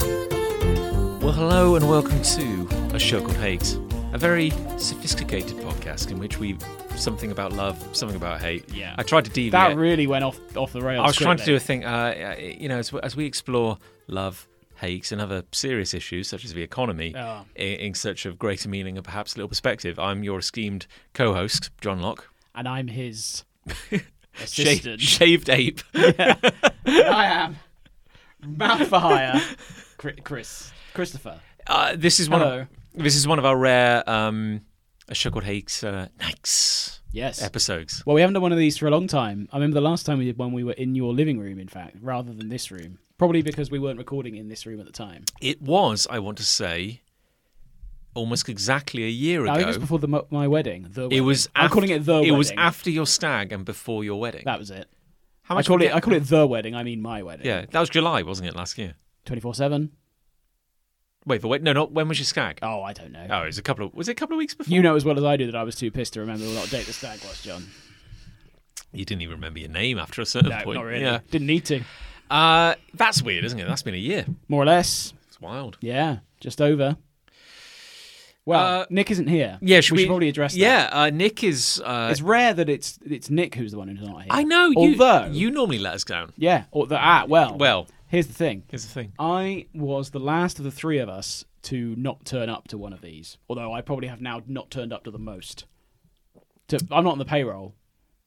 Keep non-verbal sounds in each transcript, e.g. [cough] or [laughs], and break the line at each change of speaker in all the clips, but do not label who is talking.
Well, hello and welcome to A Show Called Hate, a very sophisticated podcast in which we something about love, something about hate.
Yeah.
I tried to deviate.
That really went off off the rails.
I was trying to do a
quickly.
thing, uh, you know, as, as we explore love, hate, and other serious issues such as the economy
Oh.
in, in search of greater meaning and perhaps little perspective. I'm your esteemed co host, John Locke.
and I'm
[laughs]
his
Shaved, [laughs]
assistant.
shaved
[laughs]
ape.
I am mouth for hire, Chri- Chris Christopher.
Uh, this is one.
Hello.
Of, this is one of our rare um, a show called Hate uh, nights
Yes.
episodes.
well, we haven't done one of these for a long time. I remember the last time we did one, we were in your living room, in fact, rather than this room. Probably because we weren't recording in this room at the time.
It was, I want to say, almost exactly a year ago.
I think it was before the, mo- my wedding. The
It was
I'm
af-
calling it the.
It
wedding.
was after your stag and before your wedding.
That was it.
How
I
much
call
we
it.
get-
I call it the wedding. I mean my wedding.
Yeah, that was July, wasn't it? Last year.
Twenty four seven.
Wait, for wait, no, not when was your stag?
Oh, I don't know.
Oh, it was a couple of. Was it a couple of weeks before?
You know as well as I do that I was too pissed to remember what date the stag was, John.
You didn't even remember your name after a certain
No,
point.
not really.
Yeah.
Didn't need to.
Uh, that's weird, isn't it? That's been a year.
More or less.
It's wild.
Yeah, just over. Well,
Uh,
Nick isn't here.
Yeah, should
we,
we,
should probably address that.
Yeah, uh, Nick is. Uh,
It's rare that it's it's Nick who's the one who's not here.
I know. You,
Although
you normally let us down.
yeah, or the ah well
Well,
Here's the thing.
here's the thing.
I was the last of the three of us to not turn up to one of these. Although I probably have now not turned up to the most. To, I'm not on the payroll,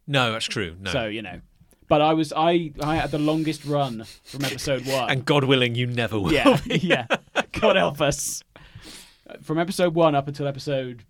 No, that's true. No.
so you know. But I was I I had the longest run from episode one.
and God willing, you never
[laughs]
will.
Yeah, yeah. God help us. From episode one up until episode,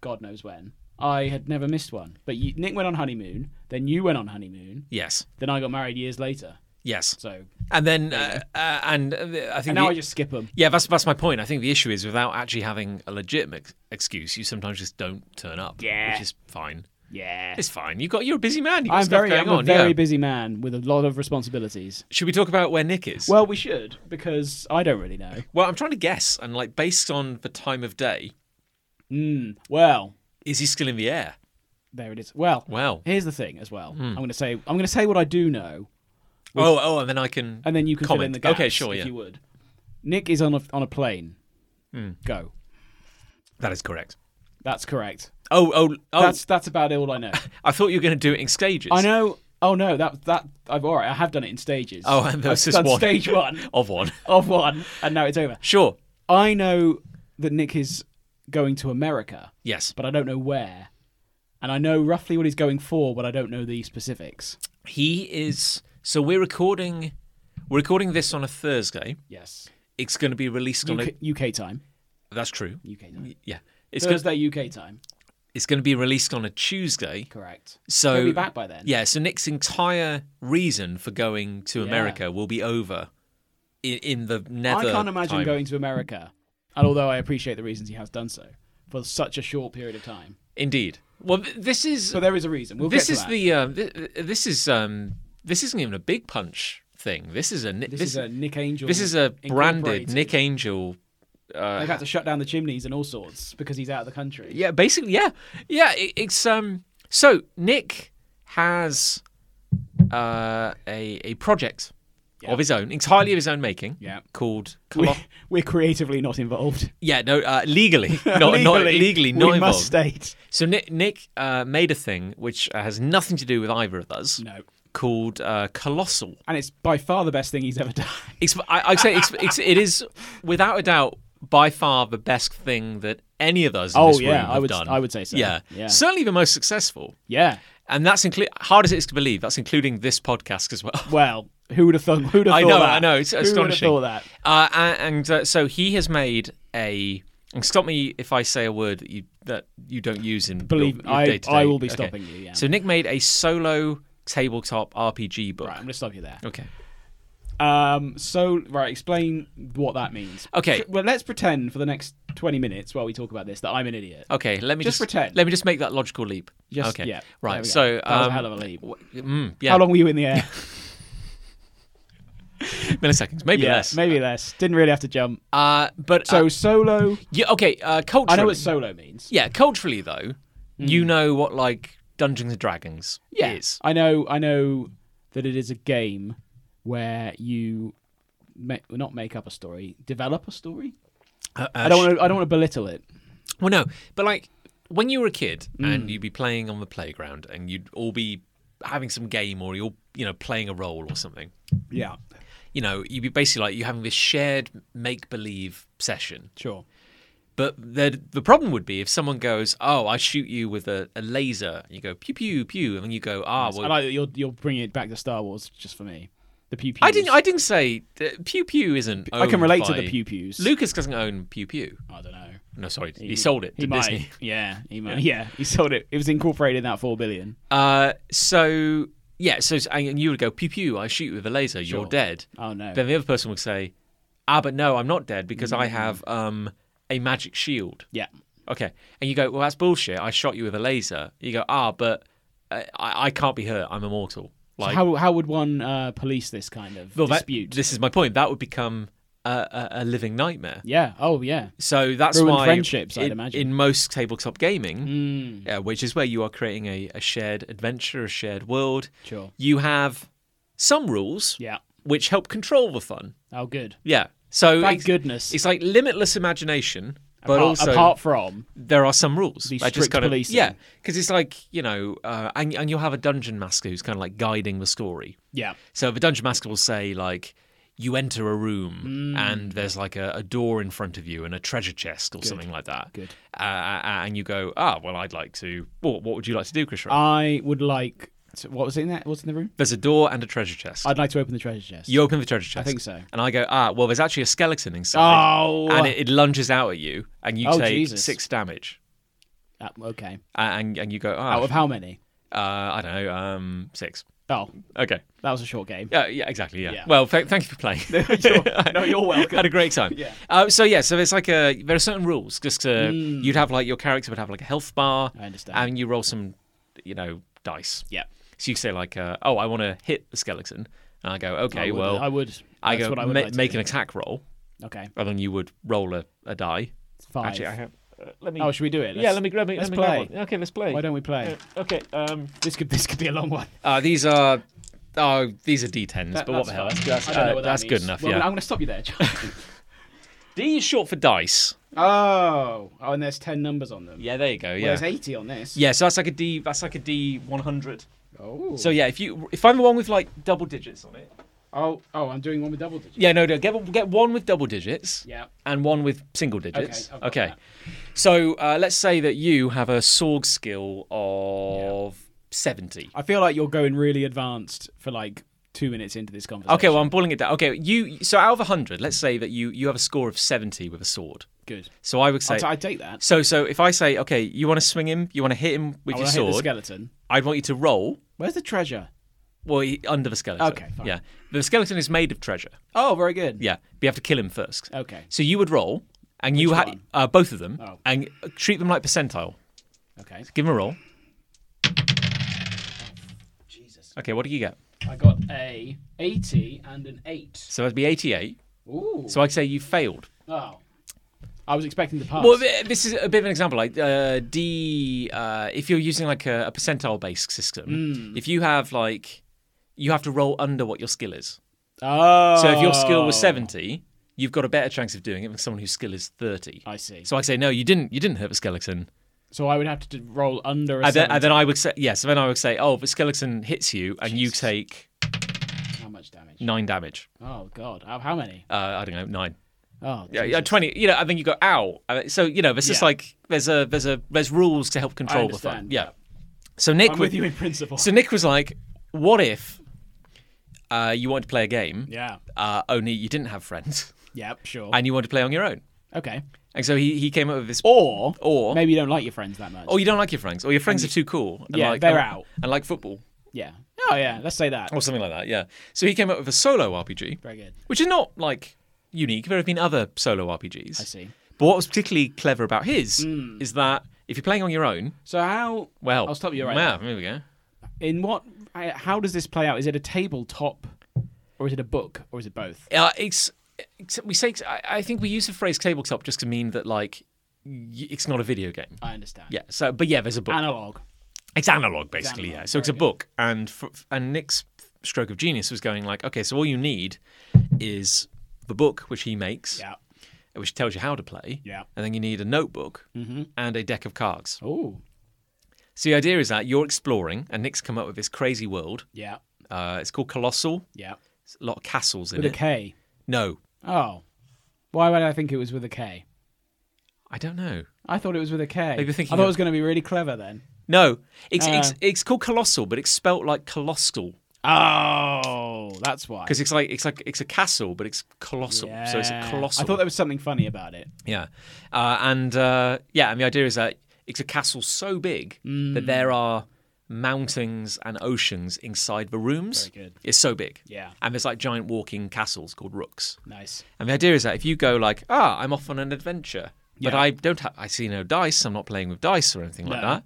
God knows when, I had never missed one. But you, Nick went on honeymoon, then you went on honeymoon,
[laughs] Yes.
then I got married years later.
Yes.
So
And then, uh, uh, and uh, I think
and now
the-
I just skip them.
yeah, that's that's my point. I think the issue is without actually having a legitimate ex- excuse, you sometimes just don't turn up.
Yeah.
which is fine.
Yeah,
It's fine. You got you're a busy man. You got
I'm
stuff
very
going
I'm
on.
a very
yeah.
busy man with a lot of responsibilities.
Should we talk about where Nick is?
Well, we should because I don't really know.
well, I'm trying to guess, and like based on the time of day,
Mm, well,
is he still in the air?
there it is. Well, Hmm.
Well,
here's the thing as well. I'm going to say I'm going to say what I do know,
oh, oh, and then I can.
and then you can fill in
Comment.
the gaps
Okay, sure,
if
yeah.
you would. Nick is on a on a plane. Go.
that is correct.
That's correct.
Oh, oh, oh!
That's that's about all
[laughs]
I know.
I thought you were going to do it in stages.
I know. Oh no, that that I've all right. I have done it in stages.
Oh, and that's
I've
just
done
one.
stage one
of one. [laughs]
of one, and now it's over.
Sure.
I know that Nick is going to America,
Yes.
but I don't know where, and I know roughly what he's going for, but I don't know the specifics.
He is. So we're recording. We're recording this on a Thursday.
Yes,
It's going to be released on.
UK, UK time.
A, that's true.
UK time.
Yeah. It's going.
Thursday UK time.
It's going to be released on a Tuesday.
Correct.
So
He'll be back by then.
Yeah. So Nick's entire reason for going to America will be over. In, in the nether.
I can't imagine
time.
going to America, and although I appreciate the reasons he has done so for such a short period of time,
Indeed. Well, th- this is.
so there is a reason. We'll
this
get to
is
that.
the. Um, th- th- this is. Um, this isn't even a big punch thing. This is a. Ni-
This, is a Nick Angel.
This is a branded
Incorporated.
Nick Angel.
They've had to shut down the chimneys and all sorts because he's out of the country.
Yeah, basically, yeah, yeah. It, it's um. So Nick has uh, a a project of his own, entirely of his own making.
Yeah.
Called
We,
Colo-
we're creatively not involved.
yeah no uh, legally
[laughs]
not not legally not
we
involved.
must state.
So Nick Nick uh, made a thing which uh, has nothing to do with either of us.
No.
Called uh, Colossal.
And it's by far the best thing he's ever [laughs] done.
It's, I, I say it's, it's it is without a doubt by far the best thing that any of us in
Oh,
this
yeah,
room
I
have
would-
done.
I would say so.
Yeah.
Yeah.
certainly the most successful.
Yeah.
And that's include hard as it is to believe. That's including this podcast as well.
Well, who would have thought? Who'd have
[laughs] I
thought
know,
that?
I know. It's
who
astonishing.
Who would have thought that?
Uh, a- and uh, so he has made a. And stop me if I say a word that you that you don't use in
Believe
your, your
I,
day-to-day-
I will be
okay.
stopping you. Yeah.
So Nick made a solo tabletop RPG book.
Right, I'm going to stop you there.
Okay.
Um, so, right, explain what that means.
Okay.
Tr- Well, let's pretend for the next 20 minutes while we talk about this that I'm an idiot.
Okay, let me
Just
just,
pretend.
Let me just make that logical leap.
Just-
Oh, okay.
yeah, there
Right.
we go.
So
That was a
um,
hell of a leap.
w- mm, yeah.
How long were you in the
[laughs]
air?
Milliseconds, maybe less.
maybe less. Didn't really have to jump.
Uh, but
So
uh,
solo.
yeah, okay. Uh, culturally,
I know what solo means.
yeah, culturally though,
Hmm.
you know what like Dungeons and Dragons is.
I know. I know that it is a game where you ma- well, not make up a story, develop a story.
Uh, uh,
I don't. Wanna, I don't want to belittle it.
Well, no, but like when you were a kid
Hmm.
and you'd be playing on the playground and you'd all be having some game or you're you know playing a role or something.
Yeah.
You know, you'd be basically like you're having this shared make believe session.
Sure.
But the the problem would be if someone goes, "Oh, I shoot you with a, a laser," and you go pew pew pew, and then you go, "Ah, well."
I like that you're you're bringing it back to Star Wars just for me. The pew pews.
I didn't. I didn't say uh, pew pew isn't.
I can
owned
relate to
by-
the pew pews.
Lucas doesn't own pew pew.
I don't know.
No, sorry, he, sold it to
He might.
Disney.
Yeah. He might. Yeah. [laughs] He sold it. It was incorporated in that four billion.
Uh, so yeah, so and you would go pew pew. I shoot you with a laser. You're dead.
Oh no.
Then the other person would say, "Ah, but no, I'm not dead because
Mm.
I have um a magic shield."
yeah.
Okay, and you go, "Well, that's bullshit. I shot you with a laser." You go, "Ah, but uh, I, I can't be hurt. I'm immortal." Like
how how would one uh, police this kind of
Well, that-
dispute?
this is my point. That would become a, a, a living nightmare.
yeah. Oh yeah.
So that's
Ruin
why
friendships, I'd
in,
imagine. Hmm.
in most tabletop gaming, uh, which is where you are creating a, a shared adventure, a shared world.
Sure.
You have some rules
Yeah.
which help control the fun.
Oh good.
Yeah. So
Thank
it's,
goodness.
it's like limitless imagination, but
apart,
also
apart from
there are some rules.
The
Like,
strict policing.
yeah, because it's like you know, uh, and and you'll have a dungeon master who's kind of like guiding the story.
yeah.
So the dungeon master will say like you enter a
Mm.
room and there's like a, a door in front of you and a treasure chest or something like that.
Good.
Uh, uh, and you go, ah, well, I'd like to. What, what would you like to do, Krishna?
I would like. To, what was in that? What's in the room?
there's a door and a treasure chest.
I'd like to open the treasure chest.
you open the treasure chest.
think so.
And I go, ah, well, there's actually a skeleton inside.
oh.
And it, it lunges out at you, and you
Oh,
take
Jesus.
six damage.
Ah, okay.
A- And and you go, ah,
Out of how many?
uh, I don't know, um, six.
Oh,
Okay.
that was a short game.
Yeah, yeah, exactly. Yeah.
Yeah.
Well, th- thank you for playing. [laughs]
[laughs] no, you're welcome.
Had a great time.
Yeah.
Uh, so yeah, so there's like a there are certain rules. Just to, you'd have like your character would have like a health bar.
Mm. I understand.
And you roll some, you know, dice.
Yeah.
So you say like, uh, oh, I want to hit the skeleton, and I go, okay,
I would,
well,
I would. That's
I go
what I would
ma-
like to
make
do.
an attack roll,
Okay.
and then you would roll a, a die.
Five.
Actually, I have. Uh, let me.
Oh, should we do it?
yeah,
Let's-
let me grab. me-
let's
let me grab
play.
one. Okay, let's play.
Why don't we play?
Okay. Um.
This could this could be a long one.
Uh, these are. Oh, these are d10s, but what the hell?
That's, fine. I don't know
uh,
what that
that's good
means.
enough.
Well,
yeah.
I'm going to stop you there.
[laughs]
John.
D is short for dice.
oh, oh, and there's ten numbers on them.
Yeah, there you go.
Well,
Yeah.
there's eighty on this.
Yeah, so that's like a D. That's like a D one hundred.
Oh.
So yeah, if you if I'm the one with like double digits on it.
Oh, oh, I'm doing one with double digits.
Yeah, no, no. Get get one with double digits.
Yeah.
And one with single digits.
I've got that.
So uh, let's say that you have a sword skill of seventy.
I feel like you're going really advanced for like two minutes into this conversation.
Okay, well I'm boiling it down. Okay, you so out of hundred, let's say that you you have a score of seventy with a sword.
good.
So I would say.
I'll t- I take that.
so so if I say okay, you want to swing him, you want to hit him with your
I want to hit the
sword.
skeleton.
I'd want you to roll.
Where's the treasure?
Well, he- under the skeleton.
Okay, fine.
Yeah, the skeleton is made of treasure.
Oh, very good.
Yeah, but you have to kill him first.
Okay.
So you would roll, and you
Uh, Which
had
one?
uh, both of them,
Oh.
and treat them like percentile.
Okay.
Give them a roll.
Jesus.
Okay, what do you get?
I got a 80 and an 8.
So that'd be 88.
Ooh.
So I'd say you failed.
oh. I was expecting to pass.
Well, th- this is a bit of an example. Like uh, D, uh, if you're using like a, a percentile-based system,
Hmm.
if you have like, you have to roll under what your skill is.
oh.
So if your skill was 70, you've got a better chance of doing it than someone whose skill is 30.
I see.
So
So,
I say no, you didn't. You didn't hurt the skeleton.
I would have to d- roll under a
And then,
70.
and then I would say, yeah, so then I would say, oh, the skeleton hits you and you take
How much damage?
nine damage.
Oh, God. How, how many?
Uh, I don't know, nine.
Oh,
Yeah, yeah,
Jesus.
twenty. You know, and then you go, ow. Uh, So you know, there's just
Yeah.
like there's a there's a there's rules to help control the fun.
understand,
Yeah.
yeah.
So Nick,
I'm
wa-
with you in principle.
[laughs] so Nick was like, what if uh, you wanted to play a game,
yeah.
uh, only you didn't have friends [laughs]
Yep, sure.
and you wanted to play on your own?
okay.
And so he he came up with this,
Or,
or Oh,
maybe you don't like your friends that much.
or you don't like your friends, or your friends are too cool. And
Yeah,
like,
they're
and-
out.
and like football.
yeah. Oh yeah, let's say that.
or something like that. Yeah. So he came up with a solo RPG,
Very good.
which is not like unique. There have been other solo RPGs.
I see.
But what was particularly clever about his is that if you're playing on your own,
So how?
well,
I'll stop you right
Wow, here we go.
there. In what? I- How does this play out? Is it a tabletop, or is it a book, or is it both?
Uh, it's, it's- we say I, I think we use the phrase tabletop just to mean that like y- it's not a video game.
I understand.
Yeah. So, but yeah, there's a book.
Analog.
It's analog, basically.
analog,
yeah. So it's a book, and f- and Nick's stroke of genius was going like, okay, so all you need is the book which he makes,
Yeah.
which tells you how to play,
Yeah. Mm-hmm.
and then you need a notebook and a deck of cards.
Oh.
So the idea is that you're exploring, and Nick's come up with this crazy world.
Yeah.
Uh, it's called Colossal.
Yeah.
It's a lot of castles in
With a
it.
K.
no,
Oh. Why would I think it was with a K?
I don't know.
I thought it was with a K.
Maybe you're thinking
I thought
of-
it was going to be really clever then.
No, it's, it's
Uh.
it's called Colossal, but it's spelt like colossal
Oh, that's why.
because it's like it's like it's a castle, but it's colossal. So it's a
Yeah.
colossal.
I thought there was something funny about it.
Yeah, uh, and uh, yeah, and the idea is that it's a castle so big
Mm.
that there are mountains and oceans inside the rooms.
Very good.
It's so big.
Yeah.
and there's like giant walking castles called rooks.
Nice.
And the idea is that if you go like, ah, I'm off on an adventure, but
Yeah.
I don't, ha- I see no dice. I'm not playing with dice or anything like
No.
that.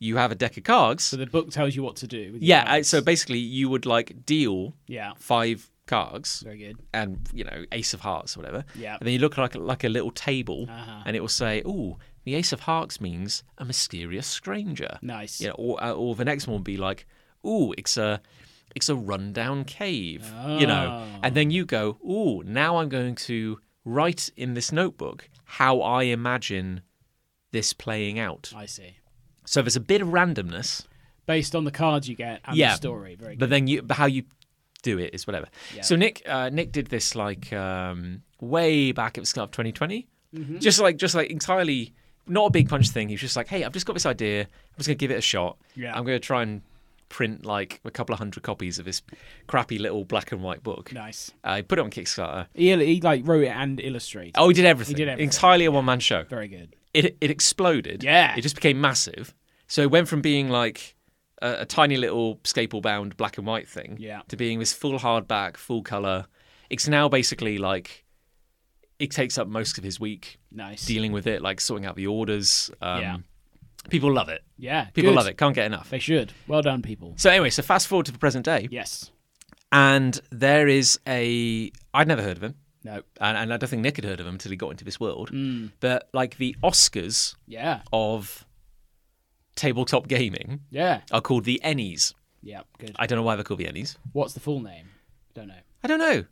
You have a deck of cards.
So the book tells you what to do. With your
yeah. uh,
cards.
So basically, you would like deal
yeah.
five cards
Very good.
and you know ace of hearts or whatever
Yeah.
and then you look like like a little table
Uh-huh.
and it will say oh the ace of hearts means a mysterious stranger
Nice.
you know or, uh, or the next one will be like oh it's a it's a rundown cave you know and then you go oh now i'm going to write in this notebook how i imagine this playing out
I see.
so there's a bit of randomness
Based on the cards you get and
Yeah.
the story. Very good.
but then you but how you do it is whatever. So Nick uh, Nick did this like um, way back at the start of 2020,
Mm-hmm.
just like just like entirely not a big punch thing. He was just like, hey, I've just got this idea. I'm just gonna give it a shot.
Yeah.
I'm gonna try and print like a couple of hundred copies of this crappy little black and white book.
Nice.
Uh, he put it on Kickstarter.
He, he like wrote it and illustrated.
Oh, he did everything.
did everything.
Entirely a one man show
Very good.
it it exploded.
Yeah.
it just became massive. So it went from being like a, a tiny little staple bound black and white thing,
Yeah.
to being this full hardback, full color. It's now basically like it takes up most of his week
Nice.
dealing with it, like sorting out the orders. Um,
Yeah.
people love it.
Yeah.
People
good.
love it. Can't get enough.
They should. Well done, people.
So anyway, so fast forward to the present day,
Yes.
and there is a I'd never heard of him.
No.
And, and I don't think Nick had heard of him until he got into this world.
Mm.
But like the Oscars
Yeah.
of tabletop gaming
Yeah.
are called the Ennies.
Yeah. Good.
I don't know why they're called the Ennies.
What's the full name? Don't know.
I don't know.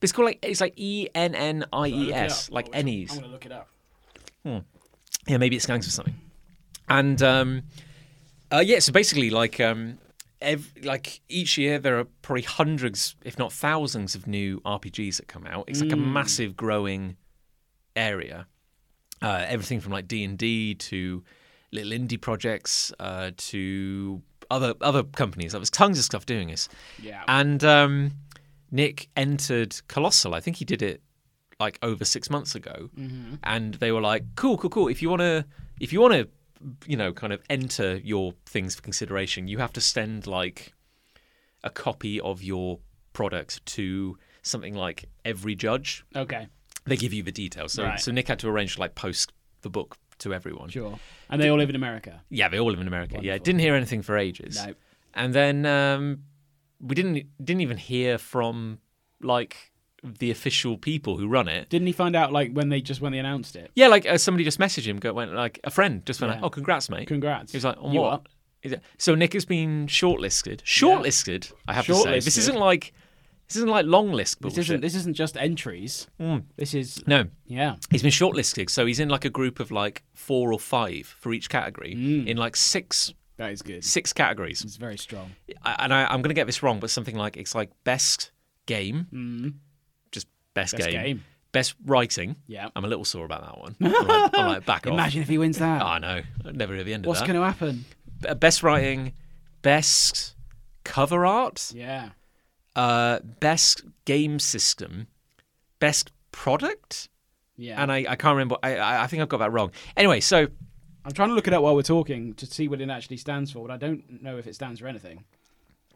But It's called like it's like E N N I E S, like
Oh, I'm
Ennies.
gonna look it up.
Yeah, maybe it stands for something. And um, uh, yeah, so basically, like um, ev- like each year there are probably hundreds, if not thousands, of new RPGs that come out. It's like a massive growing area. Uh, everything from like D and D to little indie projects uh, to other other companies. There was tons of stuff doing this.
Yeah.
And um, Nick entered Colossal. I think he did it like over six months ago, and they were like, "Cool, cool, cool. If you want to, if you want to, you know, kind of enter your things for consideration, you have to send like a copy of your product to something like every judge.
Okay.
They give you the details. So,
Right.
so Nick had to arrange to like post the book to everyone.
Sure. And they all live in America.
Yeah, they all live in America. Yeah, didn't hear anything for ages.
No.
And then um, we didn't didn't even hear from like the official people who run it.
Didn't he find out like when they just when they announced it?
Yeah, like uh, somebody just messaged him. Go, went like a friend just went
Yeah.
like, "Oh, congrats, mate."
Congrats.
He was like, "On
You
what?"
up?
Is it- So Nick has been shortlisted. Shortlisted, I have to say. This
Shortlisted.
isn't like this isn't like long list
This
bullshit. Mm.
isn't this isn't just entries. This is
no,
yeah.
he's been shortlisted. So he's in like a group of like four or five for each category
Mm.
in like six
That is good.
six categories.
It's very strong.
I- and I, I'm going to get this wrong, but something like it's like best game, just best,
Mm. Best
game.
game.
best writing.
Yeah.
I'm a little sore about that
[laughs]
one. I'm like, I'm like, back off.
Imagine if he wins
[laughs]
that.
Oh, I know. I'd never hear the end
What's
of
going
that.
to happen?
B- Best writing, best cover art,
Yeah.
uh, best game system, best product,
Yeah.
and I, I can't remember. I- I, I think I've got that wrong. Anyway, so
I'm trying to look it up while we're talking to see what it actually stands for, but I don't know if it stands for anything.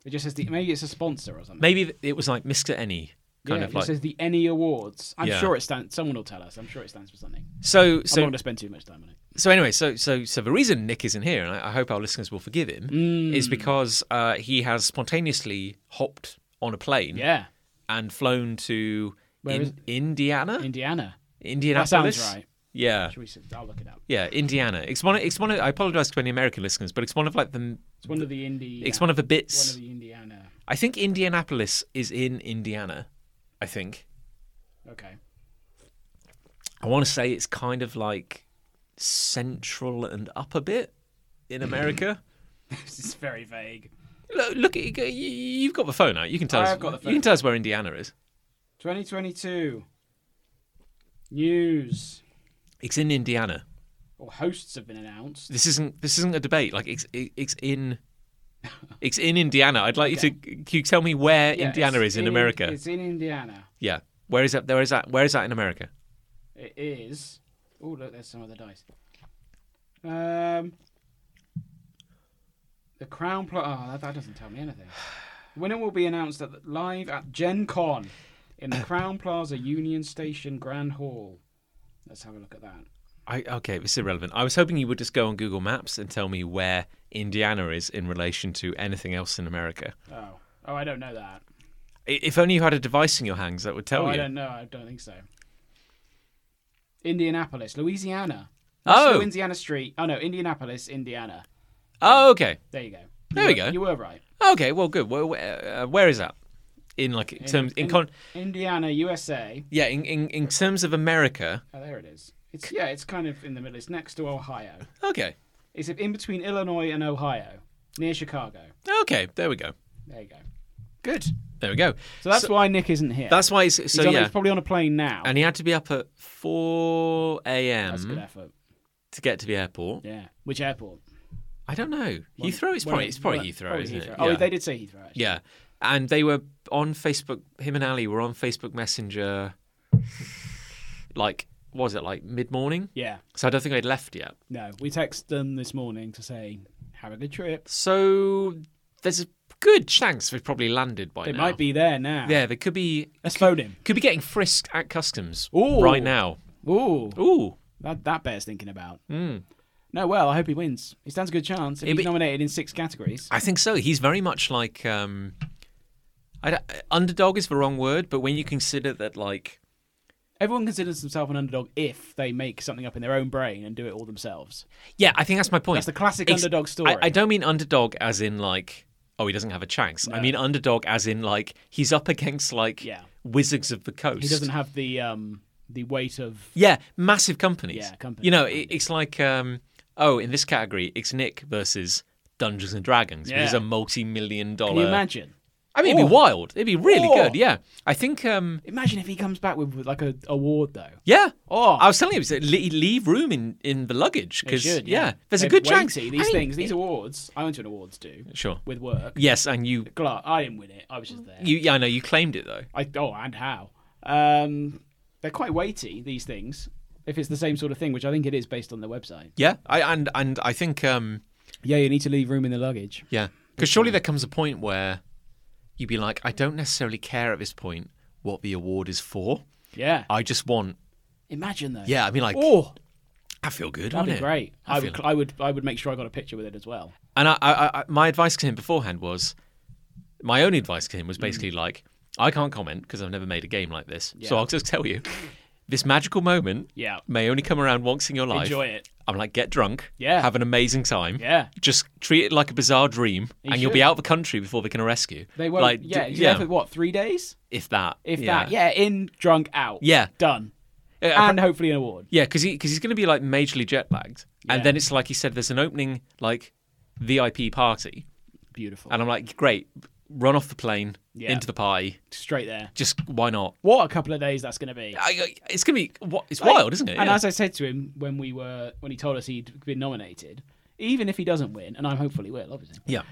It just says the maybe it's a sponsor or something.
Maybe th- it was like Mr. Any kind
yeah,
of
it
like.
says the Any Awards. I'm
Yeah.
sure it stands. Someone will tell us. I'm sure it stands for something.
so
I'm not
so
going to spend too much time on it.
so anyway so so so the reason Nick isn't here, and I, I hope our listeners will forgive him,
Mm.
is because uh, he has spontaneously hopped on a plane
Yeah,
and flown to
Where
in,
is-
Indiana,
Indiana. That
Indianapolis.
sounds right.
Yeah,
Should we? s- I'll look it up.
yeah, Indiana. It's one. Of, it's one. Of, I apologize to any American listeners, but it's one of like the.
It's one of the Indy.
It's one of the
one
bits.
of the Indiana.
I think Indianapolis is in Indiana. I think.
Okay. [laughs]
I want to say it's kind of like central and up a bit
Mm.
in America.
this is very vague.
look, look at, you- you've got the phone out. You can tell
I
us.
have got the
You can
phone.
tell us where Indiana is.
2022 news
It's in Indiana.
or hosts have been announced.
This isn't. This isn't a debate. Like it's. it- It's [laughs] in. It's in Indiana. I'd like you to. Can you tell me where
Yeah,
Indiana
it's
is in, America?
It's in Indiana.
Yeah. Where is that? Where is that? Where is that in America?
It is. Oh look, there's some other dice. Um, the crown plot. Oh, that, that doesn't tell me anything. The winner will be announced at live at Gen Con in the Crown Plaza Union Station Grand Hall. Let's have a look at that.
I okay. This is irrelevant. I was hoping you would just go on Google Maps and tell me where Indiana is in relation to anything else in America.
Oh, oh, I don't know that.
I- If only you had a device in your hands that would tell
oh,
you.
I don't know. I don't think so. Indianapolis, Louisiana.
Oh.
National Indiana Street. Oh no, Indianapolis, Indiana.
Oh, okay.
There you go. You
There we
were-
go.
You were right.
Okay. Well, good. Where, where, uh, where is that? In like in terms in, con
Indiana, USA.
yeah in, in in terms of America.
Oh, there it is. It's yeah, it's kind of in the middle. It's next to Ohio.
Okay.
It's in between Illinois and Ohio, near Chicago.
Okay. There we go.
There you go.
Good. There we go.
So that's why Nick isn't here.
That's why. It's, so
he's, on,
yeah.
he's probably on a plane now.
and mm. he had to be up at 4
that's good
a.m.
effort.
to get to the airport.
Yeah. Which airport?
I don't know. Heathrow? It's
Well,
probably, it's probably
well,
Heathrow,
probably
isn't it?
Heathrow. Oh, they did say Heathrow. Actually.
Yeah. And they were on Facebook, him and Ali were on Facebook Messenger, like, what was it, like mid morning?
Yeah.
So I don't think they'd left yet.
No, we text them this morning to say have a good trip.
So there's a good chance they've probably landed by
They
now.
might be there now.
Yeah, they could be
Let's phone him.
could be getting frisked at customs
Ooh.
right now.
Ooh,
Ooh. Hmm.
that that bears thinking about. No, well, I hope he wins. He stands a good chance. If
Yeah,
he's
but-
nominated in six categories.
I think so. He's very much like um, I don't- underdog is the wrong word, but when you consider that, like,
Everyone considers themselves an underdog if they make something up in their own brain and do it all themselves.
yeah, I think that's my point.
That's the classic
Ex-
underdog story.
I, I don't mean underdog as in like, oh, he doesn't have a chance. I mean underdog as in like he's up against like
Yeah.
wizards of the coast.
he doesn't have the um the weight of
Yeah, massive companies.
Yeah, companies
You know,
behind
it, it's like um, oh, in this category, it's Nick versus Dungeons and Dragons, which is
Yeah.
a multi-million
Can you
dollar.
imagine?
I mean, it'd be
Or-
wild. It'd be really
or-
good. Yeah, I think. um
Imagine if he comes back with, with like a award though.
Yeah.
Oh.
I was telling you, le- leave room in, in the luggage
They
because yeah.
should,
there's a
They're
good chance.
weighty,
I
These
mean,
things, e-, these awards. I went to an awards do
Sure.
with work.
Yes, and you,
Gla- I didn't win it. I was just there.
you, yeah, I know you claimed it though.
I oh, and how? Um, they're quite weighty these things. If it's the same sort of thing, which I think it is based on their website.
Yeah, I and and I think um
Yeah, you need to leave room in the luggage.
yeah, because surely there comes a point where you'd be like, I don't necessarily care at this point what the award is for.
Yeah.
I just want.
Imagine though.
Yeah, I mean, like
Oh,
I feel good.
that'd
wouldn't
be
it?
great.
I
I
feel
would, I would, I would make sure I got a picture with it as well.
And I, I, I, my advice to him beforehand was, my own advice to him was basically like, I can't comment because I've never made a game like this, so
Mm. Yeah.
I'll just tell you, this magical moment
Yeah.
may only come around once in your life.
Enjoy it.
I'm like, get drunk,
Yeah.
have an amazing time,
Yeah.
just treat it like a bizarre dream, and you'll
should.
be out of the country before they can arrest you.
They won't.
Like, d-
yeah. You're
yeah,
there for what? Three days?
if that,
If that. Yeah. In, drunk, out.
Yeah.
Done.
yeah,
And hopefully an award.
Uh, yeah, because he, cause he's going to be like majorly jet lagged,
Yeah.
and then it's like he said, there's an opening like VIP party,
Beautiful.
and I'm like, great, run off the plane
Yeah.
into the party.
Straight there.
Just why not?
What a couple of days that's going to be.
I, I- it's gonna be what it's
Like-
wild, isn't it?
And
Yeah.
as I said to him when we were when he told us he'd been nominated, even if he doesn't win, and I'm hopeful he will, obviously.
yeah,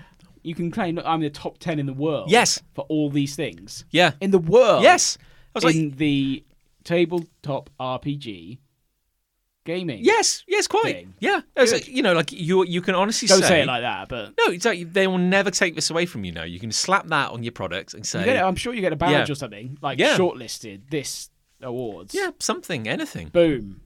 You can claim that I'm the top ten in the world.
Yes.
For all these things.
yeah,
In the world.
yes. I was like,
in the tabletop RPG gaming.
Yes, yes, quite.
Thing.
Yeah, It's
Good.
like, you know, like you you can honestly
Don't
say,
say, it like that, but
no, exactly. They will never take this away from you. Now you can slap that on your product and say,
you get, uh, a- I'm sure you get a badge
Yeah.
or something like
Yeah.
shortlisted this awards.
yeah, something, anything.
Boom.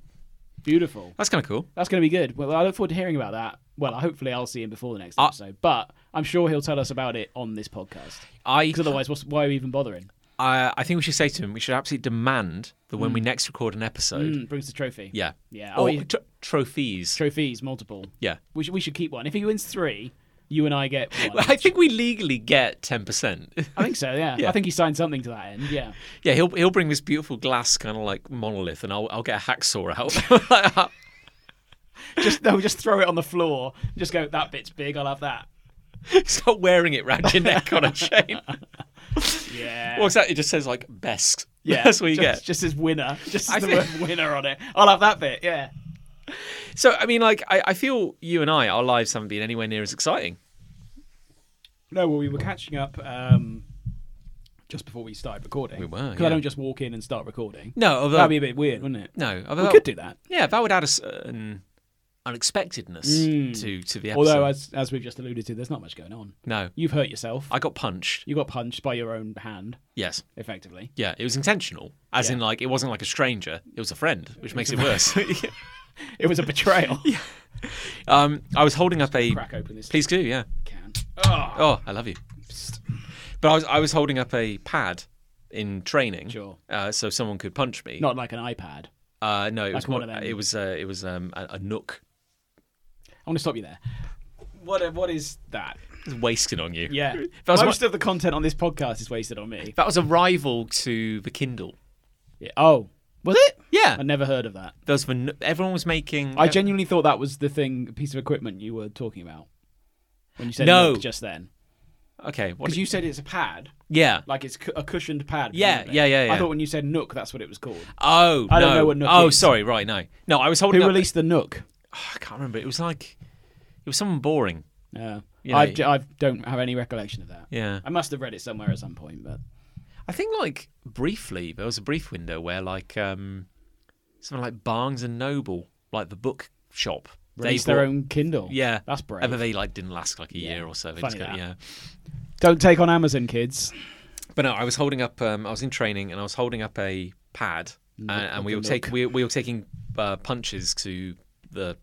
Beautiful.
That's kind of cool.
That's going to be good. Well, I look forward to hearing about that. Well, hopefully I'll see him before the next
Uh,
episode, but I'm sure he'll tell us about it on this podcast.
I
Because otherwise, what's, why are we even bothering?
I, I think we should say to him, we should absolutely demand that when we next record an episode,
Mm, brings the trophy.
yeah,
Yeah.
or
Oh, yeah.
tr- trophies,
Trophies, multiple.
yeah.
We should, we should keep one. If he wins three, you and I get one.
[laughs] I think we legally get ten percent. [laughs]
I think so, yeah.
Yeah.
I think he signed something to that end, yeah.
yeah, he'll he'll bring this beautiful glass kind of like monolith, and I'll I'll get a hacksaw out. [laughs]
[laughs] Just no, just throw it on the floor. Just go, that bit's big, I'll have that.
Start wearing it round your neck on a chain.
Yeah.
What's that? It just says like best. [laughs]
yeah.
that's what you
just,
get.
Just
[laughs]
his winner. Just
I
the
think-
word winner on it. I'll have that bit, yeah.
So I mean, like I, I feel you and I, our lives haven't been anywhere near as exciting.
No, well, we were catching up um, just before we started recording.
We were,
Because
yeah.
I don't just walk in and start recording.
No, although
That'd be a bit weird, wouldn't it?
no, although
We could do that.
Yeah, that would add a certain unexpectedness to to the episode.
Mm. Although, as, as we've just alluded to, there's not much going on.
no,
You've hurt yourself.
I got punched.
You got punched by your own hand,
Yes. [laughs]
effectively.
Yeah, it was intentional. As in, like, it wasn't like a stranger; it was a friend, which
[laughs]
makes it worse.
It was a
[laughs]
betrayal.
um, I was holding up a.
Crack open this
Please do, yeah.
can.
Oh, I love you. But I was I was holding up a pad in training,
Sure.
uh, so someone could punch me.
Not like an iPad.
uh, no, it was
one
more-
of them.
It was uh, it was um, a, a nook
I want to stop you there. What what is that?
It was wasting on you.
[laughs] Yeah,
That was
most of the content on this podcast is wasted on me.
That was a rival to the Kindle.
Yeah. Oh, was it?
Yeah,
I never heard of that.
those were no- everyone was making.
I genuinely thought that was the thing, piece of equipment you were talking about when you said
No.
no just then,
okay, what?
because you said it's a pad,
yeah.
like it's cu- a cushioned pad.
Yeah,
presumably.
yeah, yeah, yeah.
I thought when you said Nook, that's what it was called.
Oh,
I don't
no.
know what Nook
Oh,
is.
sorry, right, no, no. I was holding
Who
up.
released the Nook?
[sighs] I can't remember. It was like it was someone boring.
Uh,
Yeah.
I I don't have any recollection of that.
Yeah,
I must have read it somewhere at some point, but
I think like briefly there was a brief window where like um something like Barnes and Noble, like the book shop,
released their
bought-
own Kindle.
Yeah,
that's
And
brave.
then they like didn't last like a year or so. They just
funny
go,
that.
yeah.
Don't take on Amazon, kids.
But no, I was holding up. Um, I was in training and I was holding up a pad, and, and we were taking we, we were taking uh, punches to the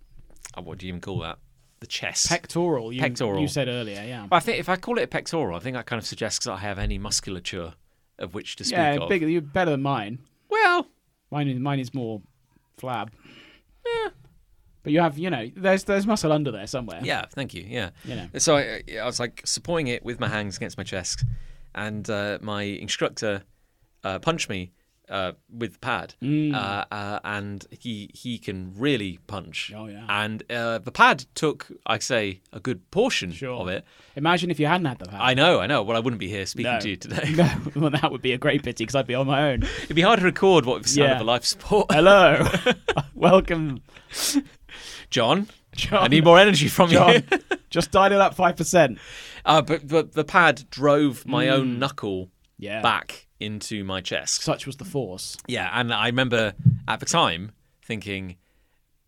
oh, what do you even call that? The chest.
Pectoral. You,
Pectoral.
You said earlier, yeah.
Well, I think if I call it a pectoral, I think that kind of suggests that I have any musculature of which to speak
Yeah,
of.
bigger. You're better than mine.
Well,
Mine is mine is more flab. But you have, you know, there's there's muscle under there somewhere.
yeah, thank you. Yeah.
You know.
So I, I was like supporting it with my hands against my chest, and uh, my instructor uh, punched me uh, with the pad,
Mm.
uh, uh, and he he can really punch.
Oh, yeah.
And uh, the pad took, I say, a good portion
Sure.
of it.
Imagine if you hadn't had the pad.
I know, I know. Well, I wouldn't be here speaking
No.
to you today. [laughs]
[laughs] No, well, that would be a great pity because I'd be on my own.
It'd be hard to record what we've sound
Yeah. Uh,
of a life support.
Hello,
[laughs]
welcome,
John,
John.
I need more energy from you.
John, just dial it up five percent.
[laughs] Uh, but, but the pad drove my own knuckle
Mm. Yeah.
back into my chest.
Such was the force.
yeah, and I remember at the time thinking,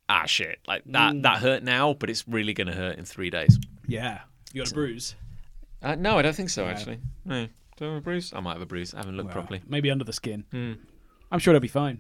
ah, shit, like that,
Mm.
that hurt now, but it's really going to hurt in three days.
Yeah, you got a bruise.
Uh, no, I don't think so, actually. No. Do I have a bruise? I might have a bruise. I haven't looked properly.
Uh,
Hmm.
Maybe under the skin. I'm sure it'll be fine.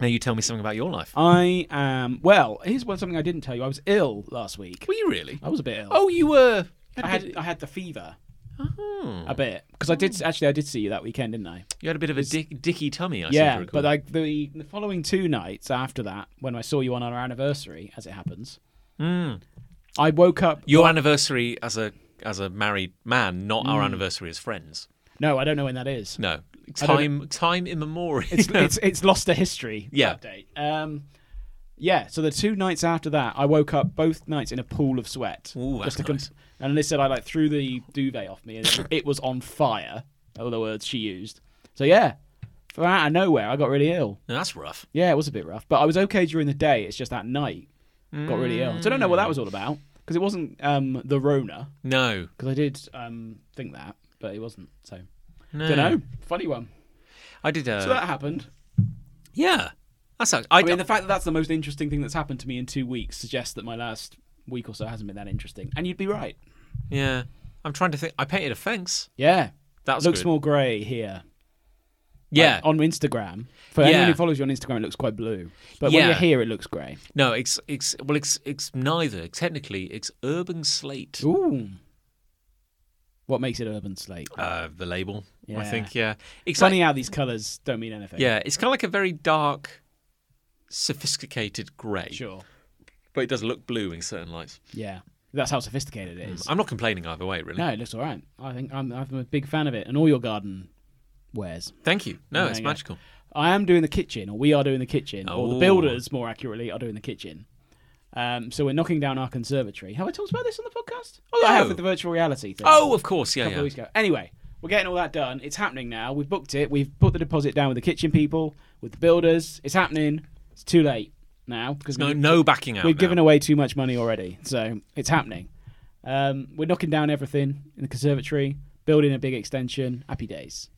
Now you tell me something about your life.
I am. Well, here's one something I didn't tell you. I was ill last week.
Were you really?
I was a bit ill.
Oh, you were.
I had I had the fever.
Oh.
A bit because I did actually I did see you that weekend, didn't I?
You had a bit of a dick, dicky tummy, I seem
yeah,
to recall.
but like the the following two nights after that, when I saw you on our anniversary, as it happens,
Hmm.
I woke up.
your anniversary as a as a married man, not
Mm.
our anniversary as friends.
No, I don't know when that is.
[laughs] No,
don't-
time time immemorial. [laughs]
It's it's it's lost to history.
Yeah.
Update. Um, yeah. So the two nights after that, I woke up both nights in a pool of sweat.
Ooh, that's
to com-
nice.
And they said I like threw the duvet off me, and it- it was on fire. Are the words she used. So yeah, from out of nowhere, I got really ill.
No, that's rough.
Yeah, it was a bit rough, but I was okay during the day. It's just at night got really ill. So I don't know what
Mm.
that was all about because it wasn't um, the Rona
No,
because I did um, think that, but it wasn't. So
no.
don't know. Funny one.
I did. Uh,
So that happened.
yeah, That sucks. I,
I mean, the fact that that's the most interesting thing that's happened to me in two weeks suggests that my last week or so hasn't been that interesting. And you'd be right.
yeah. I'm trying to think. I painted a fence.
Yeah.
That was
looks
good.
more grey here.
Yeah.
Like, on Instagram. For
Yeah.
anyone who follows you on Instagram, it looks quite blue. But when
Yeah.
you're here, it looks grey.
no, it's it's well, it's it's neither. Technically, it's urban slate.
Ooh. What makes it urban slate?
Uh, the label, I
Yeah.
think. Yeah. It's
It's
like-
funny how these colours don't mean anything.
yeah. It's kind of like a very dark, sophisticated grey,
Sure.
but it does look blue in certain lights.
Yeah. That's how sophisticated it is.
I'm not complaining either way, really.
No, it looks all right. I think I'm, I'm a big fan of it and all your garden wares.
Thank you. No,
There
it's
you go.
magical.
I am doing the kitchen, or we are doing the kitchen, or
Oh.
the builders, more accurately, are doing the kitchen. Um, so we're knocking down our conservatory. Have I talked about this on the podcast? Oh, I have
No.
with the virtual reality thing.
Oh, of course. Yeah,
couple of
yeah.
weeks ago. Anyway, we're getting all that done. It's happening now. We've booked it. We've put the deposit down with the kitchen people, with the builders. It's happening. It's too late now because
No, no backing out.
We've
now.
given away too much money already, so it's happening. Um, we're knocking down everything in the conservatory, building a big extension. Happy days.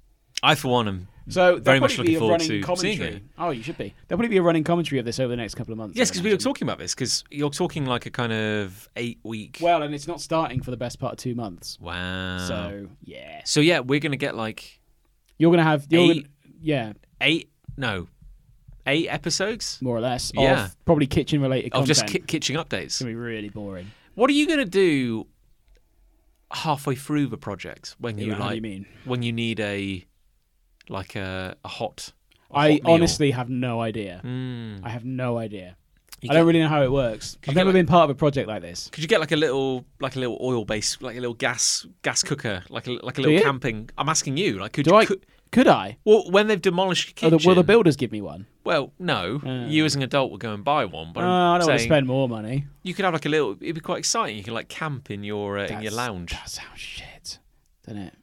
I, for one, am
So there'll
Very much
probably
looking
be a
forward
running
to
commentary.
seeing it.
Oh, you should be. There'll probably be a running commentary of this over the next couple of months.
Yes,
I'd
because we were
imagine.
talking about this because you're talking like a kind of eight week.
Well, and it's not starting for the best part of two months.
wow.
So yeah,
So yeah, we're gonna get like
you're gonna have you're
Eight-
gonna, yeah,
eight, no, eight episodes
more or less.
Yeah.
Of probably kitchen related
of
content.
just ki- kitchen
It's
updates.
gonna be really boring.
What are you gonna do halfway through the project when you
How do
like
you mean?
when you need a like a, a hot? a hot
I
meal?
honestly have no idea.
Mm.
I have no idea.
You
I don't
get-
really know how it works.
you get
I've never
like-
been part of a project like this.
Could you get like a little, like a little oil base, like a little gas gas cooker, like a like a
you?
little camping? I'm asking you. Like, could
Do
you?
I?
could-
Could I?
well, when they've demolished your
Or
kitchen,
the, will the builders give me one?
Well, no.
Uh.
you as an adult would go and buy one, but
Uh,
I'm
I don't want to
saying
spend more money.
you could have like a little. It'd be quite exciting. You could like camp in your uh, in your
That's-
lounge.
That sounds shit, doesn't it?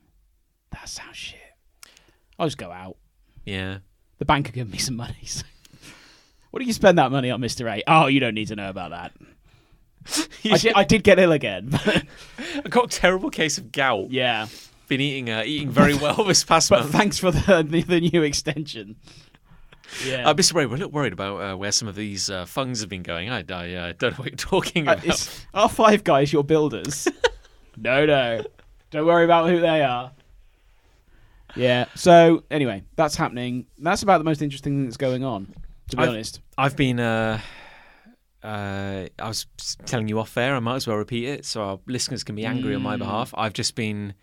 That sounds shit. I'll just go out.
Yeah.
The bank will give me some money. [laughs] so- what did you spend that money on, Mister A? Oh, you don't need to know about that. [laughs]
[laughs]
I, did, I did get ill again. But
I got a terrible case of gout.
[laughs] yeah,
Been eating uh, eating
[laughs]
very well this past
but
month.
thanks for the the, the new extension. Yeah,
uh, Mr. Ray, we're a little worried about uh, where some of these uh, funds have been going. I, I uh, don't know what you're talking
Uh,
about.
it's- are five guys your
[laughs]
builders? no, no. Don't worry about who they are. Yeah. So anyway, that's happening. That's about the most interesting thing that's going on. To be
I've-
honest,
I've been. Uh, uh, I was s- telling you off there. I might as well repeat it, so our listeners can be angry on
Mm.
my behalf. I've just been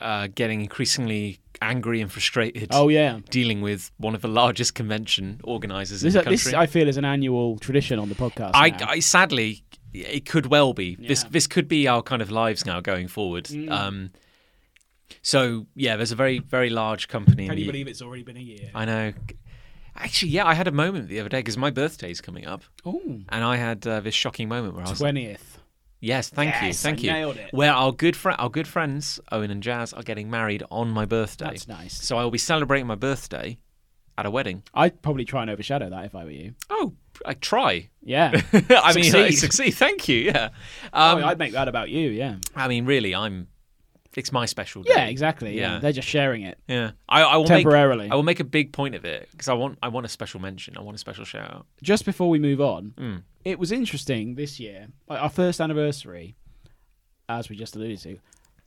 uh, getting increasingly angry and frustrated.
oh yeah,
dealing with one of the largest convention organisers in
this, uh,
the
this
country.
I feel is an annual tradition on the podcast.
I,
now.
I sadly, it could well be. This
Yeah. Mm.
this could be our kind of lives now going forward. Um, so yeah, there's a very very large company. in the-
it's already been a year?
I know. Actually, yeah, I had a moment the other day because my birthday's coming up,
Oh,
and I had uh, this shocking moment where I was
twentieth.
Yes, thank you,
Yes,
thank
I
you.
nailed it.
Where our good friend, our good friends Owen and Jazz are getting married on my birthday.
That's nice.
So I will be celebrating my birthday at a wedding.
I'd probably try and overshadow that if I were you.
Oh, I try. [laughs]
Yeah.
I mean, I
Succeed.
succeed. Thank you. Yeah.
Oh,
Um,
I'd make that about you. Yeah.
I mean, really, I'm. It's my special day.
Yeah. Exactly. Yeah.
Yeah.
They're just sharing it
Yeah. I, I will
temporarily.
Make, I will make a big point of it because I want. I want a special mention. I want a special shout out.
just before we move on,
Mm.
it was interesting this year, like our first anniversary, as we just alluded to.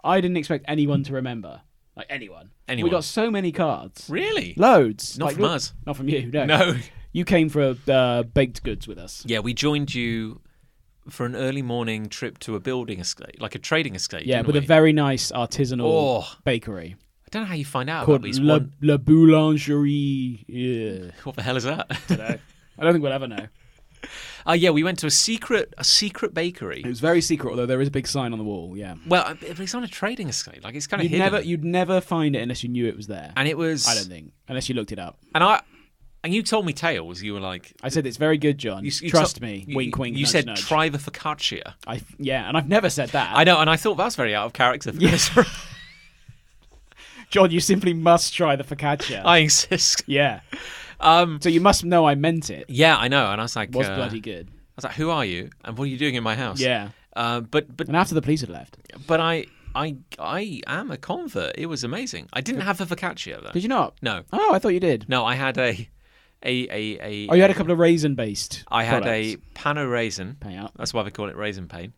I didn't expect anyone to remember, like anyone.
Anyone.
We got so many cards,
Really?
loads.
Not
like,
from us.
Not from you. No.
No.
You came for uh, baked goods with us.
Yeah, we joined you for an early morning trip to a building estate, like a trading estate.
Yeah,
didn't
with a
we?
very nice artisanal
Oh.
bakery
I don't know how you find out about
called
these.
La,
one-
La Boulangerie. Yeah.
What the hell is that? [laughs]
I don't think we'll ever know.
Oh yeah, we went to a secret, a secret
It
bakery.
was very secret, although there is a big sign on the wall. Yeah.
Well, uh, but it's on a trading estate. Like it's kind of
You'd
hidden.
never, you'd never find it unless you knew it was there.
and it was.
I don't think, unless you looked it up.
And I, and you told me tales. You were like,
I said it's very good, John.
you, you
Trust
to-
me.
you-
wink, wink.
You
nudge,
said
nudge.
try the focaccia.
I, yeah, and I've never said that.
I know, and I thought that's very out of character. For yes,
John, you simply must try the focaccia.
[laughs] I insist.
yeah.
Um,
So you must know I meant it. It
yeah, I know. And I was like,
was
uh,
bloody good.
I was like, who are you, and what are you doing in my house?
Yeah.
Uh, but but
And after the police had left,
but I I I am a convert. It was amazing. I didn't have the focaccia though.
did you not?
No,
Oh, I thought you did.
no, I had a a a, a
Oh, you had a couple of raisin based.
I had a pano raisin.
Payout.
That's why we call it raisin pain.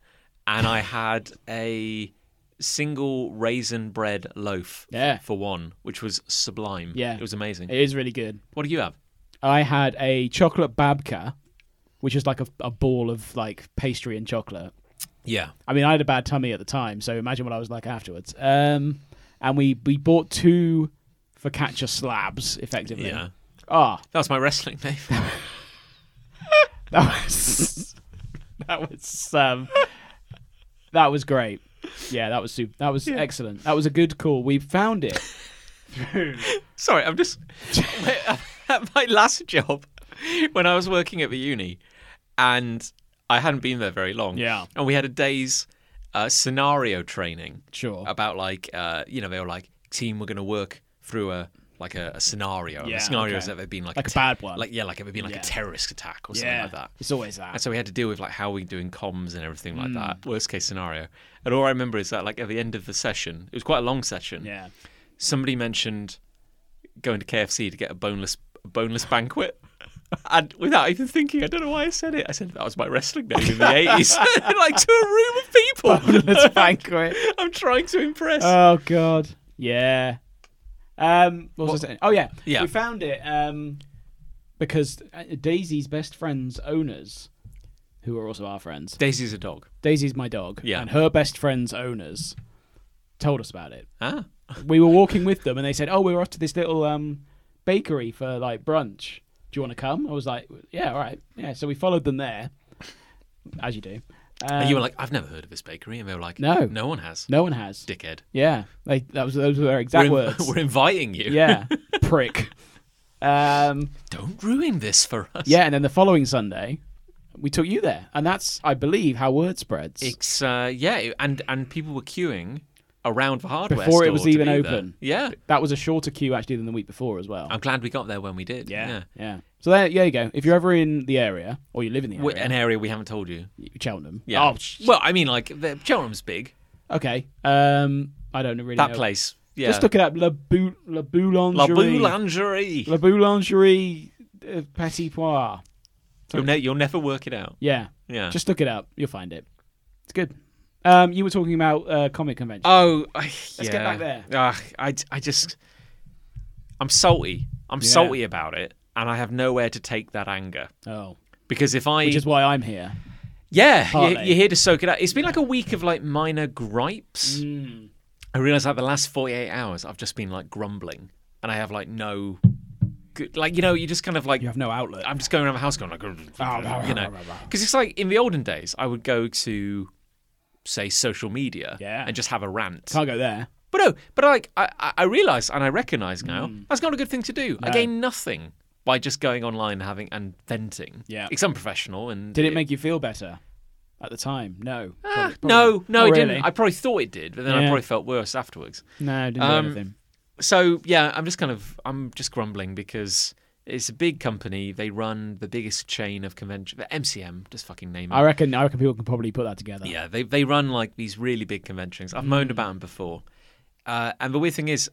And I had a single raisin bread loaf
Yeah.
for one, which was sublime.
Yeah.
It was amazing.
It is really good.
what do you have?
I had a chocolate babka, which is like a, a ball of like pastry and chocolate.
Yeah.
I mean, I had a bad tummy at the time, so imagine what I was like afterwards. Um, and we we bought two focaccia slabs, effectively.
Yeah.
Ah,
That was my wrestling name. [laughs]
that was [laughs] that was um, that was great. Yeah, that was super. That was excellent. That was a good call. We found it.
Sorry, I'm just at my last job when I was working at the uni, and I hadn't been there very long.
Yeah.
and we had a day's uh, scenario training
Sure.
about like uh, you know they were like team we're going to work through a like a, a scenario.
Yeah,
and the scenario is
okay.
that they've been like
Like a
te-
bad one.
like yeah, like it would be like
Yeah.
a terrorist attack or something
yeah,
like that.
it's always
And
that.
so we had to deal with like how we doing comms and everything like
Mm.
that. Worst case scenario. And all I remember is that like at the end of the session, it was quite a long session
Yeah. [laughs]
somebody mentioned going to KFC to get a boneless boneless banquet. And without even thinking, I don't know why I said it. I said that was my wrestling name
[laughs]
in the eighties, [laughs] like to a room of people.
Let's banquet.
[laughs] I'm trying to impress.
Oh God. Yeah. Um. What was I saying? Oh yeah.
Yeah.
We found it. Um. Because uh, Daisy's best friend's owners, who are also our friends,
Daisy's a dog.
Daisy's my dog.
Yeah.
And her best friend's owners told us about it.
Ah,
We were walking with them, and they said, "Oh, we were off to this little um bakery for like brunch. Do you want to come?" I was like, "Yeah, all right, yeah." So we followed them there, as you do. Um,
and you were like, I've never heard of this bakery, and they were like,
No.
no one has.
"No one has."
Dickhead.
Yeah. Like that was those were their
We're,
exact
in-
words.
[laughs] we're inviting you.
Yeah, prick. Um,
Don't ruin this for us.
yeah, and then the following Sunday, we took you there, and that's, I believe, how word spreads.
It's uh, yeah, and and people were queuing around the hardware
Before it was
store to
even
be there.
open.
Yeah,
that was a shorter queue actually than the week before as well.
I'm glad we got there when we did.
yeah, yeah. So there, there you go. If you're ever in the area or you live in the
Wi-
area,
an area we haven't told you.
Cheltenham.
Yeah.
Oh, sh-
well, I mean, like the, Cheltenham's big.
okay. Um, I don't really
That
know.
place. Yeah.
Just look it up. La, Bou- La
La
Boulangerie.
Boulangerie.
La Boulangerie uh, Petit Pois.
You'll, ne- you'll never work it out.
Yeah.
Yeah.
Just look it up. You'll find it. It's good. Um, you were talking about uh, comic convention.
oh, I, let's
get back there.
I, I just, I'm salty. I'm
Yeah.
salty about it, and I have nowhere to take that anger
oh.
because if I,
Which is why I'm here.
yeah, you,
Partly.
you're here to soak it up. It's been like a week of like minor gripes.
Hmm.
I realize like the last 48 hours, I've just been like grumbling, and I have like no. Good, like you know, you just kind of like
You have no outlet. Oh,
I'm just going around the house going like, you know,
rah, rah, rah.
because it's like in the olden days, I would go to, say, social media
Yeah.
and just have a rant.
Can't go there.
But no, but like I, I- I realize and I recognize now
Hmm.
that's not a good thing to do. I gain nothing by just going online and having and venting.
Yeah.
it's unprofessional. And
Did it make you feel better at the time? No.
Ah,
Probably-
no,
probably-
no,
Oh,
it
really?
didn't. I probably thought it did, but then I
Yeah.
probably felt worse afterwards.
No, didn't do
Um,
anything.
so yeah, I'm just kind of I'm just grumbling because it's a big company. They run the biggest chain of convention, the MCM. Just fucking name it.
I reckon. I reckon people can probably put that together.
Yeah, they they run like these really big conventions. I've moaned
Mm.
about them before, uh, and the weird thing is,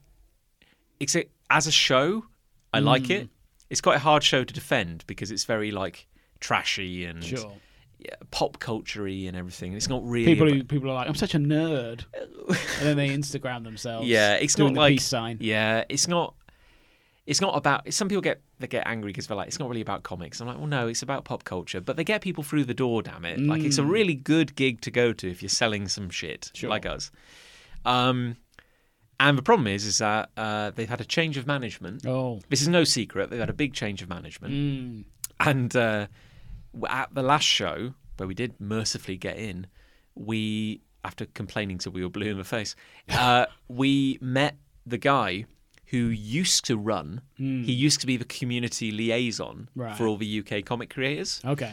it's a, as a show, I like
Mm.
it. It's quite a hard show to defend because it's very like trashy and
Sure.
yeah, pop culturey and everything. It's not really
People
about-
who people are like, I'm such a nerd, and then they Instagram themselves.
Yeah, it's not
doing the
like
peace sign.
Yeah, it's not. It's not about. Some people get they get angry because they're like, it's not really about comics. I'm like, well, no, it's about pop culture. But they get people through the door. Damn it! Like, it's a
Mm.
really good gig to go to if you're selling some shit like us. Um, and the problem is, is that uh, they've had a change of management.
Oh,
This is no secret. They've had a big change of management. And uh, w- at the last show, where we did mercifully get in, we, after complaining till we were blue in the face, uh, we met the guy who used to run, he used to be the community liaison
Right.
for all the UK comic creators.
okay.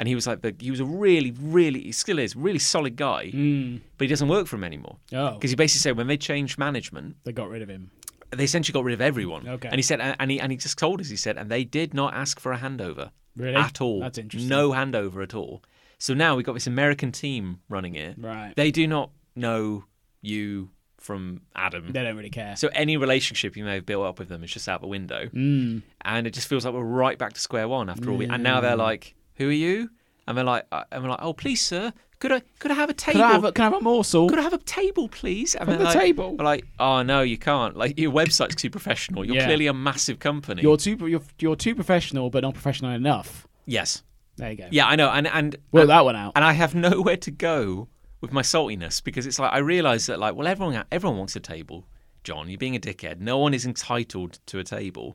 And he was like, the, he was a really, really, he still is, really solid guy, but he doesn't work for him anymore.
Oh,
Because he basically said when they changed management,
they got rid of him.
they essentially got rid of everyone.
Okay.
And he said, and he and he just told us, he said, and they did not ask for a handover
Really?
at all.
That's interesting.
No handover at all. So now we've got this American team running it.
Right.
They do not know you from Adam.
They don't really care.
So any relationship you may have built up with them is just out the window.
Mm.
And it just feels like we're right back to square one after all. We, and now they're like, "Who are you?" And we're like, uh, "And we're like, oh please, sir, could I could I have a table?
can, I have a, can I have a morsel?
could I have a table, please? And
From
they're like,
the table.
We're like, oh no, you can't. Like your website's too professional. You're
Yeah.
clearly a massive company.
You're too you're, you're too professional, but not professional enough.
yes.
There you go.
Yeah, I know. And and
Work that one out.
and I have [laughs] nowhere to go with my saltiness because it's like I realise that like well everyone everyone wants a table. John, you're being a dickhead. No one is entitled to a table.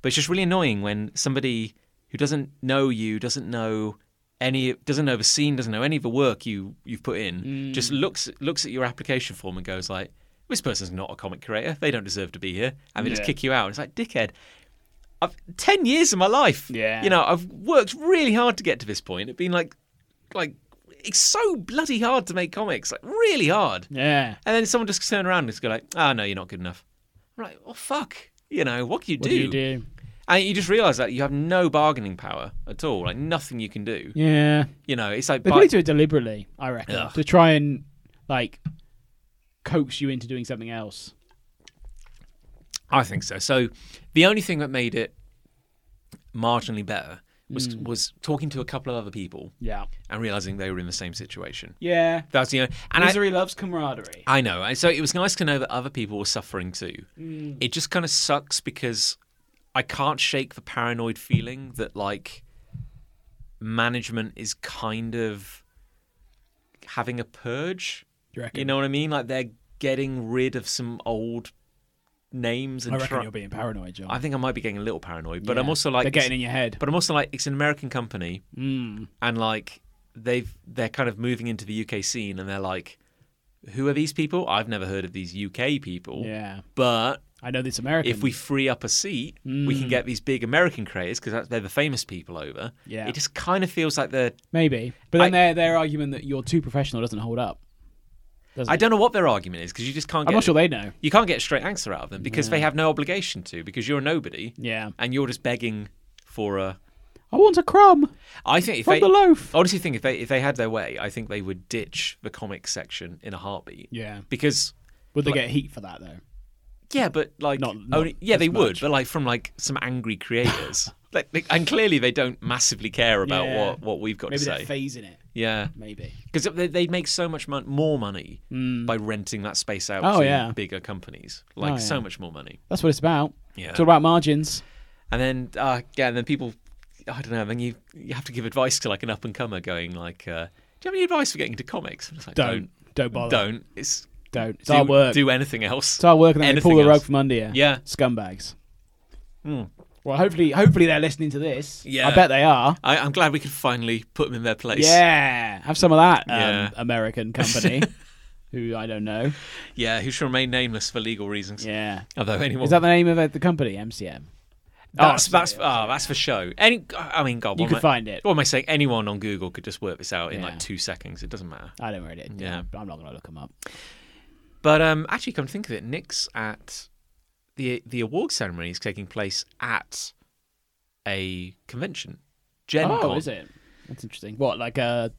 But it's just really annoying when somebody who doesn't know you, doesn't know any, doesn't know the scene, doesn't know any of the work you you've put in, just looks looks at your application form and goes like, "This person's not a comic creator. They don't deserve to be here," and they just
Yeah.
kick you out. It's like, dickhead. I've ten years of my life.
Yeah.
You know, I've worked really hard to get to this point. It's been like like it's so bloody hard to make comics, like really hard.
Yeah.
And then someone just turn around and just go like, "Ah, no, you're not good enough." I'm like, "Oh fuck." You know, what can you
What do
do?
you do?
And you just realize that you have no bargaining power at all, like nothing you can do.
Yeah.
You know, it's like
They
buy-
probably do it deliberately, I reckon,
Ugh.
to try and like coax you into doing something else.
I think so. So the only thing that made it marginally better was
Mm.
was talking to a couple of other people
Yeah.
and realizing they were in the same situation.
Yeah.
That's the only, and I,
Misery loves camaraderie.
I know. And So it was nice to know that other people were suffering too. It just kind of sucks because I can't shake the paranoid feeling that like management is kind of having a purge.
You reckon?
You know what I mean? Like they're getting rid of some old names and
I reckon
try-
you're being paranoid, John.
I think I might be getting a little paranoid, but I'm
Yeah.
also like
They're getting in your head.
but I'm also like it's an American company
Hmm.
and like they've they're kind of moving into the UK scene and they're like who are these people? I've never heard of these UK people.
yeah.
But
I know this American.
if we free up a seat, we
Hmm.
can get these big American creators because they're the famous people over.
Yeah.
It just kind of feels like they're
maybe, but then
I-
their their argument that you're too professional doesn't hold up. Doesn't
I
it?
don't know what their argument is because you just can't
I'm
get
not sure they know.
you can't get a straight answer out of them because they have no obligation to because you're a nobody
Yeah.
and you're just begging for a
I want a crumb
I think if
from
they
the loaf.
I honestly think if they if they had their way, I think they would ditch the comic section in a heartbeat.
Yeah.
Because
Would they get heat for that though?
yeah, but like
Not- not
only, yeah, they
as
would,
much.
but like from like some angry
[laughs]
creators. like, like- and clearly they don't massively care about
Yeah.
what what we've got
Maybe
to say.
they're phasing it.
yeah.
Maybe.
Because they, they make so much mon- more money by renting that space out
Mm. Oh,
to
yeah. Oh,
bigger companies. Like
yeah.
so much more money.
That's what it's about.
Yeah.
It's all about margins.
And then uh, yeah, and then people, I don't know. Then you you have to give advice to like an up and comer going like, uh, do you have any advice for getting into comics? I'm just like,
Don't don't bother.
don't. It's
Don't. It's
do,
our work.
do anything else.
It's our work, and then they
Anything
pull the
else.
rug from under you.
Yeah. Hmm.
Scumbags. Well, hopefully, hopefully they're listening to this.
Yeah.
I bet they are.
I, I'm glad we could finally put them in their place.
Yeah. Have some of that um,
Yeah. [laughs]
American company, who I don't know.
yeah. Who shall remain nameless for legal reasons.
Yeah.
Although anyone.
Is that the name of uh, the company? MCM.
that's
Oh,
that's oh, that's for show. Any, I mean, God,
You
what
could
am I-
find it.
What am I saying? Anyone on Google could just work this out in
Yeah.
like two seconds. It doesn't matter.
I don't really.
Yeah.
Yeah. I'm not gonna look them up.
But um, actually, come to think of it, Nick's at the the award ceremony is taking place at a convention. Gen
oh,
Con.
is it? That's interesting. What like a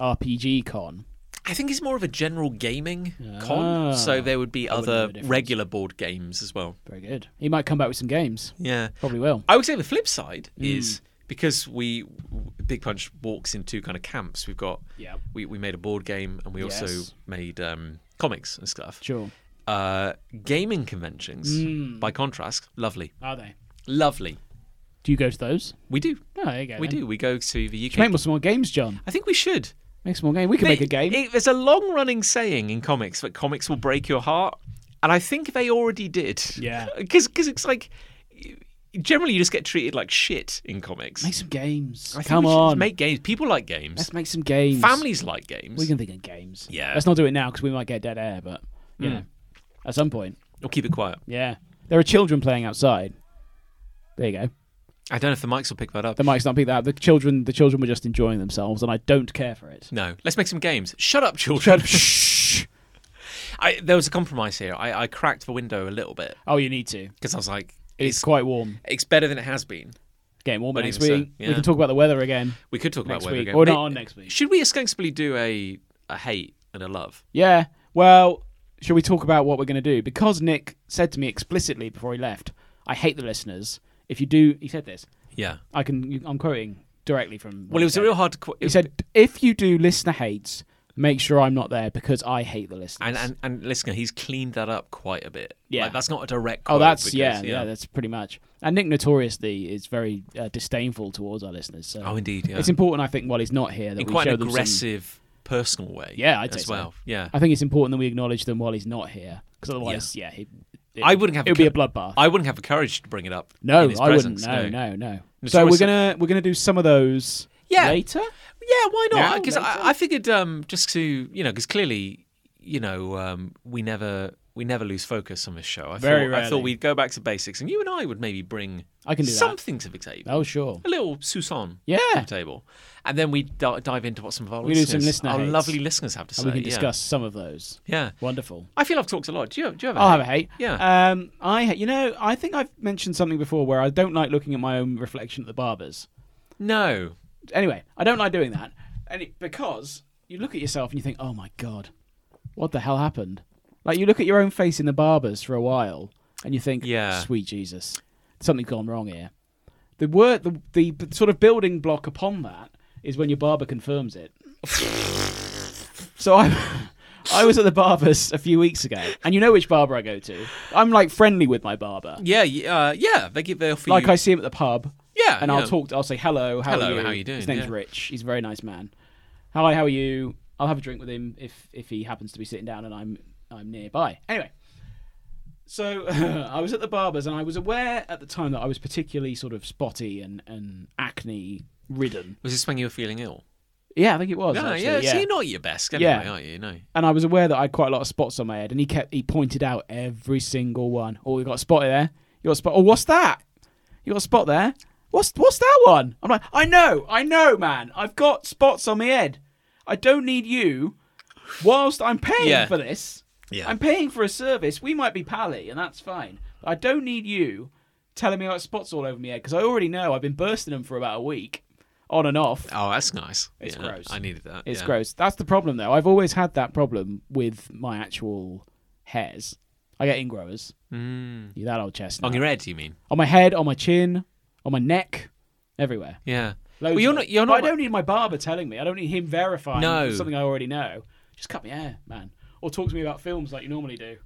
RPG con?
I think it's more of a general gaming con, so
Ah.
there would be
wouldn't know
other
the difference.
regular board games as well.
Very good. He might come back with some games.
Yeah.
Probably will.
I would say the flip side
Hmm.
is because we Big Punch walks in two kind of camps. We've got
Yeah.
we, we made a board game and we also
Yes.
made um, comics and stuff.
Sure. Hmm.
Uh, gaming conventions, by contrast, lovely,
Are they?
lovely.
Do you go to those?
We do,
No, there you go.
we
then.
do. We go to the UK.
Make more some more games, John.
I think we should
Make some more game. We can make a game.
It- there's a long-running saying in comics that comics will break your heart, and I think they already did. [laughs]
Yeah.
because it's like generally you just get treated like shit in comics.
Make some games.
I think
Come
we should just
on.
make games. People like games.
Let's make some games.
Families like games.
We can think of games.
Yeah. Hmm.
Let's not do it now because we might get dead air, but, you know, at some point.
We'll keep it quiet.
Yeah. There are children playing outside. There you go.
I don't know if the mics will pick that up.
The mics not picked that up. The children, the children were just enjoying themselves, and I don't care for it.
no, let's make some games. Shut up, children.
Shut up. Shh.
[laughs] I, there was a compromise here. I, I cracked the window a little bit
[laughs] Oh, you need to.
because I was like,
It's,
it's
quite warm.
it's better than it has been.
Getting warmer
But
next
even so,
week.
yeah.
We can talk about the weather again
We could talk
next
about weather
week,
again.
or
May-
not on next week.
Should we as Skanksbly do a a hate and a love?
Yeah. Well, shall we talk about what we're going to do? Because Nick said to me explicitly before he left, "I hate the listeners. If you do," he said this.
Yeah.
I can. I'm quoting directly from. what
Well,
he
it was
said.
a real hard. Qu-
He said, "If you do listener hates, make sure I'm not there because I hate the listeners."
and, and and listener, he's cleaned that up quite a bit.
Yeah.
Like, that's not a direct.
oh,
quote
that's
because-
yeah, yeah, that's pretty much. And Nick notoriously is very uh, disdainful towards our listeners. So
oh, indeed. Yeah.
it's important, I think, while he's not here, that
in
we
quite
show
an
them some-
aggressive, personal way.
Yeah, I'd
as
say so.
well. Yeah.
I think it's important that we acknowledge them while he's not here, because otherwise, yeah, he, it,
I wouldn't have
It would
a
be a bloodbath.
I wouldn't have the courage to bring it up.
no,
in his
I wouldn't.
presence,
No, no, no.
It's
So we're
always a-
gonna we're gonna do some of those
Yeah.
later.
Yeah, why not?
No,
Because
makes
I, I figured um, just to you know, because clearly you know um, we never we never lose focus on this show. I
Very
thought I thought
rarely.
we'd go back to basics, and you and I would maybe bring
I can do that.
something to the table,
Oh, sure.
a little Susan to
Yeah.
the table, and then we d- dive into what some of our
We do
listeners,
some listener
our
hates.
lovely listeners have to say.
And we can
yeah.
discuss some of those.
Yeah.
Wonderful.
I feel I've talked a lot. Do you? Do you have?
I'll have a hate.
Yeah.
Um, I ha- you know I think I've mentioned something before where I don't like looking at my own reflection at the barbers.
No.
Anyway, I don't like doing that, and it, because you look at yourself and you think, oh my god, what the hell happened? Like you look at your own face in the barbers for a while and you think,
Yeah.
sweet Jesus, something's gone wrong here. The word, the, the b- sort of building block upon that is when your barber confirms
[laughs]
it. so I. I was at the barber's a few weeks ago, and you know which barber I go to. I'm like friendly with my barber.
Yeah. y- Uh, yeah. They give. They offer
Like
you.
I see him at the pub.
Yeah,
And
yeah.
I'll talk. I'll say Uh, hello. How
Hello,
Are you?
how you doing?
His name's
Yeah.
Rich. He's a very nice man. Hi. How are you? I'll have a drink with him if if he happens to be sitting down and I'm I'm nearby. Anyway. So [laughs] I was at the barber's and I was aware at the time that I was particularly sort of spotty and, and acne ridden.
Was this when you were feeling ill?
Yeah, I think it was.
No,
actually,
yeah, So you're not at your best anyway,
Yeah.
are you? No.
and I was aware that I had quite a lot of spots on my head, and he kept he pointed out every single one. Oh, you got a spot there. You got a spot. Oh, what's that? You got a spot there. What's what's that one? I'm like, I know, I know, man. I've got spots on my head. I don't need you. Whilst I'm paying
Yeah.
for this,
Yeah.
I'm paying for a service. We might be pally, and that's fine. But I don't need you telling me I got spots all over my head because I already know I've been bursting them for about a week, on and off.
Oh, that's nice. It's
gross.
I needed that.
It's
yeah.
gross. That's the problem, though. I've always had that problem with my actual hairs. I get ingrowers. Mm. You that old chestnut.
On your head, you mean?
On my head, on my chin, on my neck, everywhere.
Yeah.
Loads
well, you're
of
not.
it.
You're
But
not.
I don't need my barber telling me. I don't need him verifying
No.
something I already know. Just cut my hair, man. Or talk to me about films like you normally do.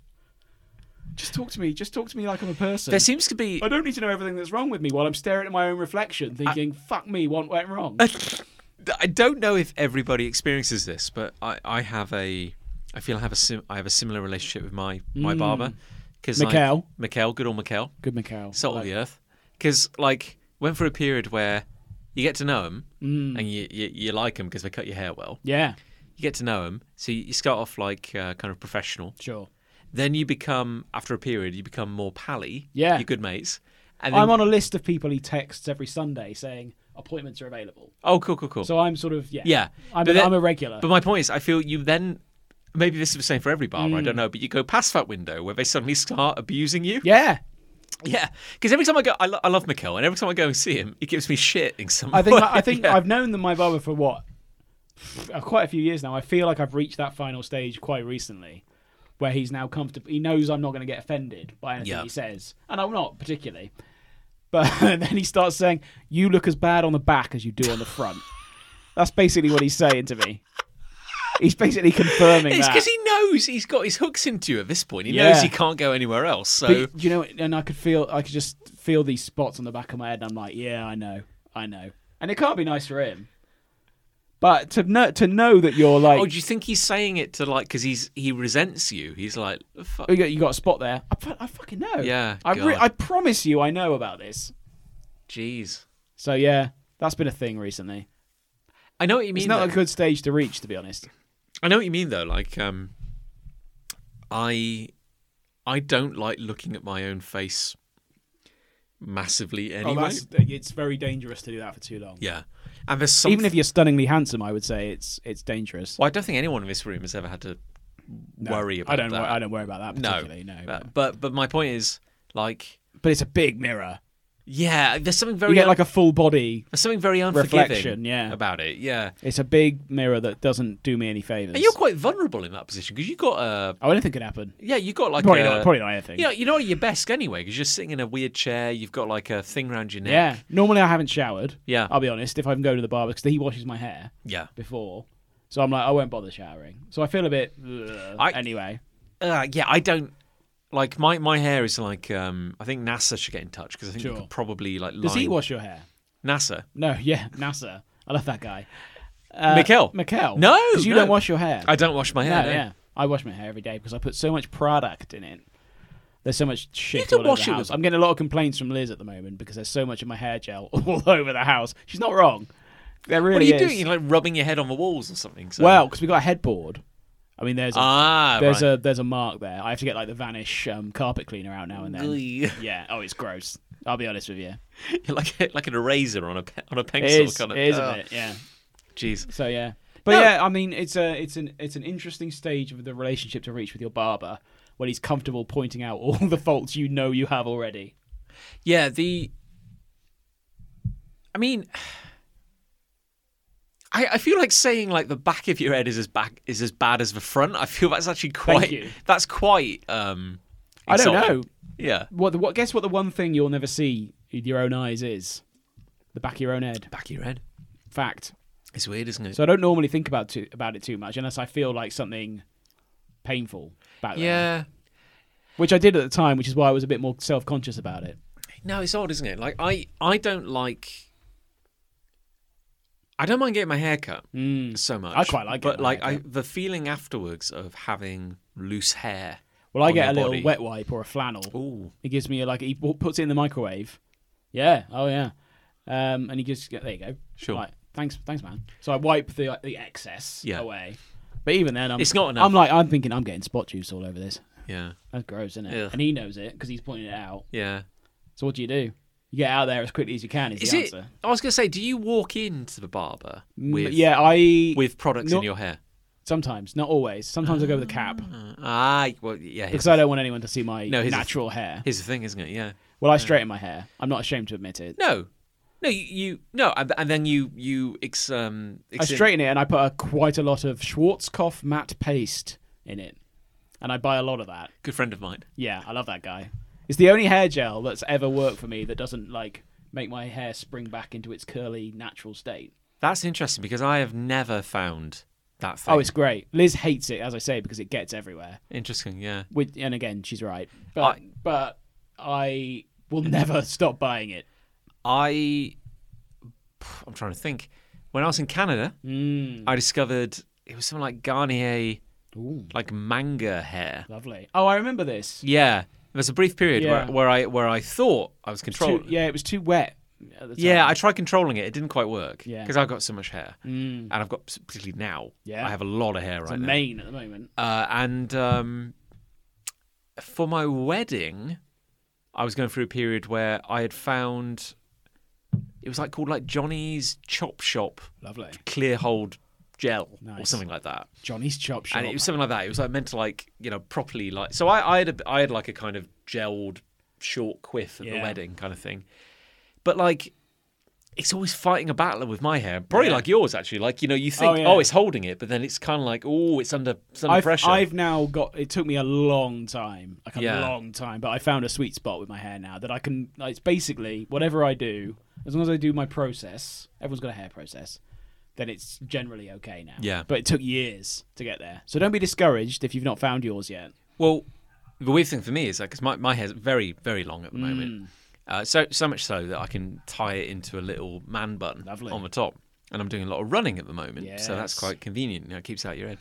Just talk to me. Just talk to me like I'm a person.
There seems to be.
I don't need to know everything that's wrong with me while I'm staring at my own reflection, thinking, "Fuck me, what
[laughs]
went wrong?"
[laughs] I don't know if everybody experiences this, but I, I have a. I feel I have a sim, I have a similar relationship with my
Mm.
my barber because
Mikhail.
Mikhail, good old Mikhail,
Good, Mikhail.
salt of the earth, because like went for a period where you get to know him
Mm.
and you you, you like him because they cut your hair well.
yeah,
You get to know him, so you you start off like uh, kind of professional,
sure.
then you become after a period you become more pally
Yeah.
you're good mates and then,
I'm on a list of people he texts every Sunday saying appointments are available.
oh cool cool cool
So I'm sort of yeah.
yeah
I'm,
But
a,
then-
I'm a regular.
but my point is i feel you then maybe this is the same for every barber i don't know but you go past that window where they suddenly start abusing you
Mm. yeah.
yeah because every time i go I, lo- I love Mikkel, and every time i go and see him he gives me shit in some
I think
[laughs] way.
I think
Yeah.
I've known the my barber for what uh, quite a few years now. I feel like I've reached that final stage quite recently where he's now comfortable he knows I'm not going to get offended by anything
Yeah.
he says. And I'm not particularly. But [laughs] then he starts saying you look as bad on the back as you do on
[laughs]
the front. That's basically what he's saying to me. He's basically confirming
it's
that.
because he knows he's got his hooks into you at this point he
Yeah.
knows he can't go anywhere else so
But, you know, and I could feel, I could just feel these spots on the back of my head, and I'm like, yeah, I know, I know, and it can't be nice for him. But to know, to know that you're like,
Oh, do you think he's saying it to like because he's he resents you? He's like, "Oh, fuck.
you, got, you got a spot there. I, fu- I fucking know.
Yeah,
I, re-
God.
I promise you, I know about this.
jeez.
So yeah, that's been a thing recently.
I know what you mean. uh,
It's not
though.
a good stage to reach, to be honest.
I know what you mean though. Like, um, I I don't like looking at my own face
Oh,
massively anyway.
it's very dangerous to do that for too long.
yeah, and there's something.
Even if you're stunningly handsome, I would say it's it's dangerous.
well, I don't think anyone in this room has ever had to worry about
I don't.
that.
wor- I don't worry about that
no,
particularly. No,
But, but but my point is like.
but it's a big mirror.
Oh, yeah, there's something very
You get
un-
like a full body.
there's something very unforgiving
reflection, yeah.
about it. Yeah,
It's a big mirror that doesn't do me any favors.
and you're quite vulnerable in that position because you got a
oh, anything could happen.
yeah, you got like
Probably
a,
not. Probably not anything.
You know, you're not at your best anyway because you're sitting in a weird chair. You've got like a thing around your neck.
yeah. Normally I haven't showered.
Yeah.
I'll be honest. If I can go to the barber because he washes my hair
Yeah.
before, so I'm like I won't bother showering. So I feel a bit. ugh,
I-
anyway.
Uh, yeah, I don't like my my hair is like um I think NASA should get in touch because I think you
Sure.
could probably like line
Does he wash your hair?
NASA.
No. [laughs] Yeah. NASA. I love that guy. Uh,
Mikkel.
Mikkel.
No,
Because you
no.
don't wash your hair.
I don't wash my hair.
No,
no.
yeah. I wash my hair every day because I put so much product in it. There's so much shit
can
all over
wash
the
it
house.
with-
I'm getting a lot of complaints from Liz at the moment because there's so much of my hair gel [laughs] all over the house. She's not wrong. There really
What are you
is.
doing? You're like rubbing your head on the walls or something. So.
Well, because we got a headboard. I mean, there's a,
ah,
there's a there's a mark there. I have to get like the Vanish um, carpet cleaner out now and then.
Glee.
Yeah. Oh, it's gross. I'll be honest with you.
[laughs] like [laughs] like an eraser on a pe- on a
It
pencil.
is.
kind of,
it is
Oh,
a bit. Yeah.
Jeez.
So yeah, but yeah, I mean, it's a it's an it's an interesting stage of the relationship to reach with your barber when he's comfortable pointing out all the faults you know you have already.
Yeah, the. I mean, [sighs] I, I feel like saying like the back of your head is as back is as bad as the front. I feel that's actually quite
you.
that's quite. um
I don't
exotic.
know
Yeah,
what the, what guess what the one thing you'll never see with your own eyes is the back of your own head.
back of your head.
Fact.
It's weird, isn't it?
So I don't normally think about too, about it too much unless I feel like something painful back there,
yeah.
which I did at the time, which is why I was a bit more self conscious about it.
No, it's odd, isn't it? Like I, I don't like. I don't mind getting my hair cut so much.
Mm. I quite like
but
getting my
like
hair
I, the feeling afterwards of having loose hair.
Well, I
on
get
your
a little
body.
wet wipe or a flannel.
Ooh,
He gives me a, like he w- puts it in the microwave. Yeah. Oh yeah. Um, and he gives yeah, there you go.
Sure.
Right. Thanks, thanks, man. So I wipe the the excess
Yeah.
away. But even then, I'm,
It's not enough.
I'm like I'm thinking I'm getting spot juice all over this.
yeah,
That's gross, isn't it?
Ugh.
And he knows it because he's pointing it out.
yeah.
So what do you do? You get out there as quickly as you can. Is,
Is
the
it?
answer?
I was gonna say, do you walk into the barber
Mm,
with
yeah. I
with products in
not-
your hair?
sometimes, not always. Sometimes I go with a cap
Uh, ah, well, yeah. Here's,
because I don't want anyone to see my
No, here's a-
natural hair.
here's the thing, isn't it? Yeah.
Well, I straighten my hair. I'm not ashamed to admit it.
No, no, you, you no, and, and then you you ex um.
I
Ex-
straighten it and I put a, quite a lot of Schwarzkopf matte paste in it. And I buy a lot of that.
Good friend of mine.
Yeah, I love that guy. It's the only hair gel that's ever worked for me that doesn't like make my hair spring back into its curly natural state.
That's interesting because I have never found that thing.
Oh, it's great. Liz hates it as I say because it gets everywhere.
interesting. Yeah.
With, and again, she's right. But
I-
but I will [laughs] never stop buying it.
I, I'm trying to think. When I was in Canada,
Mm,
I discovered it was something like Garnier,
Ooh.
like manga hair.
lovely. Oh, I remember this.
Yeah, there was a brief period
Yeah.
where, where I where I thought I was
Too,
controlling.
yeah, it was too wet. At the time.
Yeah, I tried controlling it. It didn't quite work
Yeah.
because I've got so much hair,
Mm,
and I've got particularly now.
Yeah.
I have a lot of hair
it's
right
a
now.
main at the moment.
Uh, and um, for my wedding, I was going through a period where I had found it was like called like Johnny's Chop Shop
Lovely.
Clear Hold Gel or
Nice.
something like that,
Johnny's Chop Shop.
and it was something like that. It was like meant to like you know properly like. So I I had a, I had like a kind of gelled short quiff at the
Yeah.
wedding kind of thing, but like. It's always fighting a battle with my hair, probably
Yeah.
like yours actually. Like you know, you think, oh,
yeah.
it's holding it, but then it's kind of like, oh, it's under it's under
I've,
pressure.
I've now got. It took me a long time, like a
Yeah.
long time, but I found a sweet spot with my hair now that I can. Like, it's basically whatever I do, as long as I do my process. Everyone's got a hair process. Then it's generally okay now.
Yeah.
But it took years to get there, so don't be discouraged if you've not found yours yet.
Well, the weird thing for me is like, 'cause my, my hair's very, very long at
Mm.
the moment. Uh, so, so much so that I can tie it into a little man bun
Lovely.
on the top. And I'm doing a lot of running at the moment. So that's
Yes.
quite convenient. You know, it keeps it out your head.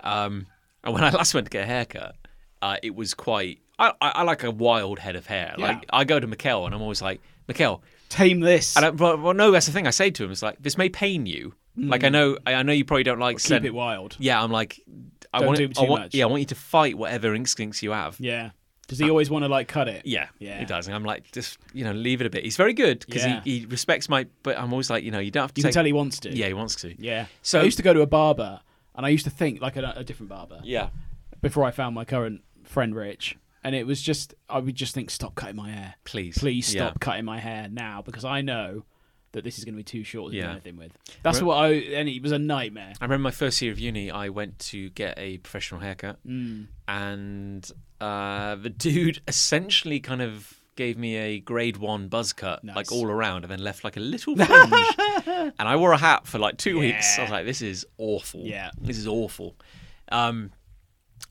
Um, and when I last went to get a haircut, uh, it was quite. I, I, I like a wild head of hair.
Yeah.
Like I go to Mikkel and I'm always like, Mikkel,
Tame this.
and I, well, well, no, that's the thing I say to him. It's like this may pain you. Like I know, I I know you probably don't like
Mm. Keep
scent-
it wild.
Yeah, I'm like, I
Don't
want,
do
it- I
too
want-
much.
yeah, I want you to fight whatever instincts you have.
Yeah. Does he always want to like cut it?
Uh, Yeah,
Yeah.
he does. And I'm like, just you know, leave it a bit. He's very good because
Yeah.
he, he respects my. But I'm always like, you know, you don't have to.
You
take,
can tell he wants to.
yeah, he wants to.
Yeah.
So-
So I used to go to a barber, and I used to think like a, a different barber.
yeah,
before I found my current friend Rich. and it was just I would just think, stop cutting my hair,
Please.
please
Yeah.
stop cutting my hair now because I know that this is going to be too short to do
Yeah.
anything with. That's
Re-
what I and it was a nightmare.
I remember my first year of uni, I went to get a professional haircut,
Mm.
and uh, the dude essentially kind of gave me a grade one buzz cut,
Nice.
like all around, and then left like a
[laughs]
little fringe. and I wore a hat for like two weeks. I was
Yeah.
like, this is awful.
Yeah.
This is awful. Um,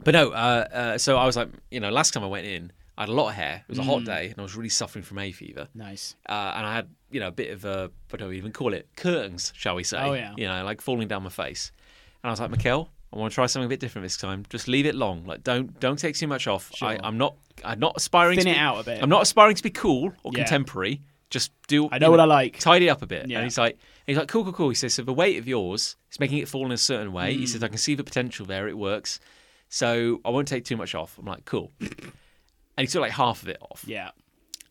but no, uh, uh, so I was like, you know, last time I went in, I had a lot of hair. It was a
Mm.
hot day, and I was really suffering from hay fever
Nice.
uh, and I had you know a bit of a what do we even call it curtains, shall we say?
Oh, yeah.
You know, like falling down my face, and I was like, Mikkel, I want to try something a bit different this time. Just leave it long. Like don't don't take too much off. I,
Sure.
I'm not I'm not aspiring
Thin
to
it
be,
out a bit.
I'm not aspiring to be cool or
Yeah.
contemporary. Just do.
I know
you
what I like.
Tidy up a bit.
Yeah.
And he's like, and he's like, cool, cool, cool. He says, so the weight of yours is making it fall in a certain way. He
Mm.
says, I can see the potential there. It works. So I won't take too much off. I'm like, cool. [laughs] and he took like half of it off.
Yeah.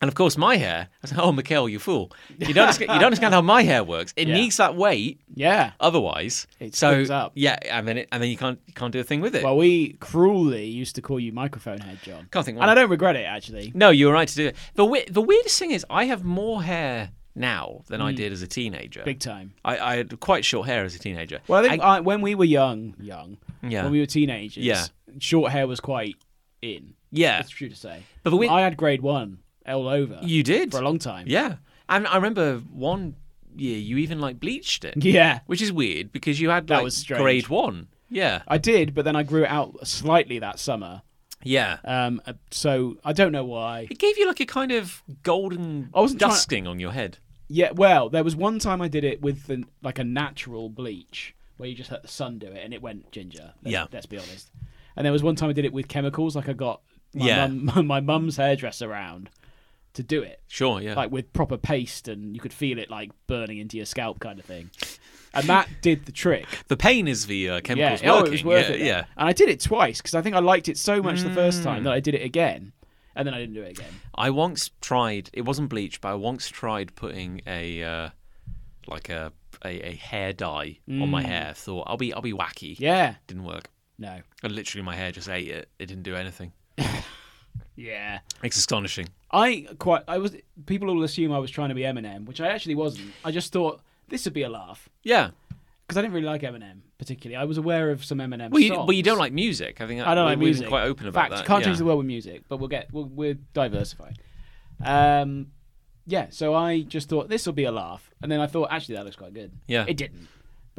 And of course, my hair. I was like, "Oh, Mikkel, you fool! You don't understand, you don't understand how my hair works. It
[laughs] Yeah.
needs that weight,
Yeah.
otherwise,
It
so
springs up.
yeah, and then it, and then you can't you can't do a thing with it.
Well, we cruelly used to call you microphone head, John.
can't think.
And I don't regret it actually.
no, you were right to do it. The we- the weirdest thing is, I have more hair now than I did as a teenager.
Hmm. Big time.
I, I had quite short hair as a teenager.
Well, I think I, when we were young, young,
Yeah.
when we were teenagers,
Yeah.
short hair was quite in.
yeah,
It's true to say.
But we-
I had grade one all over
you did
for a long time.
Yeah, and I remember one year you even like bleached it,
[laughs] [laughs] Yeah.
which is weird because you had like
was strange.
grade one. Yeah,
I did, but then I grew it out slightly that summer.
yeah.
Um, uh, so I don't know why.
It gave you like a kind of golden
I wasn't trying-
dusting on your head.
Yeah, well, there was one time I did it with the, like a natural bleach where you just let the sun do it and it went ginger. Let's,
Yeah.
let's be honest. And there was one time I did it with chemicals, like I got my,
Yeah.
mum, [laughs] my mum's hairdresser around to do it,
Sure, yeah.
like with proper paste, and you could feel it like burning into your scalp, kind of thing. And that did the trick.
the pain is the uh,
Yeah,
chemicals
oh,
working.
it was worth
yeah,
it.
yeah.
and I did it twice because I think I liked it so much the first time that I did it again, and then I didn't do it again.
I once tried. It wasn't bleach, but I once tried putting a uh, like a, a a hair dye on my hair. Thought I'll be I'll be wacky.
Yeah,
Didn't work.
no,
And literally, my hair just ate it. It didn't do anything.
yeah.
It's astonishing.
I quite I was people all assume I was trying to be Eminem, which I actually wasn't. I just thought this would be a laugh
Yeah.
because I didn't really like Eminem particularly. I was aware of some Eminem
Well, you,
songs.
well, you don't like music. I think that,
I don't
we,
like
we've been
music.
Quite open about
Fact,
that.
Can't
yeah.
change the world with music, but we'll get we'll, we're diversifying. Um, yeah. So I just thought this will be a laugh, and then I thought actually that looks quite good.
Yeah. [laughs]
It didn't.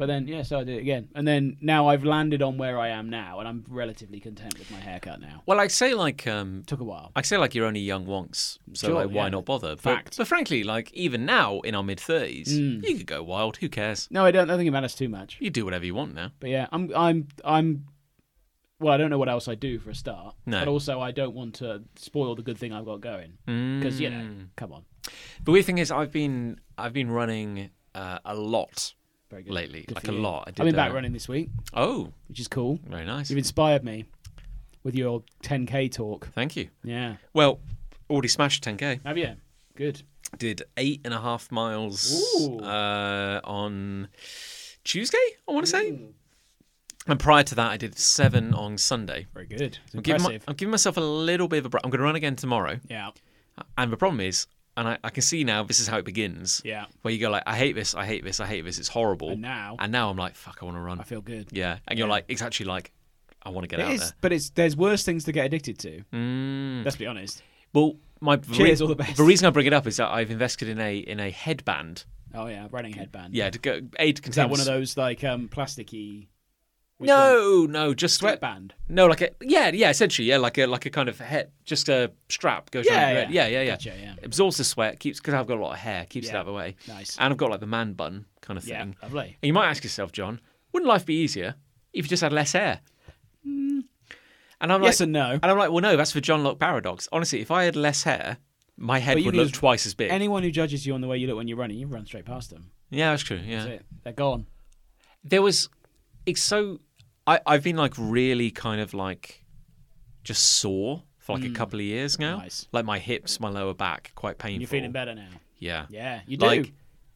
But then, yeah, so I did it again. And then now I've landed on where I am now, and I'm relatively content with my haircut now.
Well, I'd say like um,
Took a while.
I say like you're only young once, so
Sure,
like why
yeah.
not bother? But,
Fact. Mm.
but frankly, like even now in our mid thirties, you could go wild. Who cares?
No, I don't, I don't think it matters too much.
You do whatever you want now.
But yeah, I'm I'm I'm well, I don't know what else I do for a start.
No.
But also I don't want to spoil the good thing I've got going. Because, you know,
Mm.
come on.
The weird thing is, I've been I've been running uh, a lot
Very good.
lately,
Good
like
for
a
you.
lot. I
I've
did,
been back
uh,
running this week,
Oh,
which is cool.
very nice.
You've inspired me with your ten K talk.
Thank you.
Yeah.
Well, already smashed 10k.
Have you? Good.
Did eight and a half miles
Ooh.
uh, on Tuesday. I want to say. And prior to that, I did seven on Sunday.
Very good. It's
I'm giving, my-
impressive.
I'm giving myself a little bit of a break. I'm going to run again tomorrow.
yeah.
And the problem is, and I, I can see now this is how it begins.
Yeah.
Where you go like, I hate this, I hate this, I hate this, it's horrible.
And now-
And now I'm like, fuck, I want to run.
I feel good.
yeah. And you're like, it's actually like, I want to get
It
out
is,
there. Mm.
but it's there's worse things to get addicted to. Let's be honest.
Well, my
Cheers,
the,
all the best.
the reason I bring it up is that I've invested in a in a headband.
Oh yeah, running headband.
Yeah, to go aid to
Is that one of those like um plasticky which one?
No, no, just
sweatband?
No, like a yeah, yeah, essentially, yeah, like a like a kind of head, just a strap goes
Yeah,
around your
yeah.
head. Yeah, yeah, yeah.
Gotcha, yeah.
Absorbs the sweat, keeps because I've got a lot of hair, keeps it
Yeah.
out of the way.
Nice.
And I've got like the man bun kind of thing.
Yeah. Lovely.
And you might ask yourself, John, wouldn't life be easier if you just had less hair? And I'm
Hmm. Yes
like,
and no.
and I'm like, well, no, that's the John Locke paradox. Honestly, if I had less hair, my head
But you
would
can
look
just-
twice as big.
Anyone who judges you on the way you look when you're running, you run straight past them.
yeah, that's true. Yeah,
That's it. They're gone.
there was. It's so. I I've been like really kind of like, just sore for like a couple of years now.
Hmm. Nice.
Like my hips, my lower back, quite painful.
You're feeling better now.
Yeah.
Yeah, you do.
Like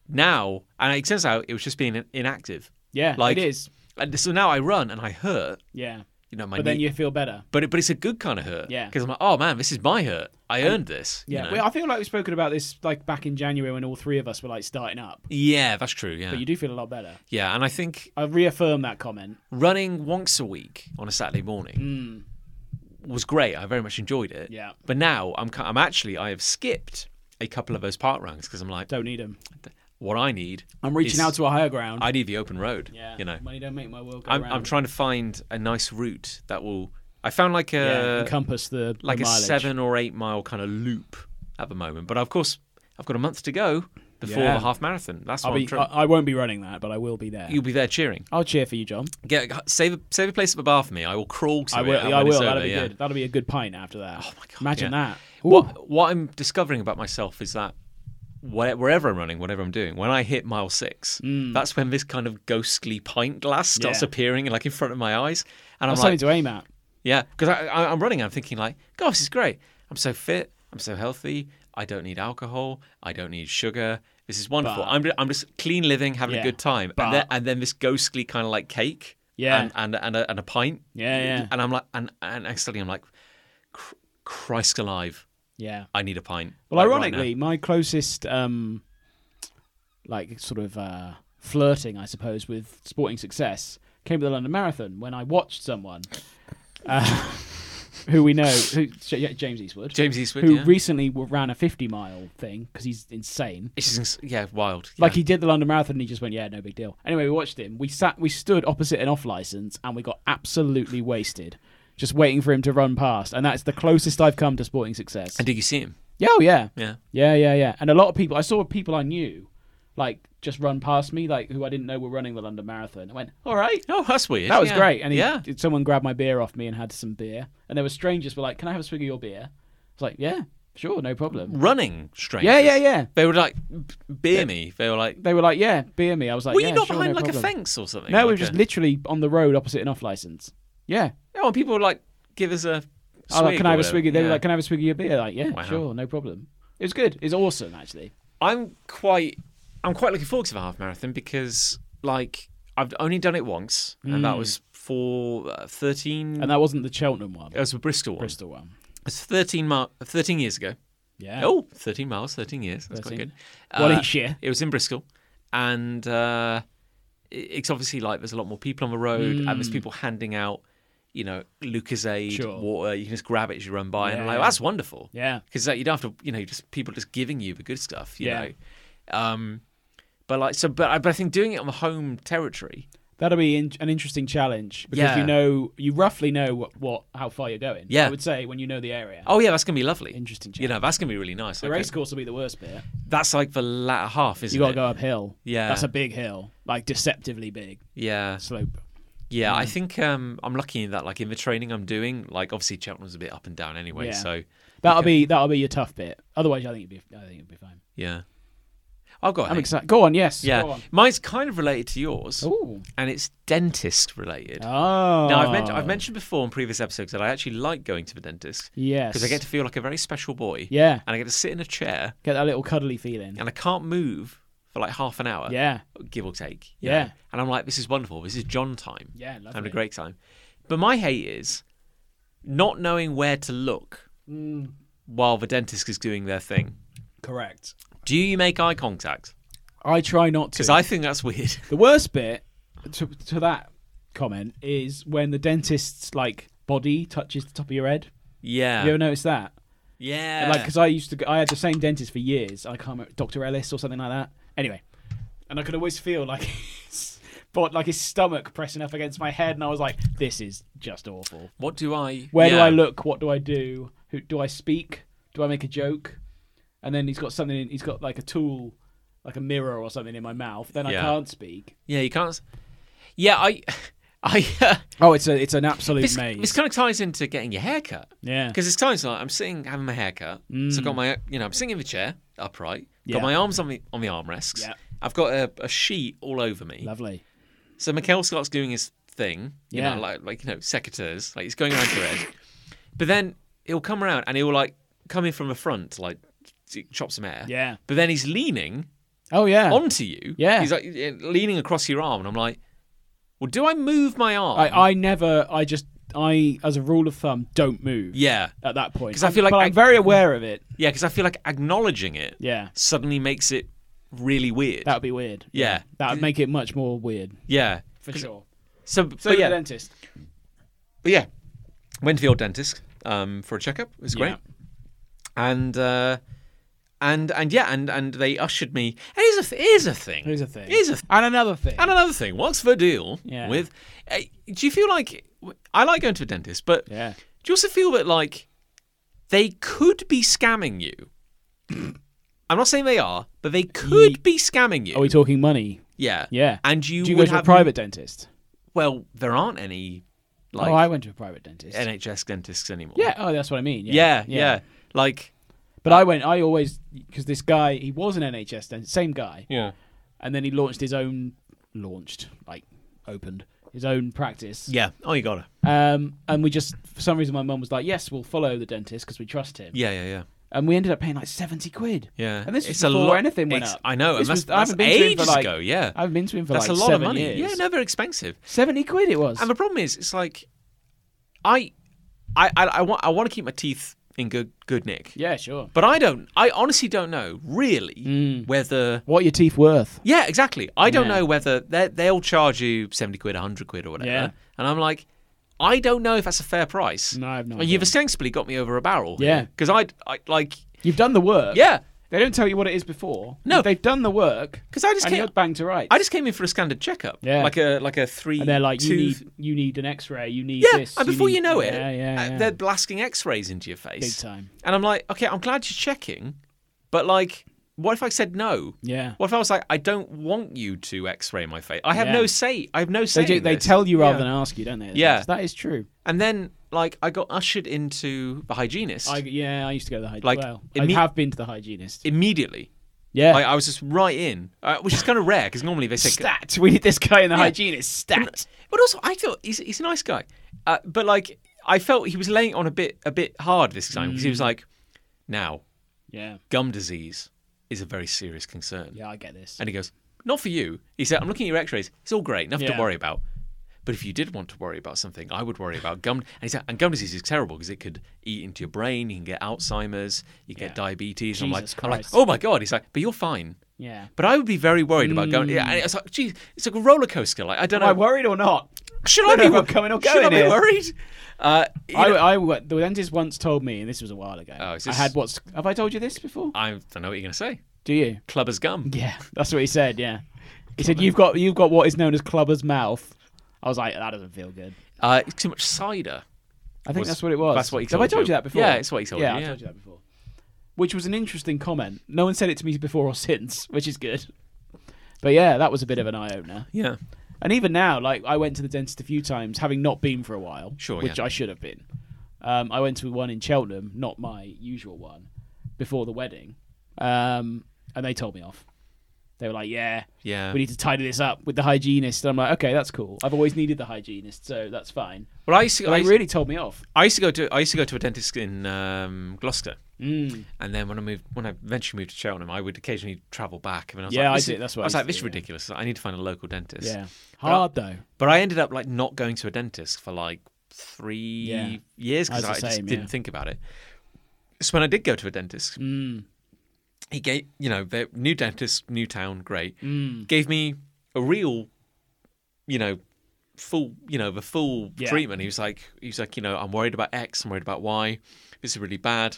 now, and it turns out it was just being inactive.
yeah,
like-
it is.
And so now I run and I hurt.
Yeah,
you know my
but then
knee.
you feel better.
but it, but it's a good kind of hurt.
Yeah.
Because I'm like, oh man, this is my hurt. I earned this. you
Yeah,
know?
well, I feel like we've spoken about this like back in January when all three of us were like starting up.
yeah, that's true. Yeah.
But you do feel a lot better.
yeah, and I think
I reaffirm that comment.
running once a week on a Saturday morning was great. I very much enjoyed it.
Hmm. Yeah.
But now I'm ki- I'm actually I have skipped a couple of those park runs because I'm like,
Don't need them.
what I need.
I'm reaching
is-
out to a higher ground.
I need the open road.
yeah,
You know.
money don't make my world go
I'm
round.
I'm trying to find a nice route that will. I found like a
yeah, encompass the the
like a
mileage.
seven or eight mile kind of loop at the moment. But of course, I've got a month to go before
Yeah.
the half marathon. That's
I'll
what I'm
be, I,
trying.
I won't be running that, but I will be there.
You'll be there cheering.
I'll cheer for you, John.
Get save a, save a place at the bar for me. I will crawl to
I
it.
will.
and
yeah, I
when it's
will. That'll
over,
be
yeah.
good. That'll be a good pint after that. Oh my
God,
Imagine
yeah.
that. Ooh,
What what I'm discovering about myself is that where, wherever I'm running, whatever I'm doing, when I hit mile six, that's when this kind of ghostly pint glass starts
Mm. Yeah.
appearing like in front of my eyes, and I'm
that's
like,
something to aim at.
Yeah, because I, I, I'm running. I'm thinking like, God, this is great. I'm so fit. I'm so healthy. I don't need alcohol. I don't need sugar. This is wonderful.
But-
I'm, ju- I'm just clean living, having a
Yeah,
good time.
but-
and, then, and then this ghostly kind of like cake.
Yeah.
And and and a, and a pint.
Yeah, yeah.
And I'm like, and and actually, I'm like, "Cr- Christ alive,
Yeah.
I need a pint.
Well,
Like, right
ironically, my closest, um, like, sort of uh, flirting, I suppose, with sporting success came with the London Marathon when I watched someone uh, [laughs] who we know, who, yeah, James Eastwood,
now. James Eastwood.
who
yeah.
recently w- ran a 50 mile thing because he's insane.
it's just, ins- yeah, wild.
Like
yeah.
he did the London Marathon and he just went, yeah, no big deal. Anyway, we watched him. We sat, we stood opposite an off license and we got absolutely wasted, just waiting for him to run past. And that's the closest I've come to sporting success.
And did you see him?
Yeah, oh yeah,
Yeah.
yeah, yeah, yeah. And a lot of people, I saw people I knew, like just run past me, like who I didn't know were running the London Marathon. I went, all right,
Oh, that's weird.
that was
yeah.
great. And he,
yeah,
someone grabbed my beer off me and had some beer. And there were strangers were like, can I have a swig of your beer? I was like, yeah, sure, no
Mm.
problem.
running strangers.
Yeah, yeah, yeah.
They were like, b- beer me. They were like,
They were like, yeah, beer me. I was like,
Were
yeah,
you not
sure,
behind
no
like
problem.
a fence or something?
No, we
like
were just
a-
literally on the road opposite an off license. Yeah.
Oh, and people would like give us a.
I was like,
swig
can I
or
have a
whatever.
swig? Of, they were
Yeah.
like, can I have a swig of your beer? Like, yeah,
Wow.
sure, no problem. It was good. It's awesome, actually.
I'm quite, I'm quite looking forward to the half marathon because like I've only done it once, and that was for uh, thirteen.
Hmm. And that wasn't the Cheltenham one,
that was the Bristol one.
Bristol one.
It's thirteen mar- thirteen years ago.
Yeah.
Oh, 13 miles, thirteen years. That's
13.
quite good. Uh,
Well, each year.
It was in Bristol, and uh, it- it's obviously like there's a lot more people on the road, and there's people handing out, you know, Lucasade
Mm. Sure.
water. You can just grab it as you run by, and I'm
Yeah.
like, that's wonderful.
Yeah.
because like, you don't have to, you know, just people just giving you the good stuff. You
Yeah.
know, um, but like so, but I, but I think doing it on the home territory,
That'll be in- an interesting challenge because
Yeah.
you know you roughly know what, what how far you're going.
Yeah.
I would say when you know the area.
oh yeah, that's gonna be lovely.
Interesting
You know, that's gonna be really nice.
the
Like,
race course will be the worst bit.
That's like the latter half, isn't
You got to
it?
go uphill.
Yeah.
that's a big hill, like deceptively big
Yeah.
slope.
Yeah,
Mm.
I think um, I'm lucky in that, like in the training I'm doing, like obviously Cheltenham's a bit up and down anyway.
Yeah.
So
That'll be that'll be your tough bit. Otherwise, I think it'd be I think it'd be fine.
yeah, I've got.
I'm
eight.
excited. Go on, yes.
Yeah,
Go on.
mine's kind of related to yours,
Ooh.
and it's dentist related.
Oh.
Now I've, men- I've mentioned before in previous episodes that I actually like going to the dentist
Yes.
because I get to feel like a very special boy.
Yeah.
and I get to sit in a chair
Get that little cuddly feeling.
and I can't move for like half an hour.
Yeah.
give or take. you
Yeah.
know. And I'm like, this is wonderful. This is John time.
Yeah, lovely.
Having a great time. But my hate is not knowing where to look
Mm.
while the dentist is doing their thing.
Correct.
Do you make eye contact?
I try not to.
Because I think that's weird.
The worst bit to, to that comment is when the dentist's like body touches the top of your head.
yeah.
Have you ever noticed that?
yeah.
And, Like, because I used to, go- I had the same dentist for years. I can't remember Dr. Ellis or something like that. Anyway, and I could always feel like, [laughs] his, but like his stomach pressing up against my head, and I was like, this is just awful.
what do I?
Where do
yeah.
I look? What do I do? Who do I speak? Do I make a joke? And then he's got something. In, he's got like a tool, like a mirror or something in my mouth. Then I
Yeah.
can't speak.
Yeah, you can't. s- Yeah, I. [laughs] I. Uh,
Oh, it's a it's an absolute
this,
maze.
this kind of ties into getting your hair cut.
yeah, Mm.
Because it's times like I'm sitting having my haircut, so I've got my you know I'm sitting in the chair upright,
Yeah.
got my arms on the on the armrests.
Yeah.
I've got a, a sheet all over me.
lovely.
So Mikhail starts doing his thing, you
Yeah.
know, like like you know secateurs, like he's going around your head. But then he'll come around and he'll like come in from the front, like t- chop some hair.
Yeah.
But then he's leaning
Oh yeah.
onto you.
Yeah.
He's like eh, leaning across your arm, and I'm like, well, do I move my arm?
I I never. I just I as a rule of thumb don't move
Yeah.
at that point
'Cause I feel like
but
I-
I'm very aware of it.
Yeah, because I feel like acknowledging it
Yeah,
suddenly makes it really weird.
that would be weird.
Yeah.
that would make it much more weird
yeah.
for sure.
So,
So
but
yeah,
yeah,
the dentist.
but yeah. Went to the old dentist um, for a checkup. It was great.
Yeah.
And uh, and and yeah, and and they ushered me. And here's a th- here's a thing.
Here's a thing.
Here's a th-
and another thing.
And another thing, what's the deal
Yeah.
with? Uh, do you feel like I like going to a dentist, but
yeah.
do you also feel that like they could be scamming you? I'm not saying they are, but they could be scamming you.
Are we talking money?
yeah,
Oh, Yeah.
And you,
Do you go
would
to a
have
private dentist?
Well, there aren't any like
oh, I went to a private dentist.
NHS dentists anymore.
yeah. Oh, that's what I mean.
yeah, yeah, Like,
But I went. I always because this guy he was an NHS dentist, same guy,
yeah,
and then he launched his own, launched like opened his own practice.
yeah. Oh, you got it.
Um, and we just for some reason my mum was like, yes, we'll follow the dentist because we trust him.
Yeah, yeah, yeah.
And we ended up paying like seventy quid.
Yeah,
And this
It's
was before
lot-
anything went
it's-
up.
I know, and
This
that's,
was- I
that's
haven't been to him for,
ages
like-
ago. Yeah,
I haven't been to him for
that's
like
a lot
seven
of money.
years.
Yeah, no, they're expensive.
seventy quid it was.
And the problem is, it's like, I, I, I, I want, I want to keep my teeth in good, good nick.
yeah, sure.
But I don't. I honestly don't know, really,
Mm.
whether.
What are your teeth worth?
Yeah, exactly. I don't
Yeah.
know whether they- they'll charge you seventy quid, hundred quid, or whatever.
Yeah.
And I'm like, I don't know if that's a fair price.
No, I have no
And You've
idea.
ostensibly got me over a barrel.
Yeah.
Because I, I like,
You've done the work.
yeah.
They don't tell you what it is before.
No.
they've done the work.
'Cause I just
and
came-
you're banged to rights.
I just came in for a standard checkup.
Yeah.
Like a like a three.
and they're like,
two,
you need you need an X-ray. You need
Yeah,
this.
and before you,
need-
know it,
yeah, yeah,
uh,
yeah.
they're blasting X-rays into your face.
big time.
And I'm like, okay, I'm glad you're checking, but like, what if I said no?
Yeah.
What if I was like, I don't want you to X-ray my face. I have
Yeah.
no say. I have no say.
They do,
in
they
this.
tell you rather
Yeah.
than ask you, don't they?
Yeah.
that is true.
And then like, I got ushered into the hygienist
I, yeah, I used to go to the hygienist.
Like,
well,
imme-
I have been to the hygienist.
immediately.
yeah,
Like, I was just right in, uh, which is kind of rare because normally they say.
stat. [laughs] We need this guy in the hygienist. Stat.
But also, I thought he's, he's a nice guy. Uh, but like, I felt he was laying on a bit a bit hard this time because he
Mm.
was like, now
Yeah,
gum disease is a very serious concern.
yeah, I get this.
And he goes, Not for you. He said, I'm looking at your x rays. It's all great, nothing
Yeah.
to worry about. But if you did want to worry about something, I would worry about gum. And, he said, and gum disease is terrible because it could eat into your brain. You can get Alzheimer's. You get
Yeah.
diabetes. And I'm like,
Jesus
I'm like,
Christ.
oh my god. He's like, but you're fine.
Yeah,
But I would be very worried about gum. Yeah, and it's like, geez, it's like a roller coaster. Like I don't
am I
know.
worried or not?
should
don't
I
know
be
if I'm
wor-
coming or
Should I
going
be
here.
worried? Uh, you
I,
know,
I, the dentist once told me, and this was a while ago.
Oh, is
I
this-
had what's have I told you this before?
I don't know what you're gonna say.
Do you?
Clubber's gum.
Yeah, that's what he said. Yeah, he said you've got you've got what is known as clubber's mouth. I was like, that doesn't feel good.
Uh, it's too much cider.
I think
Was-
that's what it was.
that's what he
Have I
told
told you.
you.
that before?
Yeah, it's what he told
yeah,
you,
I
yeah.
told you that before. Which was an interesting comment. No one said it to me before or [laughs] since, which is good. But yeah, that was a bit of an eye opener.
Yeah.
And even now, like I went to the dentist a few times, having not been for a while,
Sure,
which
yeah.
I should have been. Um, I went to one in Cheltenham, not my usual one, before the wedding, um, and they told me off. They were like, "Yeah,
Yeah.
we need to tidy this up with the hygienist." And I'm like, "Okay, that's cool. I've always needed the hygienist, so that's fine."
Well, I used to.
But
I
they
used-
really told me off.
I used to go to I used to go to a dentist in um, Gloucester,
Mm.
and then when I moved when I eventually moved to Cheltenham, I would occasionally travel back. And I was
Yeah,
like,
I
this
did-
is-
that's
I
what I
was
used
like.
to
This
do,
is
yeah.
ridiculous. I need to find a local dentist.
Yeah, hard though.
But I ended up like not going to a dentist for like three
Yeah.
years because
I
I,
was the
just
same,
didn't
yeah.
think about it. So when I did go to a dentist,
Mm.
he gave you know the new dentist, new town, great.
Mm.
Gave me a real, you know, full you know the full
Yeah.
treatment. He was like he was like you know I'm worried about X, I'm worried about Y. This is really bad.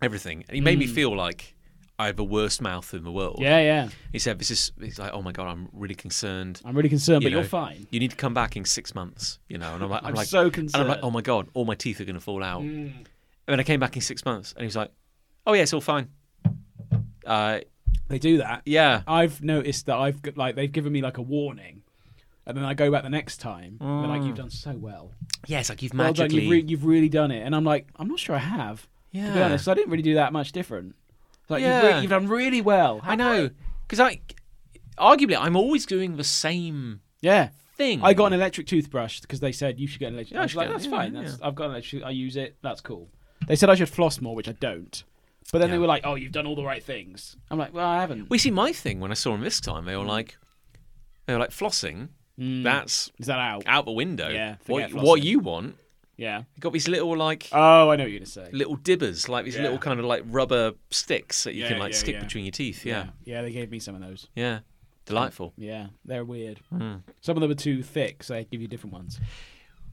Everything, and he made me feel like I have the worst mouth in the world.
Mm. Yeah, yeah.
He said this is he's like oh my god I'm really concerned.
I'm really concerned,
You
but
know,
you're fine.
You need to come back in six months, you know. And I'm like, I'm,
I'm
like,
so
and I'm
concerned. Mm.
like, oh my god, all my teeth are going to fall out. And then I came back in six months, and he was like, oh yeah, it's all fine. Uh,
They do that.
yeah,
I've noticed that I've g- like they've given me like a warning, and then I go back the next time. and They're like, "You've done so well.
yeah, it's like you've
Mm. Well done.
magically.
You've, re- you've really done it." And I'm like, "I'm not sure I have." To be
Yeah.
honest, I didn't really do that much different. It's Like you've,
Yeah.
re- you've done really well.
I know, because I, arguably, I'm always doing the same
Yeah.
thing.
I got an electric toothbrush because they said you should get an electric.
Yeah, I
I was
should
like,
get-
that's
yeah,
fine.
yeah.
That's, I've got an electric. I use it. That's cool. They said I should floss more, which I don't. But then they
Yeah.
were like, "Oh, you've done all the right things." I'm like, "Well, I haven't." Mm.
We see my thing when I saw him this time. They were like, they were like flossing That's
Is that out?
out the window.
Mm. Yeah,
What,
forget
what
flossing.
you want?
Yeah.
You got these little like
Oh, I know what you're gonna say.
little dibbers, like these
Yeah.
little kind of like rubber sticks that you
Yeah,
can like
yeah,
stick
yeah.
between your teeth. Yeah.
Yeah, they gave me some of those.
yeah, delightful.
Yeah, they're weird.
Hmm.
Some of them are too thick, so they give you different ones.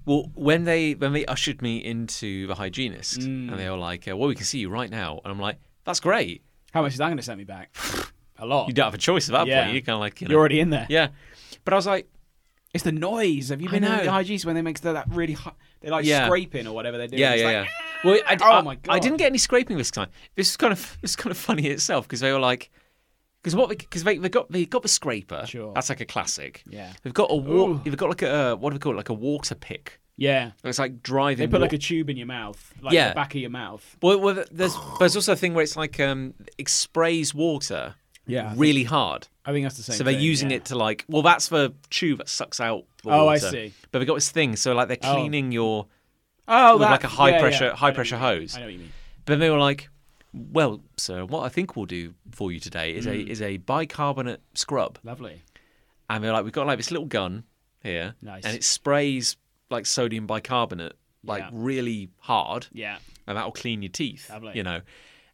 Well, when they when they ushered me into the hygienist, and they were like, uh, "Well, we can see you right now," and I'm like, "That's great.
How much is that gonna set
[sighs]
me back? A lot.
You don't have a choice at that
Yeah.
point. You're kind of like, you know,
You're already in there.
yeah." But I was like,
It's the noise. Have you
I
been in
know.
the hygienist when they make that, that really hot? They like
Yeah.
scraping or whatever they're doing.
Yeah,
It's
yeah,
like,
yeah. Well, I,
"Ah!"
I-
Oh my
I
God.
didn't get any scraping this time. This is kind of [laughs] it's kind of funny in itself because they were like, because what because they, they got they got the scraper.
Sure.
That's like a classic.
Yeah.
They've got a
Ooh.
wa- they've got like a what do we call it like a water pick.
Yeah.
It's like driving.
They put like
wa-
a tube in your mouth, like
Yeah.
the back of your mouth.
well, well, there's there's also a thing where it's like um it sprays water
Yeah, I think-
really hard.
I think that's the same.
So they're
thing,
using
yeah.
it to like well that's the tube that sucks out. The
Oh, I
water.
see.
But they got this thing so like they're
Oh.
cleaning your
Oh,
with
that-
like a high
yeah,
pressure
yeah. I
high
know what
pressure
you mean.
hose.
I know what you mean.
But they were like, "Well, sir, what I think we'll do for you today is
Mm.
a is a bicarbonate scrub."
Lovely.
And they're like, "We've got like this little gun here,
Nice.
and it sprays like sodium bicarbonate like
Yeah.
really hard,
Yeah.
and that'll clean your teeth."
Lovely.
You know.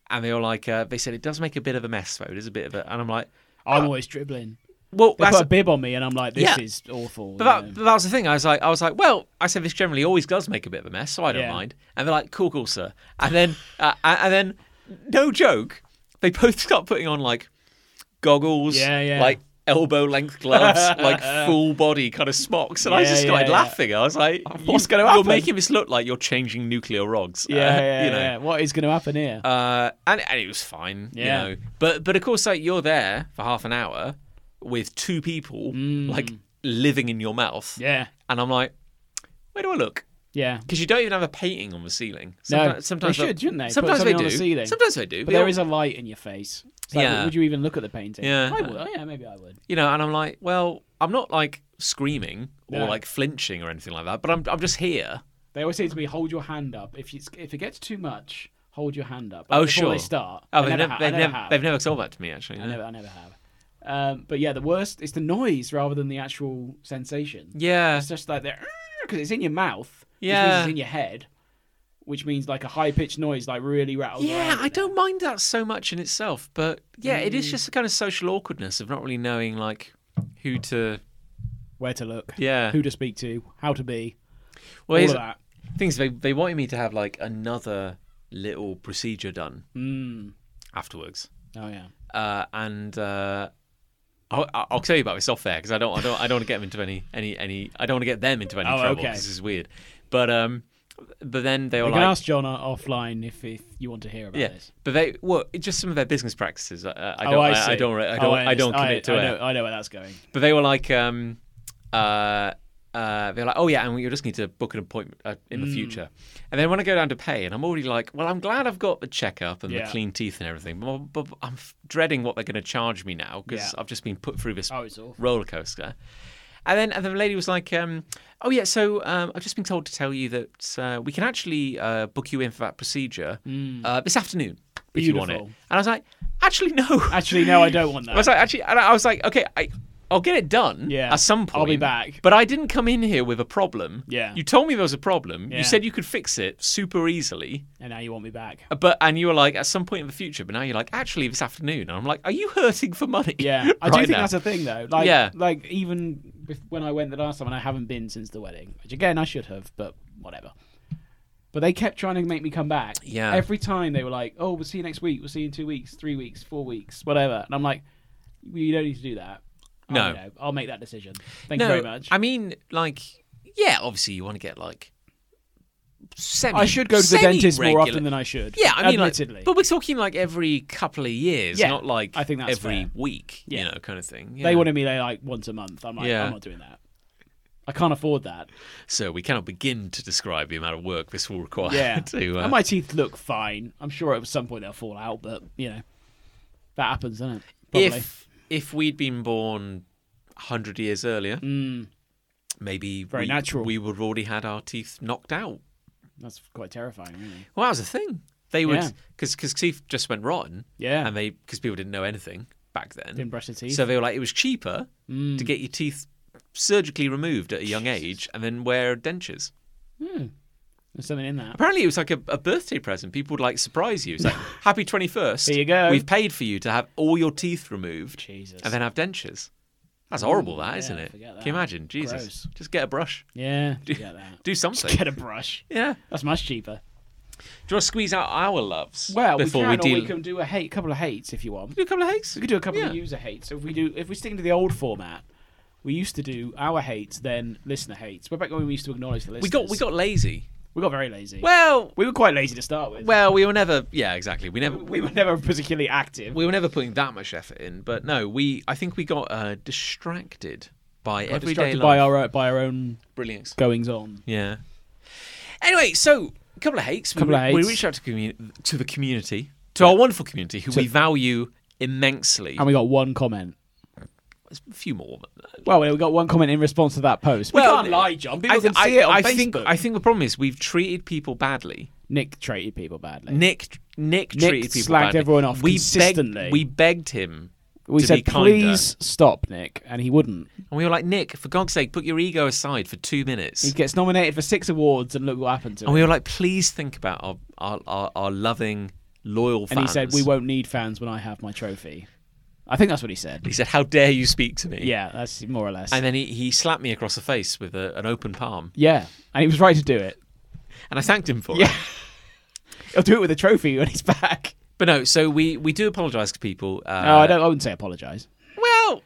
And they were like, uh, they said it does make a bit of a mess though. It is a bit of a, and I'm like,
I'm always dribbling.
well,
They
that's
put a bib on me, and I'm like, this
Yeah.
is awful.
But
you
that,
know.
but that was the thing. I was like, I was like, well, I said this generally always does make a bit of a mess, so I don't
Yeah.
mind. And they're like, cool, cool, sir. And then, uh, and then, no joke, they both [laughs] start putting on like goggles,
Yeah, yeah.
like elbow length
[laughs]
gloves, like full body kind of smocks. And I
Yeah,
just started
yeah, yeah.
laughing. I was like,
What's
you-
gonna
You're
happen?
making this look like you're changing nuclear rods. Uh,
yeah, yeah,
you know.
yeah. What is going to happen here?
Uh, and, and it was fine,
Yeah.
you know. But but of course, like you're there for half an hour with two people, like living in your mouth.
Mm. yeah,
And I'm like, where do I look?
yeah.
Because you don't even have a painting on the ceiling.
No,
Someti-
they
sometimes
should, shouldn't they? Put
Sometimes they
something
do.
on the ceiling.
Sometimes they do.
But there is a light in your face. It's like,
Yeah.
Would you even look at the painting?
Yeah.
I would. Oh, Yeah, maybe I would.
you know, and I'm like, well, I'm not like screaming or
No.
like flinching or anything like that. But I'm I'm just here.
They always say to me, hold your hand up. If you, if it gets too much, hold your hand up.
Oh,
before
sure.
they start.
Oh,
I
they've
never
never,
ha- I
they've,
never
never,
have.
they've never told that to me actually.
I
no.
never, I never have. Um, but yeah, the worst is the noise rather than the actual sensation.
Yeah,
It's just like they're because it's in your mouth. Which means
Yeah.
it's in your head, which means like a high pitched noise, like really rattles.
yeah.
around
I
in
don't mind that so much in itself, but yeah, it
Mm.
is just a kind of social awkwardness of not really knowing like who to.
there. Where to look?
Yeah.
Who to speak to? How to be?
Well,
all
here's-
of that.
things they they wanted me to have like another little procedure done
Mm.
afterwards.
Oh yeah.
uh, and uh, I'll, I'll tell you about this off there because I don't, I don't, I don't want to get them into any, any, any. I don't want to get them into any
Oh,
trouble
okay.
'cause this is weird. But um, but then they were
You
like,
can ask John o- offline if, if you want to hear about
yeah,
this.
but they, well, it's just some of their business practices. I, I I don't,
oh,
I,
I,
I,
see.
don't, I
Oh,
don't, I, don't
understand.
commit to
I,
it.
Know, I know where that's going.
But they were like, um, uh, uh, they were like, oh yeah, and you just need to book an appointment uh, in
Hmm.
the future. And then when I go down to pay, and I'm already like, well, I'm glad I've got the checkup and
Yeah.
the clean teeth and everything, but, but I'm f- dreading what they're going to charge me now because
Yeah.
I've just been put through this
Oh, it's awful.
roller coaster. And then, and then the lady was like, um, "Oh yeah, so um, I've just been told to tell you that uh, we can actually uh, book you in for that procedure uh, this afternoon if you want it." And
Hmm. Beautiful.
I was like, "Actually, no."
Actually, no, I don't want
I was
that.
like, actually, and I was like, okay, I, I'll get it done
Yeah.
at some point.
I'll be back.
But I didn't come in here with a problem.
Yeah.
You told me there was a problem.
Yeah.
You said you could fix it super easily.
And now you want me back.
But and you were like at some point in the future, but now you're like actually this afternoon. And I'm like, are you hurting for money? [laughs]
Yeah, I do
right
think
now?
that's a thing though. Like,
Yeah.
like even bef- when I went the last time, and I haven't been since the wedding, which again I should have, but whatever. But they kept trying to make me come back.
Yeah.
Every time they were like, "Oh, we'll see you next week. We'll see you in two weeks, three weeks, four weeks, whatever." And I'm like, "You don't need to do that." I
No.
know. I'll make that decision. Thank
no,
you very much.
I mean, like, yeah, obviously you want to get like. Semi,
I should go to the dentist more
semi-regular-
often than I should.
Yeah, I mean,
admittedly,
like, but we're talking like every couple of years,
Yeah,
not like
I think that's
every
fair.
week,
Yeah.
you know, kind of thing.
they
Yeah.
wanted me there like once a month. I'm like,
Yeah.
I'm not doing that. I can't afford that.
So we cannot begin to describe the amount of work this will require. [laughs]
Yeah.
to, uh,
and my teeth look fine. I'm sure at some point they'll fall out, but you know, that happens, doesn't it? Probably.
if if we'd been born hundred years earlier, maybe
Hmm. Very
we,
natural.
We would have already had our teeth knocked out.
That's quite terrifying, really.
Well, that was a thing. They would
Yeah.
because because teeth just went rotten.
Yeah.
and they because people didn't know anything back then.
Didn't brush their teeth. Hmm.
So they were like, it was cheaper to get your teeth surgically removed at a young age and then wear dentures.
There's something in that.
Apparently, it was like a, a birthday present. People would like surprise you. It's
[laughs]
like, happy 21st.
There you go.
We've paid for you to have all your teeth removed
Jesus. Mm,
and then have dentures. That's horrible, that,
yeah,
not it?
forget
Can you
that.
imagine? Jesus.
Gross.
Just get a brush.
Yeah,
[laughs] Do,
get that.
do something.
Get a brush.
[laughs] yeah.
That's much cheaper.
Do you want to squeeze out our loves
Well,
before
we can,
deal?
or we can do a hate, couple of hates if you want.
Do a couple of hates.
We could do a couple of
Yeah.
user hates. So if we do, if we stick to the old format, we used to do our hates, then listener hates. We're back when we used to acknowledge the listeners.
We got we got lazy.
we got very lazy.
Well,
we were quite lazy to start with.
well, we were never. Yeah, exactly. We never.
we were never particularly active.
we were never putting that much effort in, but no, we. I think we got uh, distracted by
Got
everyday
distracted
life.
by our by our own
brilliance.
goings on.
Yeah. Anyway, so a couple of hates.
Couple
we,
of
re- We
hates.
reached out to, commu- to the community, to our wonderful community, who we value immensely.
And we got one comment.
There's a few more. but-
Well, we got one comment in response to that post.
Well,
we can't lie, John. People
I,
can see
I-
it on
I
Facebook.
think. I think the problem is we've treated people badly.
Nick treated people badly.
Nick. Nick,
Nick
treated people
slagged
badly.
everyone off
we
consistently.
Begged, we begged him.
we
to be
said,
kinder.
please stop, Nick, and he wouldn't.
And we were like, Nick, for God's sake, put your ego aside for two
He
minutes.
gets nominated for six awards, and look what happened to him.
And we were like, please think about our our, our, our loving, loyal
and
fans.
he said, we won't need fans when I have my trophy. I think that's what he said.
He said, how dare you speak to me?
Yeah, that's more or less.
And then he, he slapped me across the face with a, an open palm,
yeah, and he was right to do it.
and I thanked him for
Yeah.
it.
He'll do it with a trophy when he's [laughs] back.
But no, so we, we do apologise to people. Uh,
No, I don't. I wouldn't say apologise.
Well,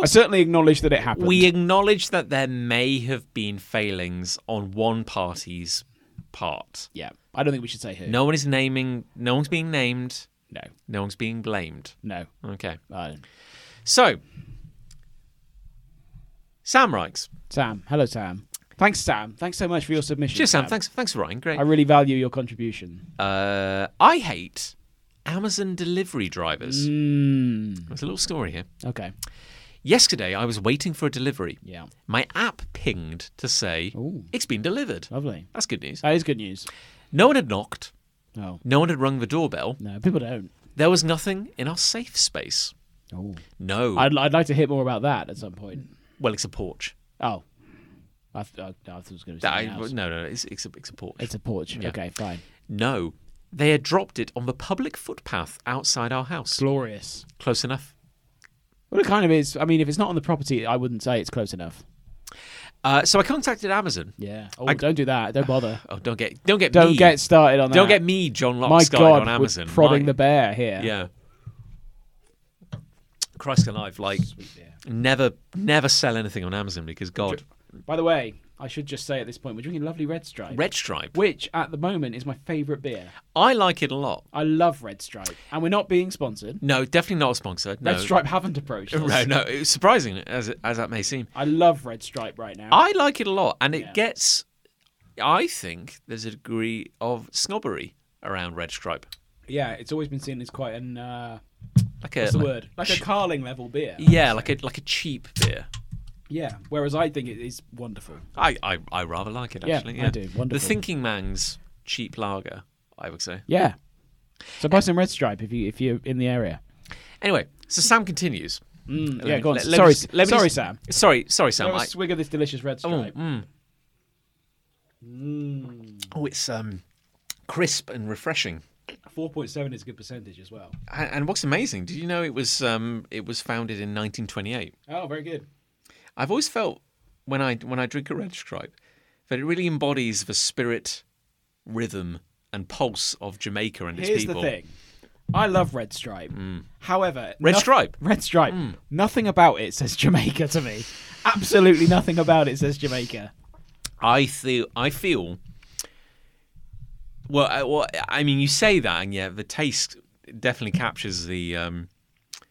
I certainly acknowledge that it happened.
we acknowledge that there may have been failings on one party's part.
yeah, I don't think we should say who.
No one is naming. No one's being named.
no,
No one's being blamed.
no.
Okay.
I don't.
So, Sam Rikes.
Sam, hello, Sam. Thanks, Sam. Thanks so much for your submission.
Cheers, Sam. Thanks, thanks for writing. Great.
I really value your contribution.
Uh, I hate Amazon delivery drivers.
Mm.
There's a little story here.
Okay.
Yesterday, I was waiting for a delivery.
Yeah.
My app pinged to say
Ooh.
it's been delivered.
Lovely.
That's good news.
That is good news.
No one had knocked.
Oh
No one had rung the doorbell.
no, people don't.
There was nothing in our safe space.
Oh.
No.
I'd, I'd like to hear more about that at some point.
well, it's a porch.
Oh, I, th- I, I thought it was going to be
I,
something
no,
else.
no, no. It's, it's, a, it's a porch.
It's a porch.
Yeah.
Okay, fine.
no. They had dropped it on the public footpath outside our house.
Glorious.
Close enough.
Well, it kind of is. I mean, if it's not on the property, I wouldn't say it's close enough.
Uh, so I contacted Amazon.
Yeah. Oh, don't do that.
[sighs]
Don't bother.
Oh, don't get don't get
Don't
me.
get started on that.
don't get me, John Locke's guide
My God,
on
we're
Amazon.
prodding
My-
the bear here.
yeah. Christ alive, like never never sell anything on Amazon because God,
By the way, I should just say at this point, we're drinking lovely Red Stripe,
Red Stripe.
which at the moment is my favourite beer.
I like it a lot.
I love Red Stripe, and we're not being sponsored.
No, definitely not a sponsor. No,
Red Stripe haven't approached
[laughs]
us.
No, no, it's surprising as as that may seem.
I love Red Stripe right now.
I like it a lot, and it
Yeah.
gets. I think there's a degree of snobbery around Red Stripe.
yeah, it's always been seen as quite an uh,
Like a,
what's the
like-
word, like a Carling level beer.
Yeah, like a like a cheap beer.
Yeah, whereas I think it is wonderful.
I, I, I rather like it
Yeah,
actually.
I do.
The
Wonderful.
Thinking Man's cheap lager, I would say.
Yeah. So buy some Red Stripe if you if you're in the area.
Anyway, so Sam continues. Let
Mm, yeah,
me-
go on.
let- let me
sorry,
just- let me
sorry,
just-
Sam.
Sorry, sorry, Sam.
Have
I-
a swig of this delicious Red
oh,
Stripe.
mm. oh, it's um, crisp and refreshing.
Four point seven is a good percentage as well.
A- And what's amazing? Did you know it was um, it was founded in 1928?
Oh, very good.
I've always felt when I when I drink a Red Stripe that it really embodies the spirit, rhythm, and pulse of Jamaica and its
Here's
people. Mm.
the thing. I love Red Stripe. However,
Red
noth-
Stripe?
Red Stripe.
Hmm.
Nothing about it says Jamaica to me. Absolutely nothing about it says Jamaica.
I feel. I feel. Well, I, well, I mean, you say that, and yeah, the taste definitely captures the. Um,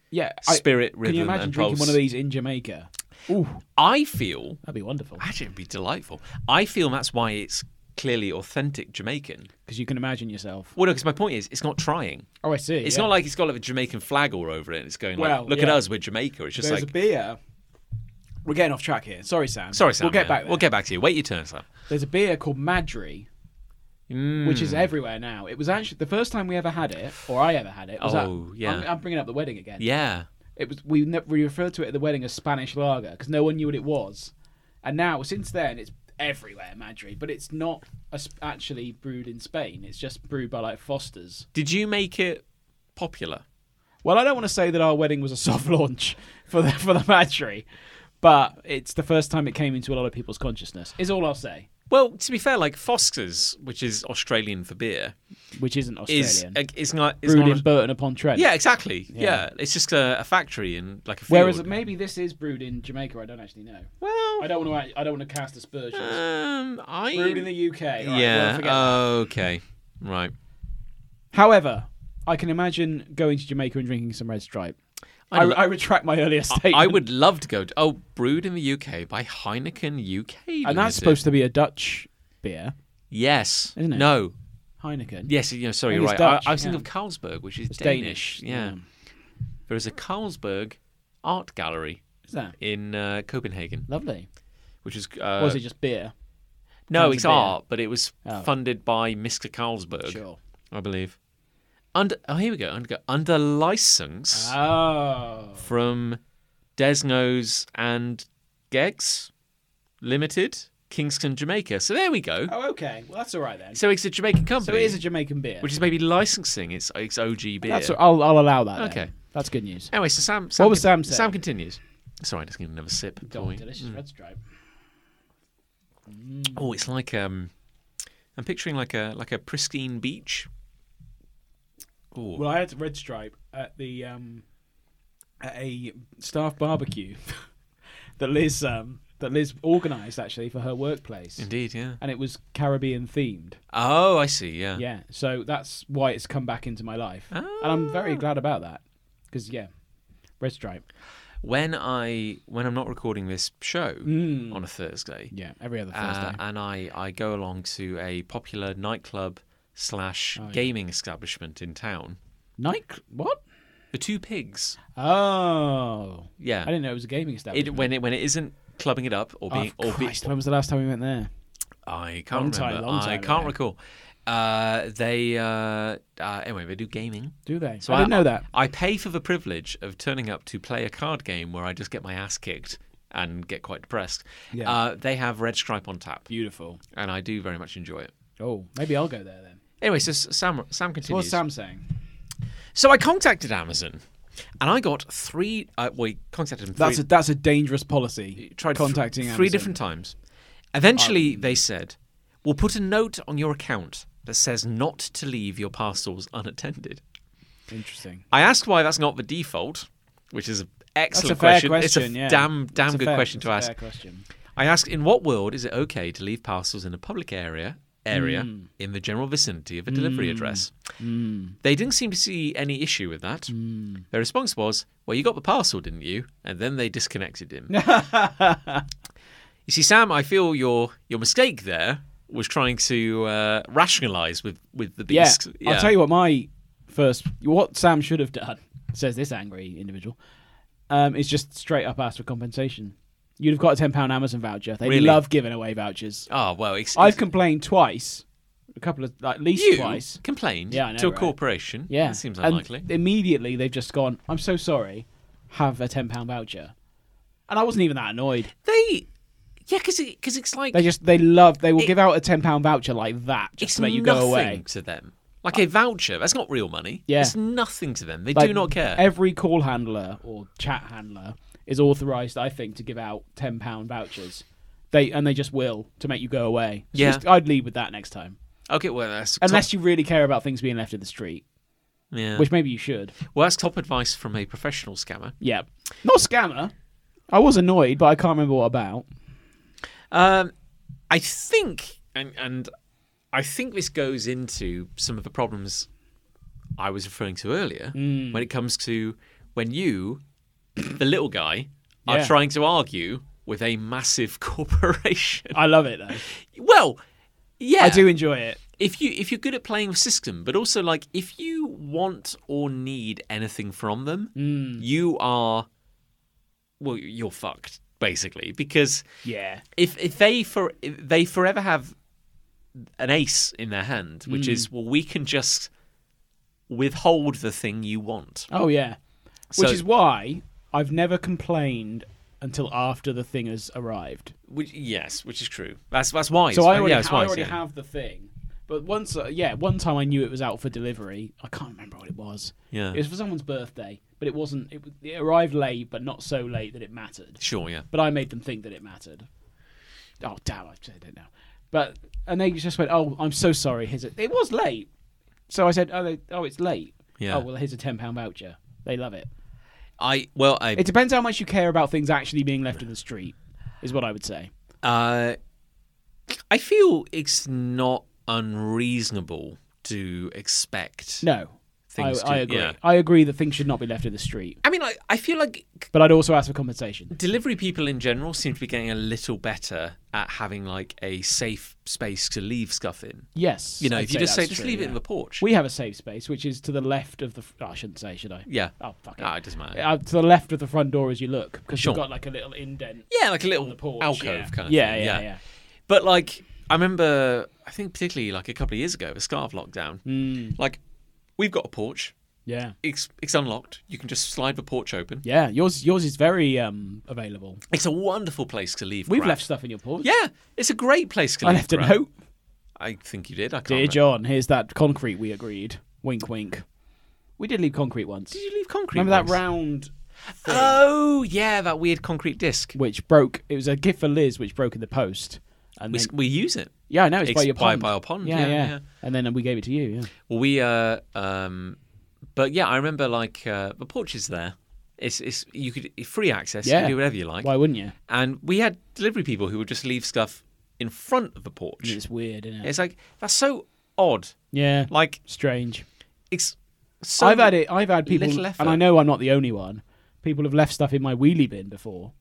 Yeah, I-
Spirit,
Can
rhythm,
you imagine
and
drinking
pulse.
one of these in Jamaica? Ooh,
I feel
that'd be wonderful.
actually it'd be delightful. I feel that's why it's clearly authentic Jamaican.
Because you can imagine yourself.
Well, no, because my point is, it's not trying.
Oh, I see.
It's
yeah.
not like it's got like a Jamaican flag all over it. and It's going like,
Well,
look at
yeah.
us, we're Jamaica. It's just
There's
like,
a beer. We're getting off track here. Sorry, Sam.
sorry, Sam.
We'll get
man.
back. There.
We'll get back to you. Wait your turn, Sam.
There's a beer called Madry, which
Hmm.
is everywhere now. It was actually the first time we ever had it, or I ever had it. Was
Oh,
at,
yeah.
I'm, I'm bringing up the wedding again.
Yeah.
It was we, ne- we referred to it at the wedding as Spanish lager because no one knew what it was, and now since then it's everywhere Madry, but it's not a sp- actually brewed in Spain. It's just brewed by like Foster's.
Did you make it popular?
Well, I don't want to say that our wedding was a [laughs] soft launch for the for the Madry, but it's the first time it came into a lot of people's consciousness. Is all I'll say,
Well, to be fair, like Foster's, which is Australian for beer,
which isn't
is
Australian.
uh, is not is
brewed
not.
in Burton upon Trent.
yeah, exactly. Yeah. it's just a, a factory and like a. Field.
Whereas maybe this is brewed in Jamaica. I don't actually know.
well,
I don't want to. I don't want to cast aspersions.
um, I
brewed in the UK. All right, well,
yeah.
forget that.
okay. Right.
However, I can imagine going to Jamaica and drinking some Red Stripe. I,
lo-
I retract my earlier statement.
I would love to go. To, oh, brewed in the UK by Heineken UK.
and that's supposed to be a Dutch beer,
Yes.
Isn't it?
No.
Heineken.
Yes. You know, sorry,
I
you're
think
right.
it's Dutch,
I, I was thinking
yeah.
of Carlsberg, which is
It's
Danish.
Danish, Mm.
Yeah.
yeah.
There is a Carlsberg art gallery
Is that
in uh, Copenhagen,
lovely?
which is uh,
or is it just beer?
no,
kinds
it's
of beer?
art, but it was
Oh.
funded by Mr. Carlsberg,
Sure.
I believe. Under oh, here we go. Under, under license
Ah. Oh,
from Desnos and Geggs Limited, Kingston, Jamaica. So there we go.
oh, okay. Well, that's all right then. So,
So it's a Jamaican company,
it is a Jamaican beer.
which is maybe licensing its its OG beer.
that's all- I'll, I'll allow that. then.
Okay.
that's good news.
Anyway, so Sam. Sam
was Sam saying?
Sam continues. Sorry, I just need another sip. before
Oh,
we-
delicious Red Stripe.
Oh, it's like um, I'm picturing like a like a pristine beach. Oh,
Well, I had Red Stripe at the um, at a staff barbecue [laughs] that Liz um, that Liz organised actually for her workplace,
indeed, yeah.
and it was Caribbean themed.
Oh, I see. Yeah.
Yeah, so that's why it's come back into my life, and I'm
Ah.
very glad about that because yeah, Red Stripe.
When I when I'm not recording this show on a Thursday,
Mm. Yeah, every other Thursday.
uh, and I I go along to a popular nightclub slash
Oh,
gaming establishment in town,
Night? What?
the Two Pigs.
Oh, I
Yeah.
didn't know it was a gaming establishment.
It when it when it isn't clubbing it up or being
oh,
or be,
Christ, when was the last time we went there?
I can't
Long
remember.
time, long
I
time
can't
ago.
recall. Uh, they uh, uh, anyway they do gaming.
Do they?
So
I, didn't know that.
I pay for the privilege of turning up to play a card game where I just get my ass kicked and get quite depressed.
Yeah.
Uh, they have Red Stripe on tap,
Beautiful.
and I do very much enjoy it.
Oh, maybe I'll go there then.
Anyway, so S- Sam Sam continues.
What's Sam saying?
So I contacted Amazon, and I got three. Uh, we contacted them. Three,
That's a that's a dangerous policy.
tried th-
contacting
three
Amazon. Um,
different times. Eventually, they said, "We'll put a note on your account that says not to leave your parcels unattended."
Interesting.
I asked why that's not the default, which is an excellent
fair
question. It's
question,
a
yeah.
damn damn
It's a
good
fair-
question to
it's a
ask.
fair question.
I asked, in what world is it okay to leave parcels in a public area area
Hmm.
in the general vicinity of a delivery address? They didn't seem to see any issue with that.
Hmm.
Their response was, "Well, you got the parcel, didn't you?" And then they disconnected
[laughs]
him. you see, Sam, I feel your your mistake there was trying to uh, rationalise with with the
Yeah,
beast.
I'll tell you what. My first, what Sam should have done, says this angry individual, um, is just straight up ask for compensation. You'd have got a ten pound Amazon voucher. They
Really?
love giving away vouchers.
Oh well, it's,
I've
it's-
complained twice, a couple of at least
you
twice.
complained
Yeah, I know,
to a
right?
corporation.
Yeah,
that seems
And
unlikely.
immediately they've just gone. I'm so sorry. Have a ten pound voucher, and I wasn't even that annoyed.
they, yeah, because because it's like
They just they love they will give out a ten pound voucher like that just
it's
to make you
nothing
go away.
to them. Like a voucher, that's not real money.
Yeah.
it's nothing to them. They
Like,
do not care.
Every call handler or chat handler is authorized, I think, to give out ten pound vouchers. They and they just will to make you go away. So
Yeah.
just- I'd lead with that next time,
okay, well that's
unless you really care about things being left in the street,
top, yeah.
which maybe you should.
well that's top advice from a professional scammer.
Yeah, not scammer. I was annoyed, but I can't remember what about.
Um, I think, and and I think this goes into some of the problems I was referring to earlier
Mm.
when it comes to when you, [coughs] the little guy, are
Yeah.
trying to argue with a massive [laughs] corporation.
I
[laughs]
love it though.
Well, yeah,
I do enjoy it.
If you if you're good at playing the system, but also like if you want or need anything from them,
Mm.
you are well, you're fucked basically because
Yeah,
if if they for if they forever have an ace in their hand,
Mm.
which is well, we can just withhold the thing you want.
Oh yeah.
So,
Which is why I've never complained until after the thing has arrived.
which, yes, which is true. That's that's wise. Uh,
So I already,
yeah, it's
ha- I
wise,
already
yeah.
have the thing. But once, uh, yeah, one time I knew it was out for delivery. I can't remember what it was.
Yeah.
It was for someone's birthday, but it wasn't. It, was- it arrived late, but not so late that it mattered.
Sure, yeah.
But I made them think that it mattered. Oh, damn, I said it now. But, and they just went, oh, I'm so sorry. Here's a, it was late. So I said, oh, they, oh it's late.
Yeah.
Oh, well, here's a £10 voucher. They love it.
I well, I
It depends how much you care about things actually being left in the street, is what I would say.
Uh, I feel it's not unreasonable to expect.
No.
Things
I, I
to-
agree.
yeah.
I agree that things should not be left in the street.
I mean, I, I feel like
But I'd also ask for compensation.
delivery people in general seem to be getting a little better at having like a safe space to leave stuff in.
Yes.
You know,
I'd
if you just say
that's
just
true,
leave it in
yeah.
the porch.
We have a safe space, which is to the left of the. Fr- oh, I shouldn't say, should I?
yeah.
Oh, fuck it.
Ah, it doesn't matter.
Uh, to the left of the front door as you look, because
Sure.
you've got like a little indent.
yeah, like a little
the porch,
alcove
yeah.
kind of
Yeah,
thing.
yeah, yeah.
But like, I remember, I think particularly like a couple of years ago, the scarf lockdown.
Hmm.
Like, we've got a porch.
Yeah.
It's it's unlocked. You can just slide the porch open.
Yeah, yours yours is very um, available.
It's a wonderful place to leave.
We've
crap.
left stuff in your porch.
Yeah, it's a great place to
I
leave.
left a
crap.
note.
I think you did. I can't.
Dear
remember.
John, here's that concrete we agreed. Wink, wink. We did leave concrete once.
Did you leave concrete?
Remember that
once?
round
Oh yeah, that weird concrete disc.
which broke. It was a gift for Liz, which broke in the post. And
We,
then,
we use it.
yeah, I know it's by
It's
your
by-
pond.
by our pond,
Yeah,
yeah,
yeah,
yeah.
And then we gave it to you. Yeah.
Well, we uh um, but yeah, I remember like uh, the porch is there. It's it's you could free access. You
Yeah.
can do whatever you like.
Why wouldn't you?
And we had delivery people who would just leave stuff in front of the porch.
It's weird, isn't it?
It's like that's so odd.
yeah.
Like
strange.
it's. So
I've had it. I've had people,
little effort.
and I know I'm not the only one. People have left stuff in my wheelie bin before,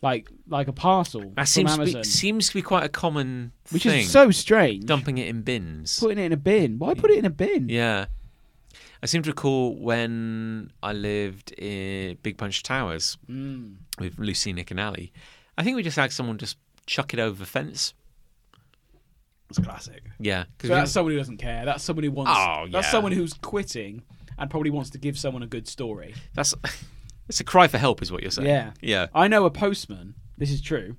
like like a parcel
That
from
seems to,
Amazon,
be, seems to be quite a common
which
thing.
is so strange.
dumping it in bins.
Putting it in a bin. Why put it in a bin?
Yeah. I seem to recall when I lived in Big Punch Towers
Mm.
with Lucy, Nick, and Ali. I think we just had someone just chuck it over the fence.
It's classic.
Yeah. 'cause
So
we
that's someone who doesn't care. That's someone who wants.
Oh,
That's
yeah.
someone who's quitting and probably wants to give someone a good story.
didn't- that's [laughs] it's a cry for help, is what you're saying.
Yeah.
Yeah.
I know a postman. This is true.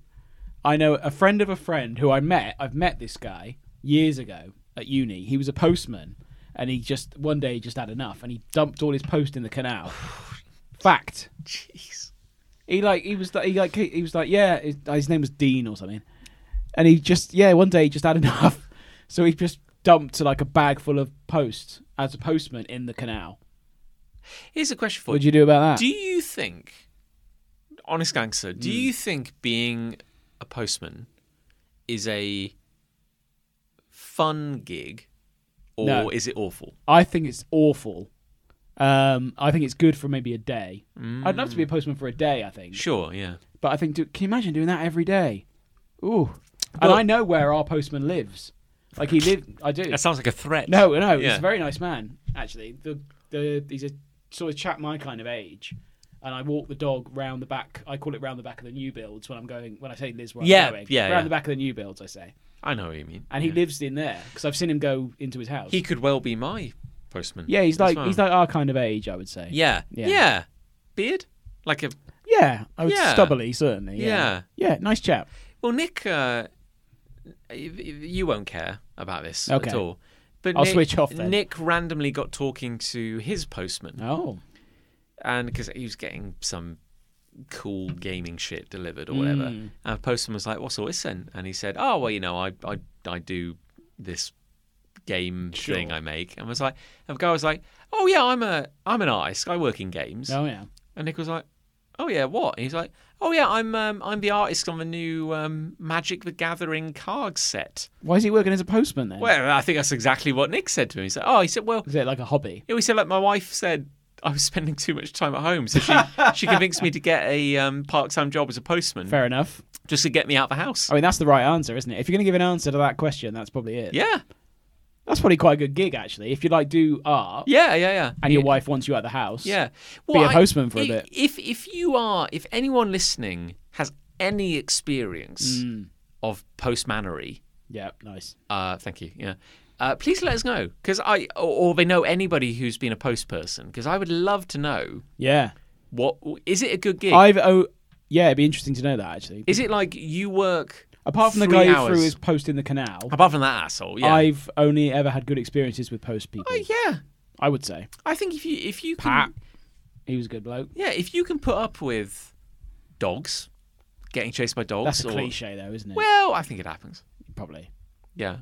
I know a friend of a friend who I met. I've met this guy years ago at uni. He was a postman, and he just one day he just had enough, and he dumped all his post in the canal. Fact.
Jeez.
He like he was like he like he was like yeah. His, his name was Dean or something, and he just yeah one day he just had [laughs] enough, so he just dumped like a bag full of post as a postman in the canal.
Here's a question for
What'd
you.
you do about that?
Do you think, honest gangster,
Hmm.
do you think being a postman is a fun gig or
No.
is it awful?
I think it's awful. Um, I think it's good for maybe a day.
Mm.
I'd love to be a postman for a day. I think,
Sure, yeah.
but I think do, can you imagine doing that every day? Ooh, and I know where our postman lives. Like he lived, I do.
That sounds like a threat.
No, no, he's
Yeah.
a very nice man actually. The the he's a sort of chap my kind of age, and I walk the dog round the back. I call it round the back of the new builds when I'm going. When I say Liz, where
Yeah,
I'm going,
yeah,
round
yeah.
the back of the new builds, I say,
I know what you mean.
and
yeah.
he lives in there because I've seen him go into his house.
He could well be my postman.
yeah, he's
as
like
well.
he's like our kind of age, I would say.
yeah, yeah,
Yeah.
beard, like a
Yeah, I would
Yeah.
stubbily certainly.
Yeah.
Yeah. yeah, nice chap.
well, Nick. Uh, y- you won't care about this
Okay.
at all. But
I'll
Nick,
switch off then.
Nick randomly got talking to his postman,
Oh,
and because he was getting some cool gaming shit delivered or whatever, and the postman was like, "What's all this?" Then? And he said, "Oh, well, you know, I I I do this game thing I make," and was like, and the guy was like, "Oh yeah, I'm a I'm an artist. I work in games."
oh yeah.
And Nick was like, "Oh yeah, what?" And he's like, "Oh yeah, I'm um, I'm the artist on the new um, Magic the Gathering card set."
Why is he working as a postman then?
Well, I think that's exactly what Nick said to him. He said, "Oh, he said, well,
Is it like a hobby?
he said like my wife said I was spending too much time at home, so she
[laughs]
she convinced me to get a um, part-time job as a postman
Fair Oh, enough.
just to get me out of the house."
I mean, that's the right answer, isn't it? If you're going to give an answer to that question, that's probably it.
Yeah,
That's probably quite a good gig actually. If you like do art
yeah, yeah, yeah.
and your wife wants you at the house.
Yeah.
a postman for a
if,
bit.
If if you are if anyone listening has any
Mm.
experience of postmanery,
Yeah, nice.
Uh, thank you. Yeah. uh, please let us know because I or, or they know anybody who's been a post person because I would love to know
Yeah.
what is it a good gig?
I've oh yeah, it'd be interesting to know that actually.
is it like you work
Apart from the
three
guy who
hours-
threw his post in the canal,
apart from that asshole? Yeah,
I've only ever had good experiences with post people.
Oh, yeah.
I would say
I think if you if you
Pat.
can
he was a good bloke.
yeah if you can put up with dogs getting chased by dogs
That's a
or-
cliche though, isn't it?
well I think it happens
Probably.
yeah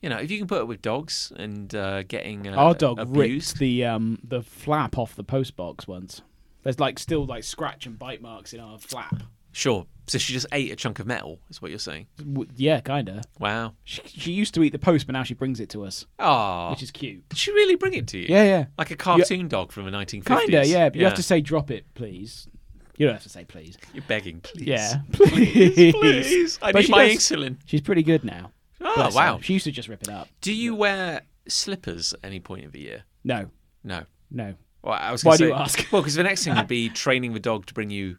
you know if you can put up with dogs and uh, getting uh,
Our dog
abused
ripped the um the flap off the post box once. There's like still like scratch and bite marks in our flap.
sure so she just ate a chunk of metal is what you're saying
W- Yeah, kinda.
wow
She, she used to eat the post, but now she brings it to us,
oh
which is cute.
did she really bring it to you
Yeah, yeah.
like a cartoon dog from the 1950s
Kinda, yeah. But you have to say, drop it, please. You don't have to say please.
you're begging please
Yeah, [laughs] please,
[laughs] please I
But
need
she
my
does-
insulin
She's pretty good now.
oh
Bless her.
wow
She used to just rip it up.
do you wear slippers at any point of the year
No,
no
no.
Well, I was
Why
gonna
do
say-
you ask?
Well, because the next thing
[laughs]
would be training the dog to bring you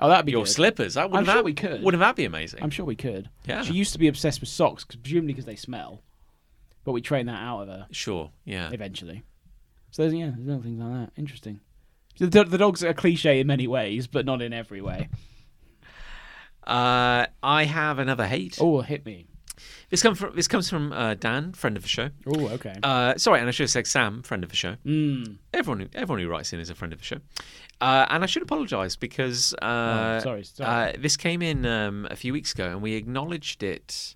Oh, that'd be
your
good.
slippers. That, wouldn't
I'm
that,
sure we could.
Wouldn't that be amazing?
I'm sure we could.
Yeah.
She used to be obsessed with socks, 'cause- presumably because they smell. But we trained that out of her
sure. Yeah.
eventually. So there's, yeah, there's little things like that. Interesting. So The, do- the dogs are cliche in many ways, but not in every way.
Uh, I have another hate.
Oh, hit me.
This comes from this comes from uh, Dan, friend of the show.
Oh, okay.
Uh, sorry, and I should have said Sam, friend of the show.
Mm.
Everyone, who- everyone who writes in is a friend of the show. Uh, and I should apologise because uh,
Oh, sorry, sorry.
Uh, this came in um, a few weeks ago, and we acknowledged it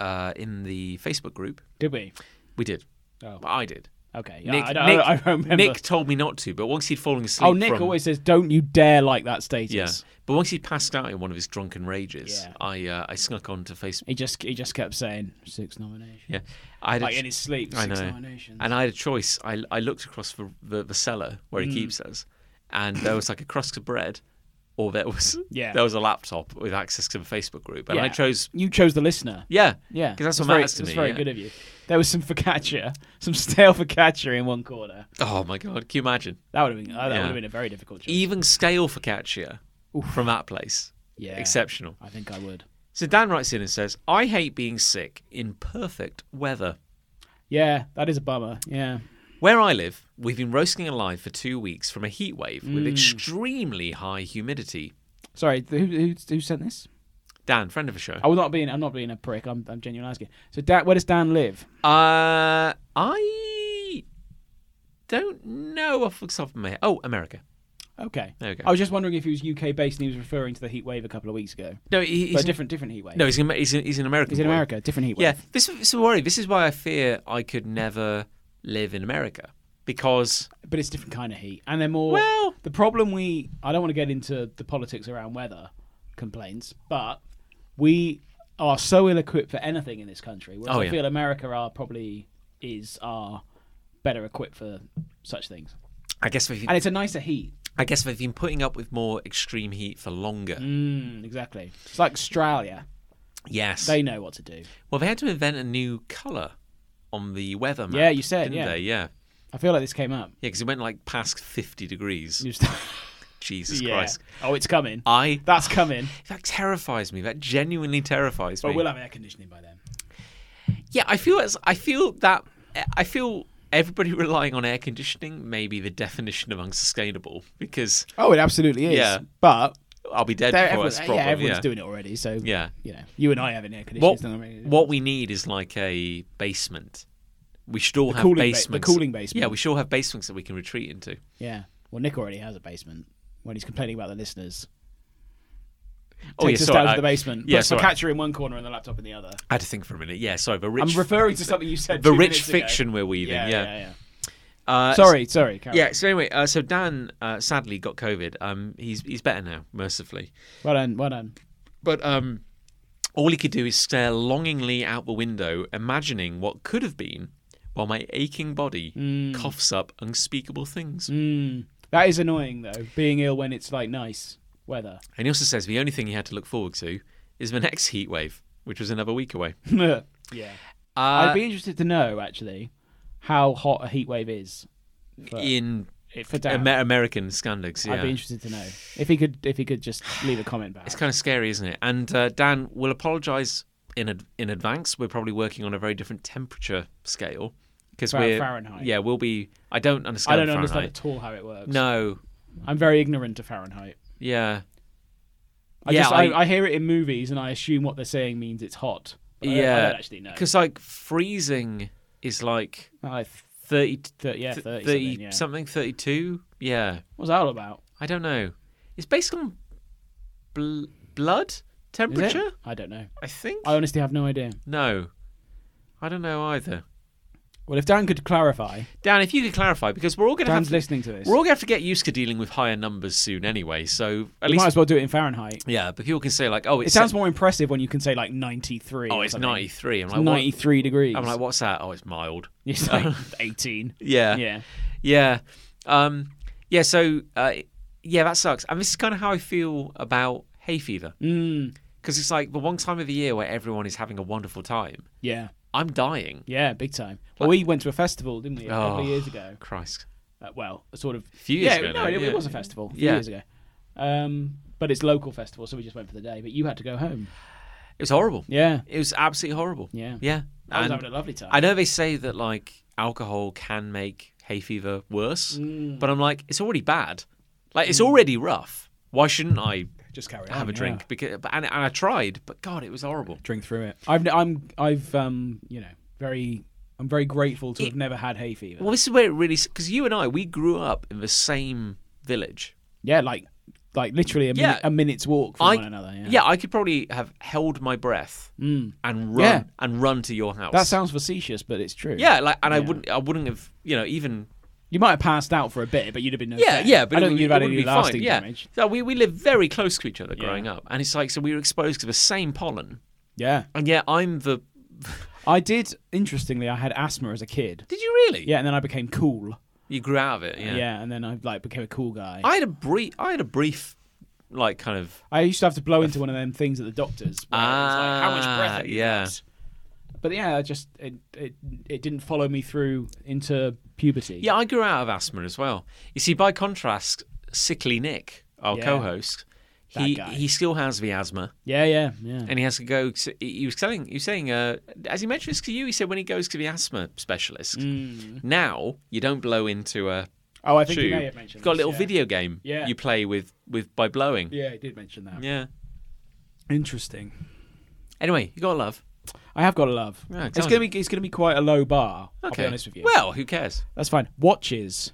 uh, in the Facebook group.
Did we?
We did.
Oh.
I did.
Okay.
Nick,
Yeah, I, don't,
Nick,
[laughs] I don't remember.
Nick told me not to, but once he'd fallen asleep.
oh, Nick
from-
always says, "Don't you dare like that status."
Yeah, but once he passed out in one of his drunken rages,
Yeah.
I uh, I snuck onto Facebook.
He just he just kept saying six nominations.
Yeah, I had a
Like
ch-
in his sleep,
I
six
know.
nominations.
and I had a choice. I, I looked across the, the the cellar where he
Mm.
keeps us, and there was like a crust of bread, or there was
[laughs] Yeah.
there was a laptop with access to the Facebook group, and I
Yeah.
chose
you chose the listener.
yeah
Yeah,
because that's
it's
what
very,
matters to
it's
me.
very
yeah.
good of you. There was some focaccia, some stale focaccia in one corner.
Oh my god, can you imagine?
That would have been uh, that
Yeah. E
would have been a very difficult choice.
Even scale focaccia from that place,
yeah,
exceptional.
I think I would.
So Dan writes in and says, "I hate being sick in perfect weather."
Yeah, that is a bummer. Yeah,
Where I live, we've been roasting alive for two weeks from a heat wave with
Mm.
extremely high humidity.
sorry. th- Who, who, who sent this?
Dan, friend of the show.
I was not being. I'm not being a prick. I'm, I'm genuinely asking. So, Dan, where does Dan live?
Uh, I don't know off the top of my head. Oh, America.
Okay.
There we go.
I was just wondering if he was UK based and he was referring to the heat wave a couple of weeks ago.
No, he, he's
But different, different heat wave.
no, he's an, Amer- he's, an, he's an American.
he's in
boy.
America. Different heat wave.
Yeah, this is a worry. This is why I fear I could never live in America because
but it's a different kind of heat, and they're more.
Well-
the problem we I don't want to get into the politics around weather complaints, but we are so ill-equipped for anything in this country. Whereas
Oh,
I
yeah.
feel America are probably is are better equipped for such things,
I guess they've
and it's a nicer heat.
I guess they've been putting up with more extreme heat for longer.
Mm, exactly. It's like Australia;
Yes.
they know what to do.
Well, they had to invent a new color on the weather map.
Yeah, you said,
didn't
yeah.
they? Yeah, yeah,
I feel like this came up.
because it went like past fifty degrees.
Just- [laughs]
Jesus
Mm. yeah.
Christ!
Oh, it's coming.
I
That's coming.
that terrifies me. That genuinely terrifies me.
But we'll have air conditioning by then.
yeah, I feel as I feel that I feel everybody [laughs] relying on air conditioning may be the definition of unsustainable because
Oh, it absolutely is.
Yeah.
But
I'll be dead
they're-
before
everyone-
that's
yeah,
problem.
everyone's
yeah.
doing it already. So
Yeah.
you know, you and I have an air conditioning.
What
it's not really-
what we need is like a basement. We should all have
cooling ba- the
basements.
cooling basement.
Yeah, we should all have basements that we can retreat into.
Yeah. Well, Nick already has a basement when he's complaining about the listeners.
Oh,
Takes
yeah,
us
sorry,
down
I-
to the basement.
yeah,
puts the
sorry.
catcher in one corner and the laptop in the other.
I had to think for a minute. Yeah, sorry, the rich,
I'm referring to something you said.
the
two
rich
minutes ago.
fiction we're weaving.
Yeah,
Yeah.
yeah, yeah.
Uh,
Sorry, sorry. Carry
yeah. So anyway, uh, so Dan uh, sadly got COVID. Um, he's he's better now, mercifully.
on. Well done, well done.
But um, all he could do is stare longingly out the window, imagining what could have been, while my aching body coughs up unspeakable things.
Mm. That is annoying though. Being ill when it's like nice weather. [laughs]
And he also says the only thing he had to look forward to is the next heat wave, which was another week away.
yeah. I'd
Uh,
be interested to know actually how hot a heat wave is
Uh, in
for Dan.
Amer- American standards, yeah.
I'd be interested to know if he could if he could just leave a comment back.
It's kind of scary, isn't it? And uh, Dan will apologise in ad- in advance, we're probably working on a very different temperature scale because
Fa-
we're
Fahrenheit.
Yeah, we'll be. I don't understand.
I don't
Fahrenheit.
understand at all how it works.
No.
I'm very ignorant of Fahrenheit.
Yeah.
I
Yeah,
just I,
I-
I hear it in movies and I assume what they're saying means it's hot. But I don't- I
yeah.
don't actually know.
Because like freezing is like
I,
30,
th- yeah,
th-
30, something, yeah.
something, 32. Yeah.
What's that all about?
I don't know. It's based on bl- blood
Is it?
temperature,
I don't know.
I think.
I honestly have no idea.
no. I don't know either.
Well, if Dan could clarify,
Dan, if you could clarify, because we're all going to have
Dan's
to,
listening to this.
we're all going to have to get used to dealing with higher numbers soon, anyway. So at
You
least
might as well do it in Fahrenheit.
yeah, but people can say like, oh,
It
it's
sounds more impressive when you can say like 93.
oh,
or
it's
something.
ninety three. I'm
It's
like, what-
93 degrees.
I'm like,
[laughs]
what's that? Oh, it's mild.
It's
[laughs]
like 18.
Yeah.
Yeah.
Yeah. Um, yeah. So, uh, yeah, that sucks. And this is kind of how I feel about hay fever
Mm,
because it's like the one time of the year where everyone is having a wonderful time.
yeah.
I'm dying.
Yeah, big time. Well, we went to a festival, didn't we, a couple
Oh.
of years ago?
Christ.
Uh, well, a sort of. A
few years
yeah,
ago
No,
now,
it, it
yeah.
was a festival a few
Yeah.
years ago. Um, but it's local festival, so we just went for the day. But you had to go home.
It was horrible.
Yeah.
It was absolutely horrible.
Yeah.
Yeah.
I was
And
having a lovely time.
I know they say that like alcohol can make hay fever worse,
Mm.
but I'm like, it's already bad. Like it's already rough. Why shouldn't I
just carry on.
have a
Oh, yeah.
drink? Because and, and I tried, but God, it was horrible.
Drink through it. I've, n- I'm, I've, um, you know, very, I'm very grateful to have never had hay fever.
Well, this is where it really because you and I we grew up in the same village.
Yeah, like, like literally a, minute,
Yeah.
a minute's walk from
I-
one another. Yeah. Mm.
I could probably have held my breath and run
Yeah.
and run to your house.
That sounds facetious, but it's true.
yeah, like and I wouldn't I wouldn't have you know even
You might have passed out for a bit, but you'd have been okay.
yeah yeah but
I
it
don't
would-
think you'd
it
have had
would
any
be
lasting
fine. yeah.
damage.
So we we lived very close to each other growing up, and it's like so we were exposed to the same pollen,
Yeah.
and yeah, I'm the.
I did. Interestingly, I had asthma as a kid.
Did you really?
Yeah, and then I became cool.
you grew out of it.
Yeah,
Yeah.
and then I like became a cool guy. I,
I had a brief I had a brief like kind of
used to have to blow into one of them things at the doctors. where it was like, how much breath?
Ah,
Have you
yeah.
got? But yeah, I just it, it it didn't follow me through into puberty.
Yeah, I grew out of asthma as well. You see, by contrast, sickly Nick, our
Yeah.
co-host,
That
he
guy.
he still has the asthma,
yeah, yeah, yeah.
and he has to go. To, he was telling, he was saying, uh, as he mentioned this to you, he said when he goes to the asthma specialist,
Mm.
now you don't blow into a
Oh, I think
tube.
you may have mentioned.
You've got a
this,
little
yeah.
video game
Yeah.
you play with with by blowing.
Yeah, I did mention that.
Yeah.
Interesting.
Anyway, you got love.
I have got a love.
Yeah,
it's
tell
gonna
me.
be it's gonna be quite a low bar. I'll
Okay.
be honest with you.
Well, who cares?
That's fine. Watches.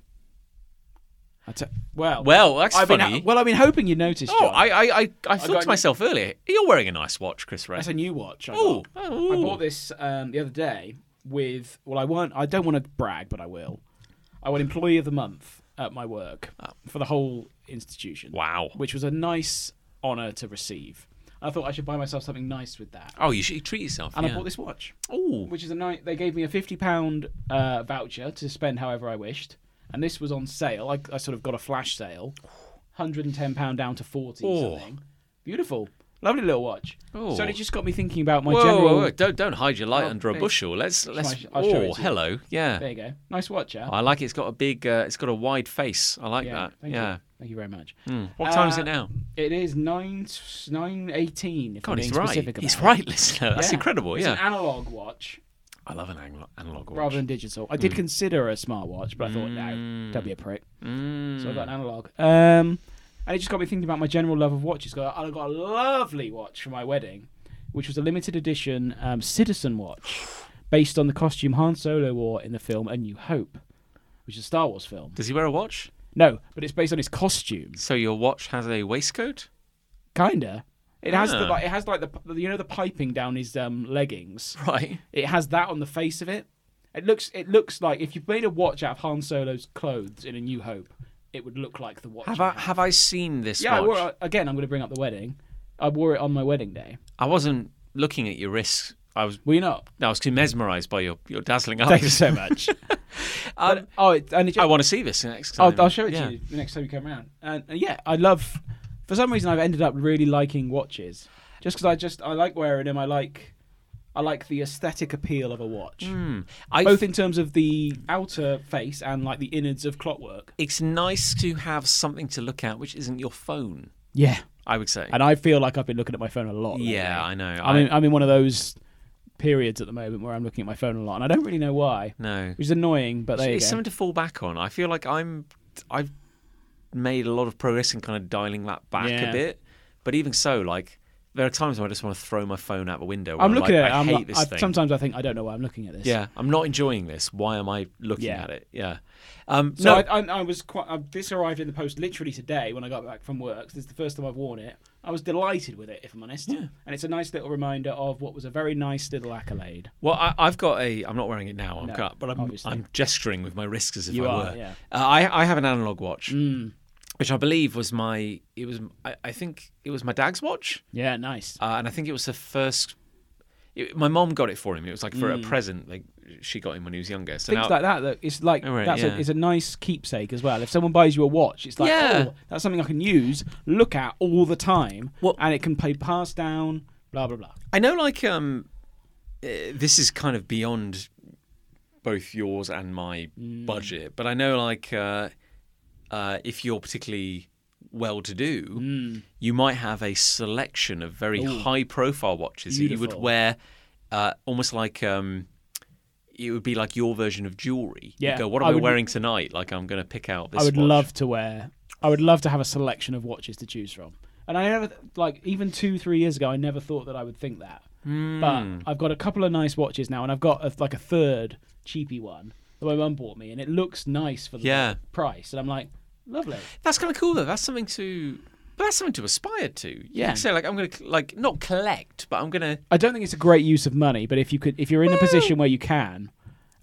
I te- well,
Well, that's
I've
funny.
Been, well, I've been hoping you noticed.
oh,
John.
I I I, I thought
got
to
you-
myself earlier, you're wearing a nice watch, Chris Ray.
that's a new watch. I
Oh,
got.
oh,
I bought this um, the other day with. Well, I weren't. I don't want to brag, but I will. I won employee of the month at my work for the whole institution.
Oh. Wow.
Which was a nice honour to receive. I thought I should buy myself something nice with that,
Oh, you should you treat yourself.
and
yeah.
I bought this watch.
Oh,
which is a night they gave me a fifty pound uh, voucher to spend however I wished, and this was on sale. I, I sort of got a flash sale, hundred and ten pound down to forty
Oh.
something. Beautiful, lovely little watch.
Oh.
So it just got me thinking about my
whoa,
general.
whoa, whoa, don't don't hide your light under a
there-
bushel. Let's let's.
I'll
oh,
show it to you.
hello, yeah.
There you go, nice watch, yeah.
I like it. It's got a big, uh, it's got a wide face. I like
yeah,
that.
thank
yeah. Hmm.
you, thank you very much.
What time is
Uh,
it now?
It is nine nine eighteen. If I'm
God, he's
being
right.
specific about
He's
it.
right, [laughs] listener. That's
Yeah.
incredible.
It's
Yeah.
an analog watch
I love an analog, analog watch.
rather than digital. I did consider a smartwatch, but I thought no, don't be a prick.
Mm.
So I got an analog. Um, and it just got me thinking about my general love of watches. 'Cause I I got a lovely watch for my wedding, which was a limited edition um, Citizen watch, [sighs] based on the costume Han Solo wore in the film A New Hope, which is a Star Wars film.
Does he wear a watch?
No, but it's based on his costume.
So your watch has a waistcoat. [laughs]
Kinda. It has the
Ah.
like, it has like the p- you know the piping down his um, leggings.
Right.
It has that on the face of it. It looks it looks like if you made a watch out of Han Solo's clothes in A New Hope, it would look like the watch.
Have
he
I
had.
have I seen this
Yeah, I
watch?
wore it, uh, again. I'm going to bring up the wedding. I wore it on my wedding day.
I wasn't looking at your wrists. I was
Were you not?
I was too mesmerised by your, your dazzling eyes.
Thank
[laughs]
you so much. [laughs] But- oh, it, and it,
I
I,
want to see this next time.
will I'll show it
Yeah.
to you the next time you come around. And, and yeah, I love. For some reason, I've ended up really liking watches, just because I just I like wearing them. I like, I like the aesthetic appeal of a watch,
Hmm. I
both in terms of the outer face and like the innards of clockwork.
it's nice to have something to look at which isn't your phone.
Yeah,
I would say.
and I feel like I've been looking at my phone a lot. lately.
yeah, I know.
I'm in, I'm in one of those periods at the moment where I'm looking at my phone a lot, and I don't really know why,
no.
which is annoying. But there you
it's
go.
something to fall back on. I feel like I'm I've made a lot of progress in kind of dialing that back
Yeah.
a bit. But even so, like there are times when I just want to throw my phone out the window. where
I'm looking
like,
at it.
I
I'm
hate
like-
this
I-
thing.
sometimes I think I don't know why I'm looking at this.
yeah, I'm not enjoying this. Why am I looking
Yeah.
at it? Yeah. Um,
So
no,
I, I, I was quite. I, this arrived in the post literally today when I got back from work. This is the first time I've worn it. I was delighted with it, if I'm honest. Yeah. And it's a nice little reminder of what was a very nice little accolade.
Well, I, I've got a. I'm not wearing it now. I'm
No,
cut, but I'm,
obviously.
I'm gesturing with my wrists as if
You
I
are,
were.
yeah. Mm.
Uh, I, I have an analog watch, which I believe was my. It was. I, I think it was my dad's watch,
Yeah, nice.
uh, and I think it was the first. It, my mom got it for him. It was like for a present. Like she got him when he was younger. So
Mm. Things
now,
like that. That it's like
Oh, right,
that's
yeah.
a, it's a nice keepsake as well. If someone buys you a watch, it's like
Yeah.
oh, that's something I can use, look at all the time,
Well-
and it can play pass down. Blah blah blah.
I know, like, um, uh, this is kind of beyond both yours and my
Mm.
budget, but I know, like, uh, uh, if you're particularly well to do,
Mm.
you might have a selection of very high profile watches that you
Beautiful.
would wear uh, almost like. Um, it would be like your version of jewelry. You
Yeah,
go, what
I
am I,
would-
wearing tonight? Like, I'm going to pick out this.
I would
watch."
love to wear. I would love to have a selection of watches to choose from. And I never, like, even two, three years ago, I never thought that I would think that.
Hmm.
But I've got a couple of nice watches now, and I've got a, like a third cheapy one that my mum bought me, and it looks nice for the
Yeah.
price. And I'm like, lovely.
That's kind of cool though. That's something to, but that's something to aspire to.
Yeah.
Yeah. So like I'm gonna like not collect, but I'm gonna
I don't think it's a great use of money, but if you could, if you're in a position where you can,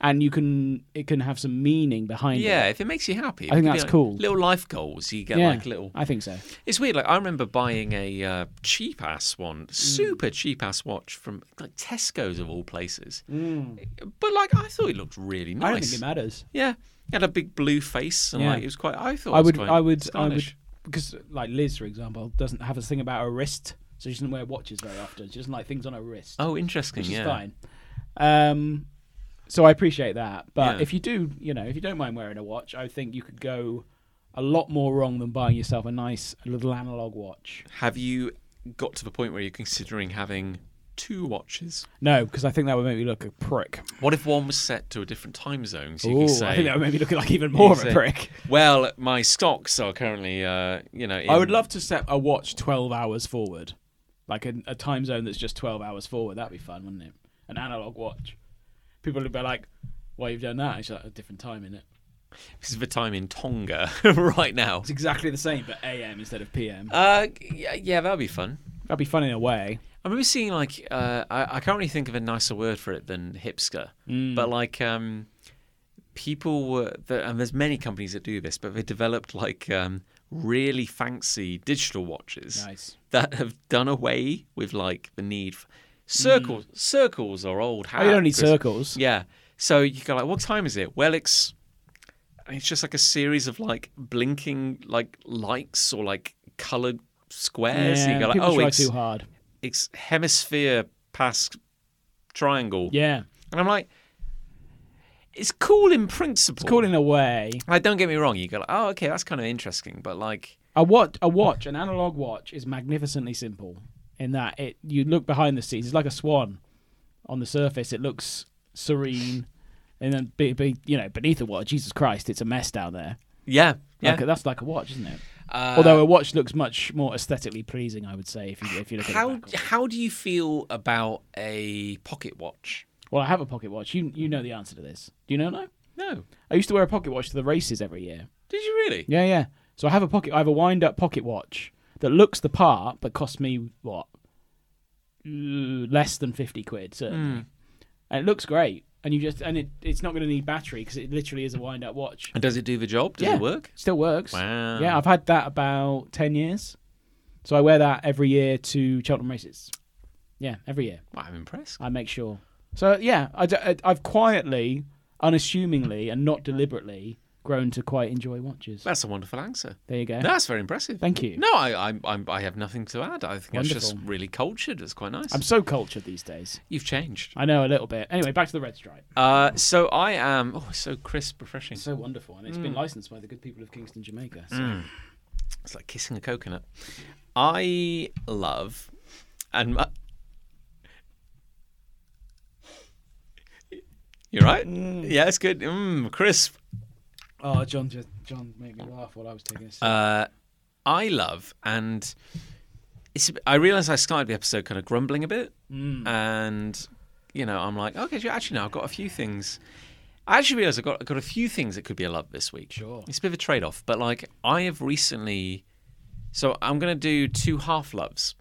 and you can, it can have some meaning behind it.
yeah. If it makes you happy,
I think
it could be,
that's
like,
cool.
Little life goals. You get
yeah,
like little.
I think so.
It's weird. Like I remember buying a uh, cheap ass one,
Mm.
super cheap ass watch from like Tesco's of all places. But like I thought it looked really
Mm. I don't think
nice.
it matters.
yeah. It had a big blue face and
Yeah.
like it was quite. I thought
I
it was
would,
quite
I would, I would,
stylish.
because like Liz, for example, doesn't have a thing about her wrist, so she doesn't wear watches very often. She doesn't like things on her wrist,
Oh, interesting.
which
yeah.
is fine. Um, so I appreciate that, but
Yeah.
if you do, you know, if you don't mind wearing a watch, I think you could go a lot more wrong than buying yourself a nice little analog watch.
Have you got to the point where you're considering having two watches?
No, because I think that would make me look a prick.
What if one was set to a different time zone? So you
Ooh,
can say,
I think that would make me look like even more of
say,
a prick.
well, my stocks are currently, uh, you know, in,
I would love to set a watch 12 hours forward. Like a, a time zone that's just 12 hours forward. That'd be fun, wouldn't it? An analog watch. People would be like, why you've done that? It's like a different time, in it?
because of the time in Tonga [laughs] right now.
It's exactly the same, but AM instead of PM.
Uh, yeah, yeah, that'd be fun.
That'd be fun in a way.
I remember seeing like uh, I, I can't really think of a nicer word for it than hipster,
Mm.
but like um, people were the, and there's many companies that do this, but they developed like um, really fancy digital watches
Nice.
that have done away with like the need for circles. Circles are old hat.
Mm. Oh, you don't need
'cause-
circles.
Yeah, so you go like, what time is it? Well, it's and it's just like a series of like blinking like lights or like colored squares. and you go like,
people
oh,
try
it's
too hard.
it's hemisphere past triangle.
Yeah.
And I'm like, it's cool in principle.
It's cool in a way.
Like, don't get me wrong. You go, like, oh, okay, that's kind of interesting. But like,
A watch, a watch, an analog watch is magnificently simple in that it you look behind the scenes. It's like a swan on the surface. It looks serene, and then be, be, you know beneath the watch, Jesus Christ, it's a mess down there.
yeah, yeah.
Like, that's like a watch, isn't it?
Uh,
Although a watch looks much more aesthetically pleasing, I would say. If you if you look at it
how
backwards.
how do you feel about a pocket watch?
well, I have a pocket watch. You you know the answer to this. Do you know? No.
No,
I used to wear a pocket watch to the races every year.
did you really?
Yeah, yeah. So I have a pocket. I have a wind-up pocket watch that looks the part, but cost me what? Uh, Less than fifty quid, certainly. And it looks great, and you just and it it's not going to need battery because it literally is a wind-up watch.
And does it do the job? Does
yeah,
it work?
Still works.
Wow.
Yeah, I've had that about ten years. So I wear that every year to Cheltenham races. Yeah, every year.
Well, I'm impressed.
I make sure. So yeah, I, d- I- I've quietly, unassumingly, and not deliberately grown to quite enjoy watches.
That's a wonderful answer.
There you go.
No, that's very impressive.
Thank you.
No, I I, I I have nothing to add. I think it's just
Wonderful.
really cultured. It's quite nice.
I'm so cultured these days.
You've changed.
I know a little bit. Anyway, back to the red stripe.
Uh, so I am. Oh, so crisp, refreshing. Mm.
It's so wonderful, and it's been licensed by the good people of Kingston, Jamaica. So
It's like kissing a coconut. I love and [laughs] mu- You're right. Yeah, it's good. Mmm, crisp.
Oh, John, just, John made me laugh while I was taking a sip.
Uh, I love and it's. I realised I started the episode kind of grumbling a bit,
Mm.
and you know I'm like, okay, actually no, I've got a few things. I actually realised I've got I've got a few things that could be a love this week.
Sure.
it's a bit of a trade off, but like I have recently, so I'm gonna do two half loves.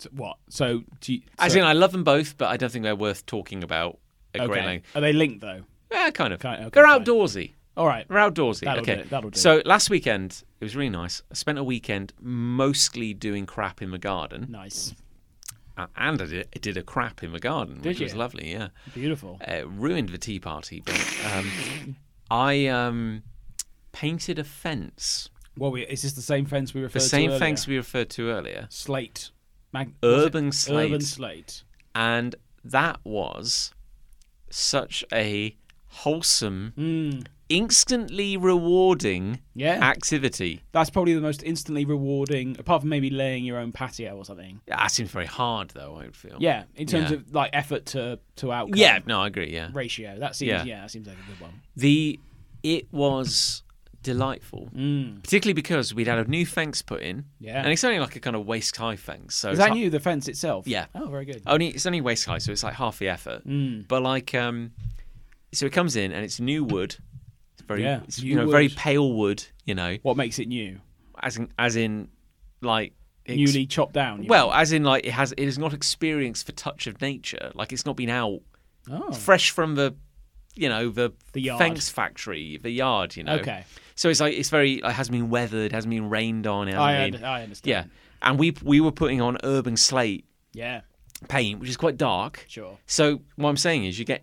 So what? So do you,
As
so-
in, I love them both, but I don't think they're worth talking about at great
okay.
length.
Are they linked though?
Yeah, kind of.
Kind- okay,
They're
fine.
outdoorsy.
All right.
They're outdoorsy.
That'll
okay.
do it, that'll do
So last weekend it was really nice. I spent a weekend mostly doing crap in the garden,
Nice.
Uh, and I did, I did a crap in the garden, which was
you?
lovely. Yeah,
Beautiful.
Uh, it ruined the tea party, but
[laughs]
um, I um, painted a fence.
Well, we, is this the same fence we referred
The
to?
same
earlier?
fence we referred to earlier,
Slate. Mag-
Urban
was it?
slate.
Urban slate.
and that was such a wholesome, instantly rewarding
Mm. Yeah.
activity.
That's probably the most instantly rewarding, apart from maybe laying your own patio or something.
That seems very hard, though. I would feel.
Yeah, in terms
Yeah.
of like effort to to outcome
Yeah, no, I agree. Yeah,
ratio, that seems
Yeah.
yeah. that seems like a good one.
the it was delightful, particularly because we'd had a new fence put in.
Mm. Yeah.
and it's only like a kind of waist high fence. So
Is
it's
that
ha-
new? The fence itself?
Yeah. Uh,
Oh, very good.
Only it's only waist high, so it's like half the effort.
Mm.
But like, um, so it comes in and it's new wood. It's very,
Yeah,
it's,
new
you know, very
wood.
pale wood. You know,
What makes it new?
as in as in like ex-
Newly chopped down. you
Well, as in like it has it is not experienced for touch of nature. Like it's not been out
mean? Oh.
fresh from the you know the,
The yard.
fence factory the yard you know
Okay.
so it's like it's very it hasn't been weathered hasn't been rained on it hasn't
I,
been-
under- I understand.
yeah and we we were putting on urban slate
Yeah.
paint which is quite dark
Sure.
so what i'm saying is you get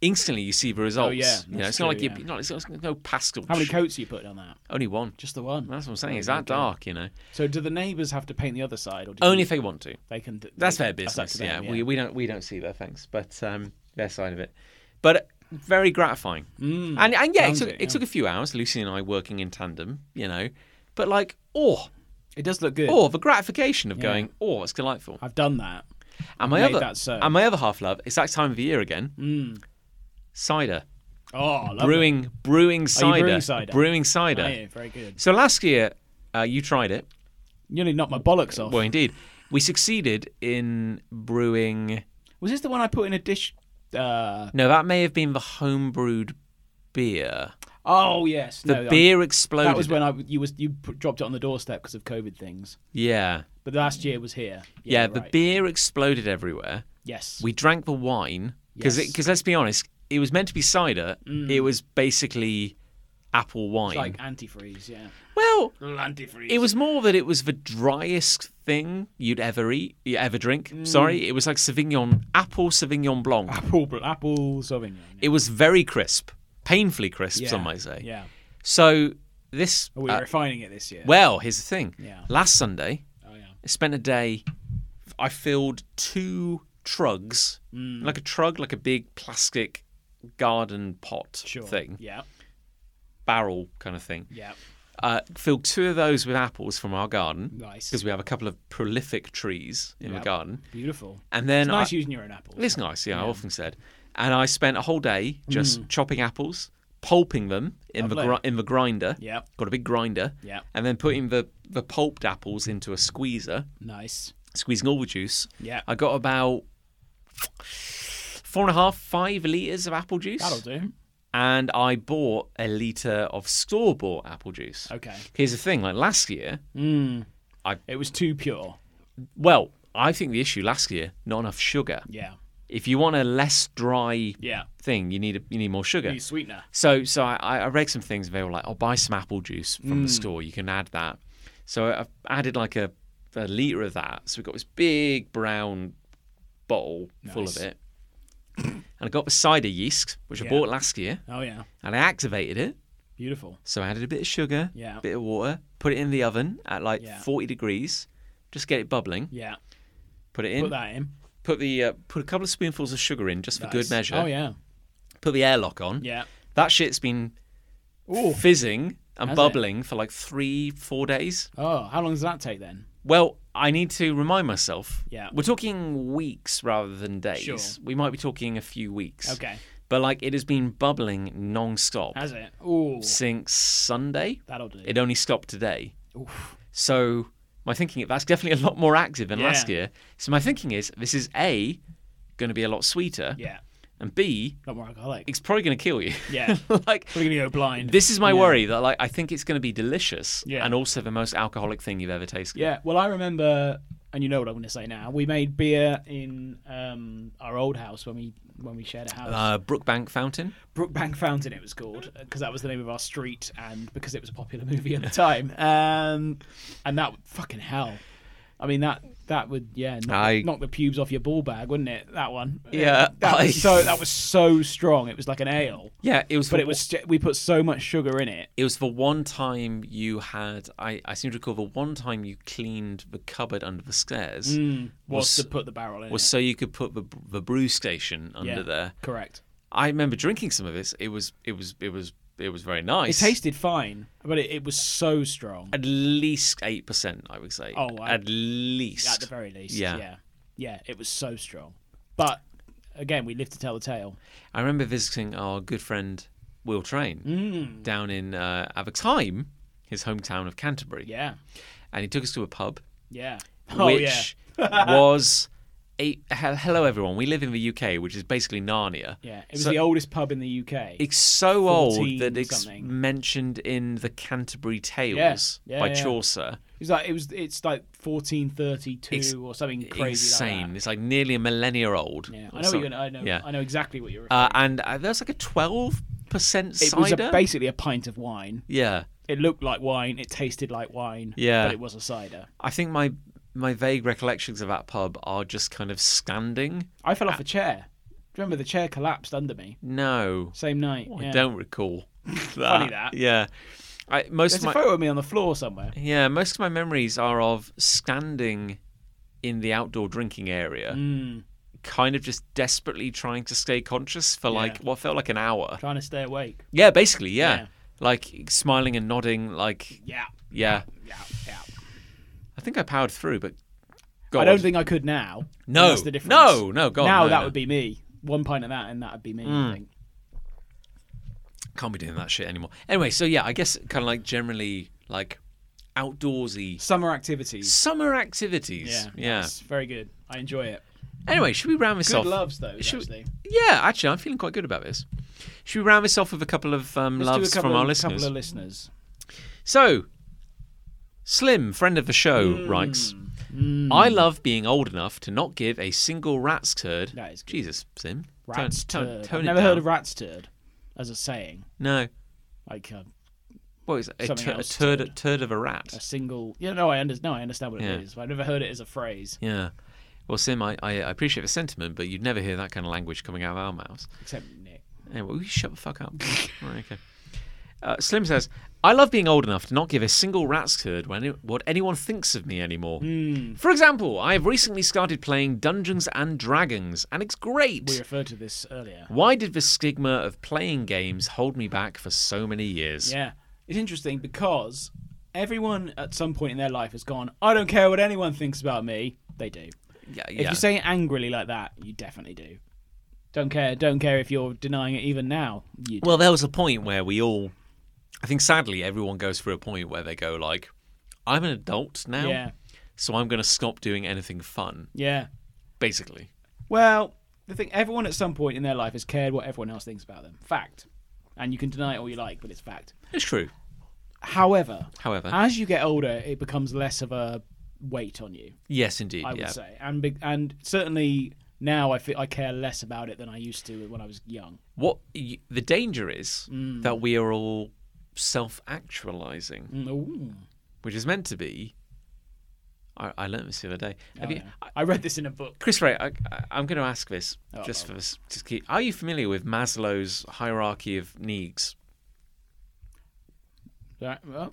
instantly you see the results
Oh, yeah,
you know
that's
it's not
true,
like you
yeah.
you know, it's not it's no pastel
How many coats are you putting on that?
only one
Just the one.
that's what i'm saying it's that
okay.
dark you know
So do the neighbours have to paint the other side, or do
only
you-
if they want to
they can? d-
that's
they-
their
up
business
to them,
yeah, We, we don't we don't see their things but um their side of it but very gratifying
Mm.
And and yeah, it
Sounds
took,
it,
it took a few hours. Lucy and I working in tandem, you know, but like, oh,
It does look good.
oh, the gratification of going, oh, it's delightful.
I've done that.
And my
made
other,
that so. Mm.
and my other half love. It's that time of the year again. Cider
Oh, lovely.
brewing, brewing cider,
Oh, brewing cider?
brewing cider.
Oh, yeah, very good.
So last year, uh, you tried it.
Nearly knocked my bollocks off.
Well, indeed, we succeeded in brewing.
Was this the one I put in a dish? Uh,
No, that may have been the homebrewed beer.
oh yes,
The
no, I'm-
beer exploded.
That was when I you was you put, dropped it on the doorstep because of COVID things.
yeah,
But last year was here.
yeah.
you're
The
right.
beer exploded everywhere.
Yes.
We drank the wine because
Yes. Mm.
because let's be honest, it was meant to be cider. It was basically apple wine.
It's like antifreeze. Yeah.
well,
Little antifreeze.
it was more that it was the driest thing you'd ever eat, you ever drink. Sorry, it was like Sauvignon apple Sauvignon Blanc.
Mm. apple apple sauvignon.
It was very crisp, painfully crisp, some might say.
Yeah.
So this,
Are we
uh,
refining it this year?
well, here's the thing.
Yeah.
Last Sunday,
oh yeah.
I spent a day. I filled two trugs,
Mm.
like a trug, like a big plastic garden pot
Sure.
thing,
Yeah.
barrel kind of thing.
Yeah.
Uh, filled two of those with apples from our garden
Nice.
because we have a couple of prolific trees in the
Yep.
garden.
Beautiful.
And then
It's nice
I,
using your own apples.
it's nice, yeah, I often said. And I spent a whole day just chopping apples, pulping them in the
Mm. Lovely.
gri- in the grinder.
Yep.
got a big grinder.
Yep.
and then putting the the pulped apples into a squeezer.
Nice.
squeezing all the juice.
Yeah.
I got about four and a half, five litres of apple juice.
That'll do.
And I bought a litre of store bought apple juice.
Okay.
Here's the thing like last year,
It was too pure.
well, I think the issue last year, not enough sugar.
Yeah.
If you want a less dry
Yeah.
thing, you need a, you need more sugar.
Use sweetener.
So so I, I read some things and they were like, oh, buy some apple juice
Hmm.
from the store. You can add that. So I added like a, a litre of that. So we got this big brown bottle full of
Nice.
it. And I got the cider yeast, which I
Yeah.
bought last year,
Oh yeah.
and I activated it.
Beautiful.
So I added a bit of sugar,
Yeah.
a bit of water, put it in the oven at like
Yeah.
40 degrees, just get it bubbling,
Yeah.
put it in,
Put
put,
that in.
the uh, put a couple of spoonfuls of sugar in just for
Nice.
good measure.
Oh yeah.
Put the airlock on.
Yeah.
That shit's been
Ooh.
fizzing and
Has it?
bubbling for like three, four days.
Oh, how long does that take then?
Well, I need to remind myself.
Yeah.
We're talking weeks rather than days.
Sure.
We might be talking a few weeks.
Okay.
But like it has been bubbling non-stop
Has it? Ooh,
since Sunday.
that'll do.
It only stopped today.
Oof.
So my thinking that's definitely a lot more active than
Yeah.
last year. So my thinking is this is A going to be a lot sweeter
Yeah,
and B
not more alcoholic.
it's probably going to kill you.
Yeah,
[laughs] like
we're gonna go blind.
this is my
Yeah.
worry that like I think it's going to be delicious
Yeah.
and also the most alcoholic thing you've ever tasted.
Yeah, well, I remember, and you know what I'm going to say now. We made beer in um, our old house when we when we shared a house.
Uh, Brookbank Fountain.
Brookbank Fountain, it was called, because that was the name of our street, and because it was a popular movie at
[laughs]
the time. Um, and that fucking hell, I mean that that would yeah knock,
I-
knock the pubes off your ball bag, wouldn't it? That one. Uh,
Yeah,
That
I-
was so that was so strong. It was like an ale,
Yeah, it was.
but
the-
it was j- we put so much sugar in it.
It was the one time you had. I, I seem to recall the one time you cleaned the cupboard under the stairs
Was,
was
to put the barrel in.
was
it.
so you could put the the brew station under
Yeah,
there.
correct.
I remember drinking some of this. It was it was it was it was very nice.
It tasted fine, but it, it was so strong.
at least eight percent. I would say.
Oh, I-
at least
at the very least.
Yeah.
Yeah. yeah, It was so strong, but again, we live to tell the tale.
I remember visiting our good friend Will Train
Mm.
down in uh, Avexheim, his hometown of Canterbury,
Yeah,
and he took us to a pub,
yeah. Oh yeah, [laughs]
which was a he- hello everyone. We live in the UK, which is basically Narnia.
yeah. It was
so-
the oldest pub in the UK.
It's so old
14
that it's
something.
mentioned in the Canterbury Tales
Yeah,
by
yeah.
Chaucer.
It was like it was. It's like 1432
It's
or something crazy.
Insane.
Like
It's like nearly a millennia old.
that.
or
Yeah, I know. What you're
something.
gonna, I know.
Yeah.
I know exactly what you're.
Uh, and uh, there's like a twelve percent
it
cider.
was a, basically a pint of wine.
yeah.
It looked like wine. It tasted like wine.
Yeah.
but it was a cider.
I think my my vague recollections of that pub are just kind of standing.
I fell off a chair. Do you remember the chair collapsed under me?
No,
Same night.
Oh, I
yeah.
don't recall. [laughs] That.
that.
Yeah, I, most
There's
of my
a photo of me on the floor somewhere.
yeah most of my memories are of standing in the outdoor drinking area,
Mm. Hmm.
kind of just desperately trying to stay conscious for like what felt like an hour.
Trying to stay awake.
Yeah, basically, yeah.
Yeah.
Like smiling and nodding, like
Yeah.
yeah.
Yeah. Yeah.
I think I powered through, but God,
I don't think I could now.
No.
that's the difference.
No, no, God,
now
no,
that
no.
would be me. One pint of that, and that would be me.
Mm.
I think.
can't be doing that shit anymore. Anyway, so yeah, I guess kind of like generally like outdoorsy
Summer activities.
summer activities.
Yeah,
yeah.
It's very good. I enjoy it.
Anyway, should we round this
Good
off?
loves those.
should we-
actually,
Yeah, actually, I'm feeling quite good about this. Should we round this off with a couple of um,
Let's
loves
do a couple
from our
of,
listeners?
Couple of listeners.
So, Slim, friend of the show,
Mm.
writes, "I love being old enough to not give a single rat's turd."
That is good.
Jesus, Slim. Tone-
Rat's
tone-
turd.
tone
I've
it
never heard
down.
of rat's turd as a saying.
No.
Like uh,
What is it? A,
Something
tur- a
else
turd,
turd.
turd of a rat.
a single. Yeah, no, I understand. No, I understand what it
Yeah.
is, But I've never heard it as a phrase
Yeah. Well, Sim, I, I appreciate the sentiment, but you'd never hear that kind of language coming out of our mouths.
except Nick.
Anyway, will you shut the fuck
[laughs]
up? right, okay. Uh, Slim says, I love being old enough to not give a single rat's turd when it, what anyone thinks of me anymore.
Hmm.
For example, I have recently started playing Dungeons and Dragons, and it's great.
We referred to this earlier.
Why did the stigma of playing games hold me back for so many years?
Yeah. It's interesting because everyone at some point in their life has gone, I don't care what anyone thinks about me. They do.
yeah.
If
yeah.
you say it angrily like that, you definitely do. Don't care. Don't care if you're denying it even now. You do.
Well, there was a point where we all, I think sadly, everyone goes through a point where they go like, "I'm an adult now,
Yeah.
so I'm going to stop doing anything fun."
Yeah.
Basically,
Well, the thing, everyone at some point in their life has cared what everyone else thinks about them. Fact. And you can deny it all you like, but it's fact.
it's true.
However,
However.
as you get older, it becomes less of a weight on you.
Yes, indeed.
I
yeah.
would say, and be- and certainly now I feel I care less about it than I used to when I was young.
What y- the danger is that we are all self-actualizing,
Mm, ooh.
which is meant to be. I, I learned this the other day. Have
Oh,
you,
yeah. I read this in a book.
Chris Ray, I, I- I'm going to ask this just for this. Just keep, are you familiar with Maslow's hierarchy of needs?
Right, well,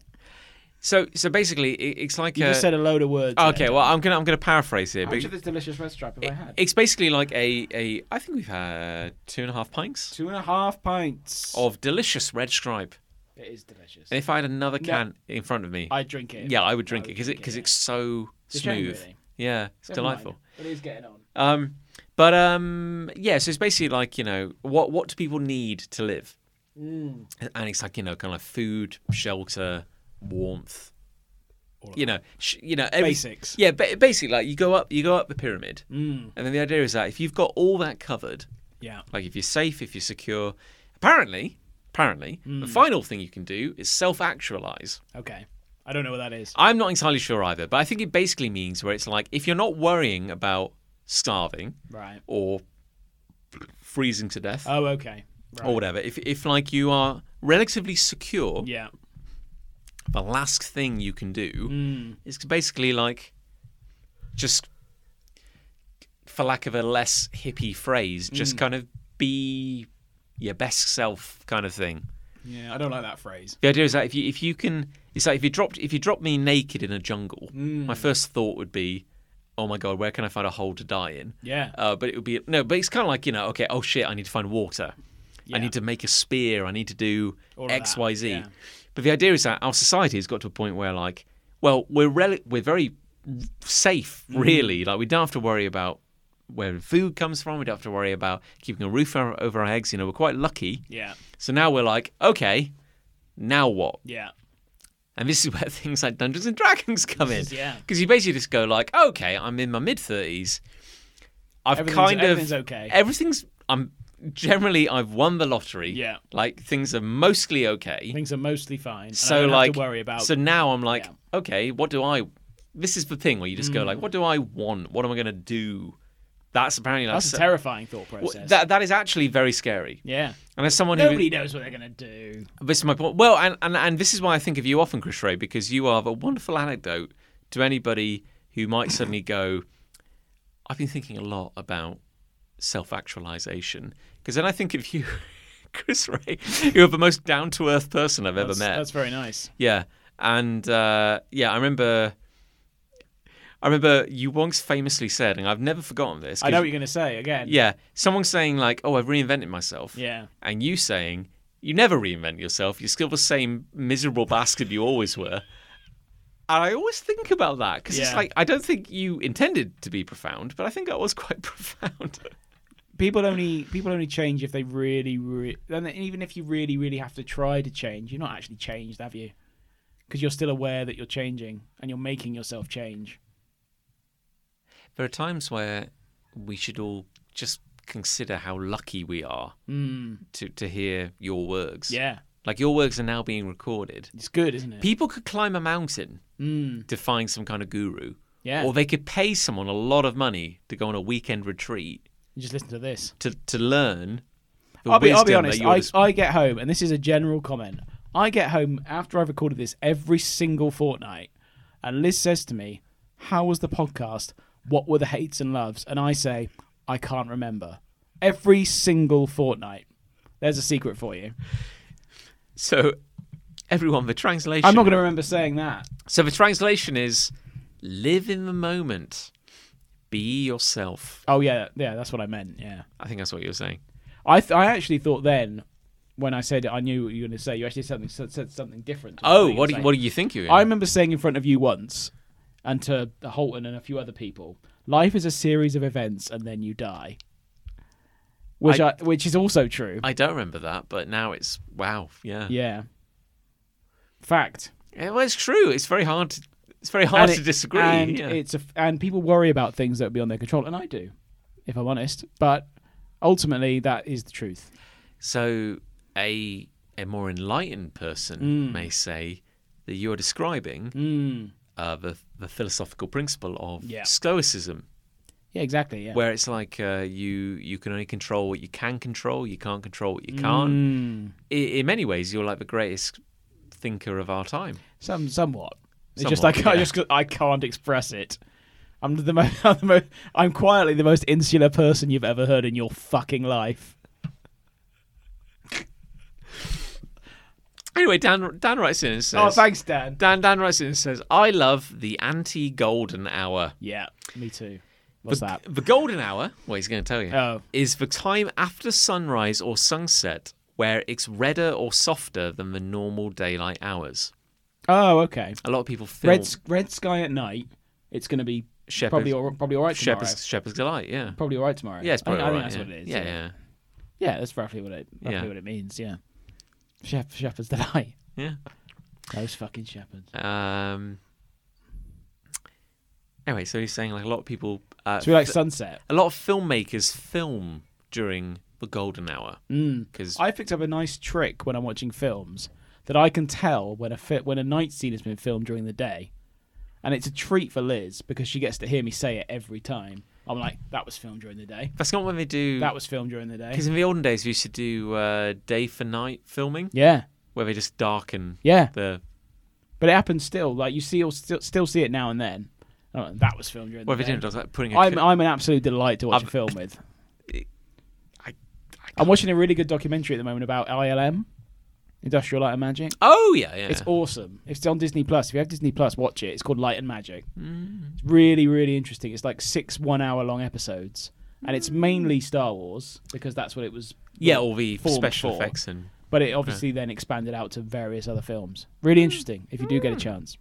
So, so basically, it, it's like
you
a,
just said a load of words. there.
Okay, well, I'm gonna I'm gonna paraphrase here,
How
but
much of this delicious red stripe have I had?
it's basically like a a I think we've had two and a half pints Oh.
Two and a half pints.
of delicious red stripe.
It is delicious.
And if I had another can in front of me,
I drink it.
yeah, I would drink it because
drink
it
it,
because
yeah.
it's so
a shame,
smooth.
really.
Yeah, it's
Never mind.
delightful.
It is getting on.
Um, but um, yeah, so it's basically like you know what what do people need to live? And it's like you know kind of food, shelter, warmth. You know, sh- you know every-
Basics.
Yeah, ba- basically like you go up you go up the pyramid, and then the idea is that if you've got all that covered,
Yeah.
like if you're safe, if you're secure, apparently. Apparently, the final thing you can do is self actualize.
Okay. I don't know what that is.
I'm not entirely sure either, but I think it basically means where it's like if you're not worrying about starving,
Right.
or freezing to death
Oh, okay. Right.
or whatever. If if like you are relatively secure,
Yeah.
the last thing you can do
Mm.
is basically like just for lack of a less hippie phrase, just
Mm.
kind of be your best self kind of thing.
Yeah. I don't like that phrase.
The idea is that if you if you can it's like if you dropped if you dropped me naked in a jungle,
Mm.
my first thought would be, Oh my god, where can I find a hole to die in?
Yeah.
Uh, but it would be no, but it's kind of like you know, okay, oh shit, I need to find water, I need to make a spear, I need to do
of
X,
that,
Y, Z.
yeah.
But the idea is that our society has got to a point where like, well, we're rel- we're very safe,
Mm-hmm.
really. Like we don't have to worry about where food comes from. We don't have to worry about keeping a roof o- over our heads. You know, we're quite lucky.
yeah.
So now we're like, okay, now what?
Yeah.
And this is [laughs] where things like Dungeons and Dragons come in.
is- [laughs] yeah.
Because you basically just go like, okay, I'm in my mid thirties. I've
Everything's-
kind of
everything's okay.
Everything's I'm generally I've won the lottery.
Yeah.
Like things are mostly okay.
Things are mostly fine. and I
so
don't
like
have to worry about.
So now I'm like,
Yeah. Mm.
okay, what do I this is the thing where you just go like, what do I want? What am I gonna do? That's apparently like
That's
so-
a terrifying thought
well,
process.
that that is actually very scary.
yeah.
And as someone who
Nobody knows what they're gonna do.
This is my point. Well, and, and, and this is why I think of you often, Chris Ray, because you are a wonderful anecdote to anybody who might suddenly go, I've been thinking a lot about self actualization. Because then I think of you, [laughs] Chris Ray, you're the most down to earth person I've ever
That's,
met.
that's very nice.
Yeah. And uh, yeah, I remember. I remember you once famously said, and I've never forgotten this.
I
'cause-
know what you're gonna say again.
Yeah, someone saying like, "Oh, I've reinvented myself."
Yeah.
and you saying you never reinvent yourself. You're still the same miserable bastard you always were. And I always think about that because it's
Yeah.
like I don't think you intended to be profound, but I think I was [laughs] quite profound.
people only people only change if they really really and even if you really really have to try to change you're not actually changed have you because you're still aware that you're changing and you're making yourself change
there are times where we should all just consider how lucky we are to to hear your works.
Hmm. yeah
like your works are now being recorded.
it's good isn't it
People could climb a mountain to find some kind of guru.
Mm. Yeah.
Or they could pay someone a lot of money to go on a weekend retreat
You just listen to this
to to learn. The
I'll be, I'll be
wisdom
honest
That you're
I,
dis-
I get home and this is a general comment i get home after i've recorded this every single fortnight and liz says to me how was the podcast what were the hates and loves and i say i can't remember every single fortnight there's a secret for you
so everyone, the translation.
I'm not going to remember saying that.
So the translation is: live in the moment, be yourself.
Oh yeah, yeah, that's what I meant. Yeah,
I think that's what you're saying.
I th- I actually thought then when I said it, I knew what you were going to say. You actually said something said something different. to
Oh,
you were
what do you,
saying.
what do you think you?
I remember saying in front of you once, and to Holton and a few other people, life is a series of events, and then you die. Which I,
I-
which is also true.
I don't remember that, but now it's wow. Yeah.
yeah. Fact.
Yeah, Well, it's true. It's very hard. To, it's very hard
And
to
it-
disagree.
And
yeah.
it's a, f- and people worry about things that are beyond their control, and I do, if I'm honest. But ultimately, that is the truth.
So a a more enlightened
Mm.
person may say that you're describing uh, the the philosophical principle of
Yeah.
stoicism,
Yeah, exactly. Yeah.
where it's like uh, you you can only control what you can control, you can't control what you can't.
Mm.
I in many ways, you're like the greatest thinker of our time.
Some, somewhat. It's just I
Somewhat,
can't,
yeah.
just I can't express it. I'm the, mo- [laughs] I'm the mo- I'm quietly the most insular person you've ever heard in your fucking life.
Anyway, Dan Dan writes in and says.
Oh, thanks, Dan.
Dan Dan writes in and says, "I love the anti-golden hour."
Yeah, me too. What's that?
The golden hour, well, he's going to tell you,
Oh.
is the time after sunrise or sunset where it's redder or softer than the normal daylight hours.
Oh, okay.
A lot of people film
Red s- red sky at night. It's going to be
Shepherd's-
probably all, probably all right tomorrow.
Shepherd's, Shepherd's Delight, yeah.
Probably all right tomorrow.
Yeah, it's probably
I think,
alright,
I think that's
yeah.
what it is.
Yeah, yeah.
Yeah, that's roughly what it roughly
Yeah.
what it means. Yeah, Shep, shepherds that I
Yeah.
[laughs] those fucking shepherds.
Um, anyway, so he's saying like a lot of people, uh,
So we like sunset.
a lot of filmmakers film during the golden hour because
Mm. I picked up a nice trick when I'm watching films that I can tell when a fit when a night scene has been filmed during the day, and it's a treat for Liz because she gets to hear me say it every time. I'm like, that was filmed during the day.
that's not when they do. [laughs]
That was filmed during the day.
Because in the olden days, we used to do uh, day for night filming,
Yeah,
where they just darken
yeah.
the.
But it happens still. Like you see, you'll still still see it now and then. I'm like, that was filmed during
What
the
they
day.
didn't do was like putting. A
I'm
cur-
I'm an absolute delight to watch
I've-
a film with.
I-
I'm watching a really good documentary at the moment about ILM, Industrial Light and Magic.
oh yeah, yeah.
It's awesome. It's on Disney Plus. If you have Disney Plus, watch it. It's called Light and Magic.
Mm.
It's really, really interesting. It's like six one-hour-long episodes, and it's mainly Star Wars because that's what it was.
Mm. yeah, all the
formed
special
for.
effects and
But it obviously then expanded out to various other films. Really
Mm.
interesting. If you do get a chance.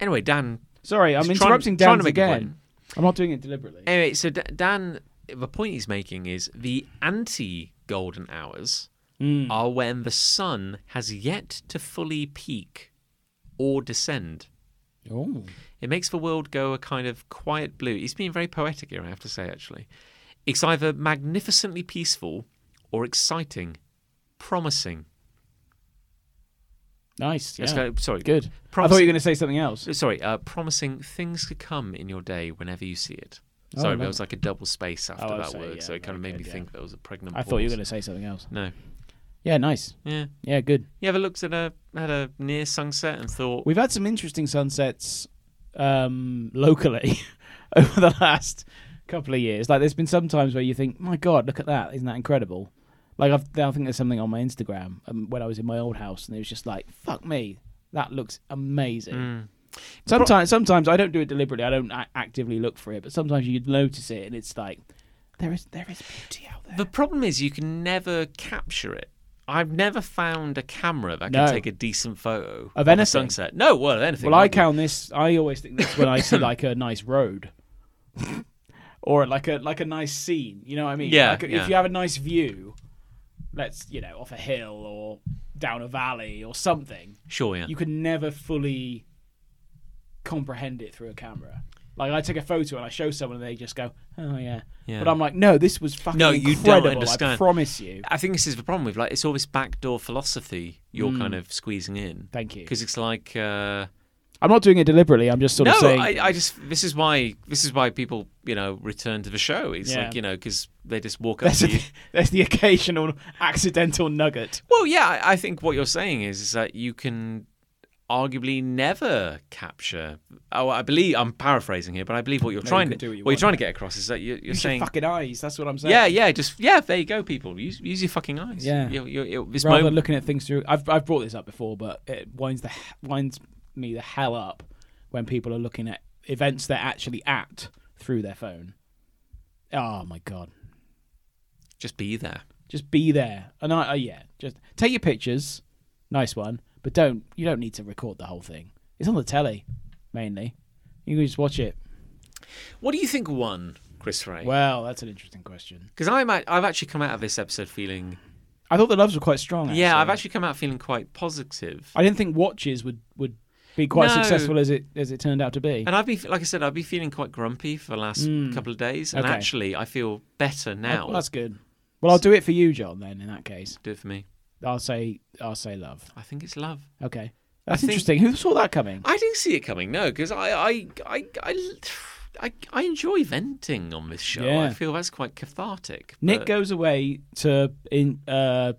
anyway, Dan.
Sorry, I'm
He's trying-
interrupting
trying
Dan
to make a point.
again. I'm not doing it deliberately.
Anyway, so D- Dan, the point he's making is the anti-golden hours
Mm.
are when the sun has yet to fully peak or descend.
Oh.
It makes the world go a kind of quiet blue. He's being very poetic here, I have to say, actually. It's either magnificently peaceful or exciting, promising.
Nice. Yeah.
That's kind of- sorry,
Good. I thought you
Promising,
were going to say something else.
sorry, uh, promising things to come in your day whenever you see it.
Oh,
Sorry,
no.
there was like a double space after
Oh, I
that
see,
word,
yeah,
so it kind of
very
made me
good,
think there was a pregnant.
I thought you were
pause.
going to say something else.
No,
Yeah, nice.
yeah.
Yeah, good.
You ever looked at a at a near sunset and thought,
We've had some interesting sunsets um, locally [laughs] over the last couple of years. Like, there's been some times where you think, "My God, look at that! Isn't that incredible?" Like, I've, I think there's something on my Instagram um, when I was in my old house, and it was just like, "Fuck me, that looks amazing." Sometimes, sometimes I don't do it deliberately. I don't a- actively look for it, but sometimes you notice it, and it's like, "There is, there is beauty out there."
The problem is you can never capture it. I've never found a camera that can
No.
take a decent photo
Of
a
anything.
sunset. No, well, of anything.
Well, I
wouldn't
count this. I always think this when I see like a
[laughs]
nice road, or like a like a nice scene. You know what I mean?
Yeah,
Like,
yeah.
If you have a nice view, let's you know off a hill or down a valley or something,
you? Sure, yeah.
you could never fully comprehend it through a camera. Like I take a photo and I show someone and they just go, "Oh yeah,",
Yeah.
but I'm like, "No, this was fucking
No, you don't
incredible. I
understand.
promise you."
I think this is the problem with like it's all this backdoor philosophy you're kind of squeezing in
Hmm. Thank you.
because it's like uh,
I'm not doing it deliberately. I'm just sort
no,
of saying, [laughs]
I, I just this is why this is why people you know return to the show. It's
Yeah.
like you know because they just walk up
there's,
to you.
a, there's the occasional accidental nugget.
Well, yeah, I- I think what you're saying is, is that you can arguably never capture. Oh, I believe I'm paraphrasing here, but I believe what you're trying
can
to
do what you
what you're
want.
trying to get across is that you, you're
Use
saying,
your fucking eyes. That's what I'm saying.
yeah, yeah, just yeah, there you go, people. Use use your fucking eyes.
Yeah.
You- you- you- this
Rather than
moment.
looking at things through, I've I've brought this up before, but it winds the h- winds me the hell up when people are looking at events they're actually at through their phone. Oh my god,
just be there.
just be there. And I uh, yeah, just take your pictures, nice one, but don't you don't need to record the whole thing. It's on the telly mainly. You can just watch it.
What do you think won, Chris Ray?
Well, that's an interesting question.
Because I'm at, I've actually come out of this episode feeling
I thought the loves were quite strong. Actually.
yeah, I've actually come out feeling quite positive.
I didn't think watches would would be quite
No.
successful as it as it turned out to be.
And I've been, like I said, I've been feeling quite grumpy for the last couple of days, and
Hmm. Okay. Oh,
actually, I feel better now.
Well, that's good. Well, I'll do it for you, John. Then in that case,
Do it for me.
I'll say I'll say love.
I think it's love.
Okay, that's
think-
interesting. Who saw that coming?
I didn't see it coming, no, because I, I, I, I, I, I enjoy venting on this show. I
Yeah.
feel that's quite cathartic.
Nick
but-
goes away to in uh,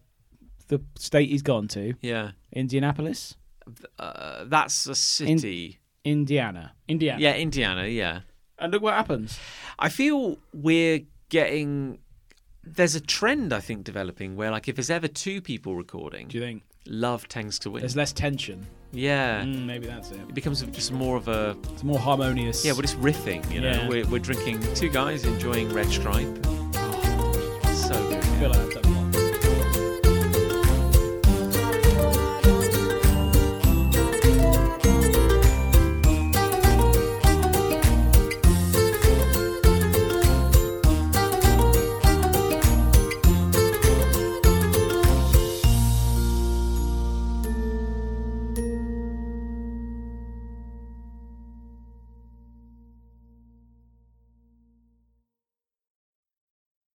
the state he's gone to,
yeah,
Indianapolis,
uh, that's a city.
Indiana, Indiana.
yeah, Indiana. Yeah,
And look what happens.
I feel we're getting. There's a trend I think developing where, like, if there's ever two people recording,
Do you think
love tends to win.
there's less tension?
yeah,
Mm, maybe that's it.
it becomes just more of a
It's more harmonious.
yeah. We're just riffing, you know.
Yeah.
We're, we're drinking two guys enjoying Red Stripe.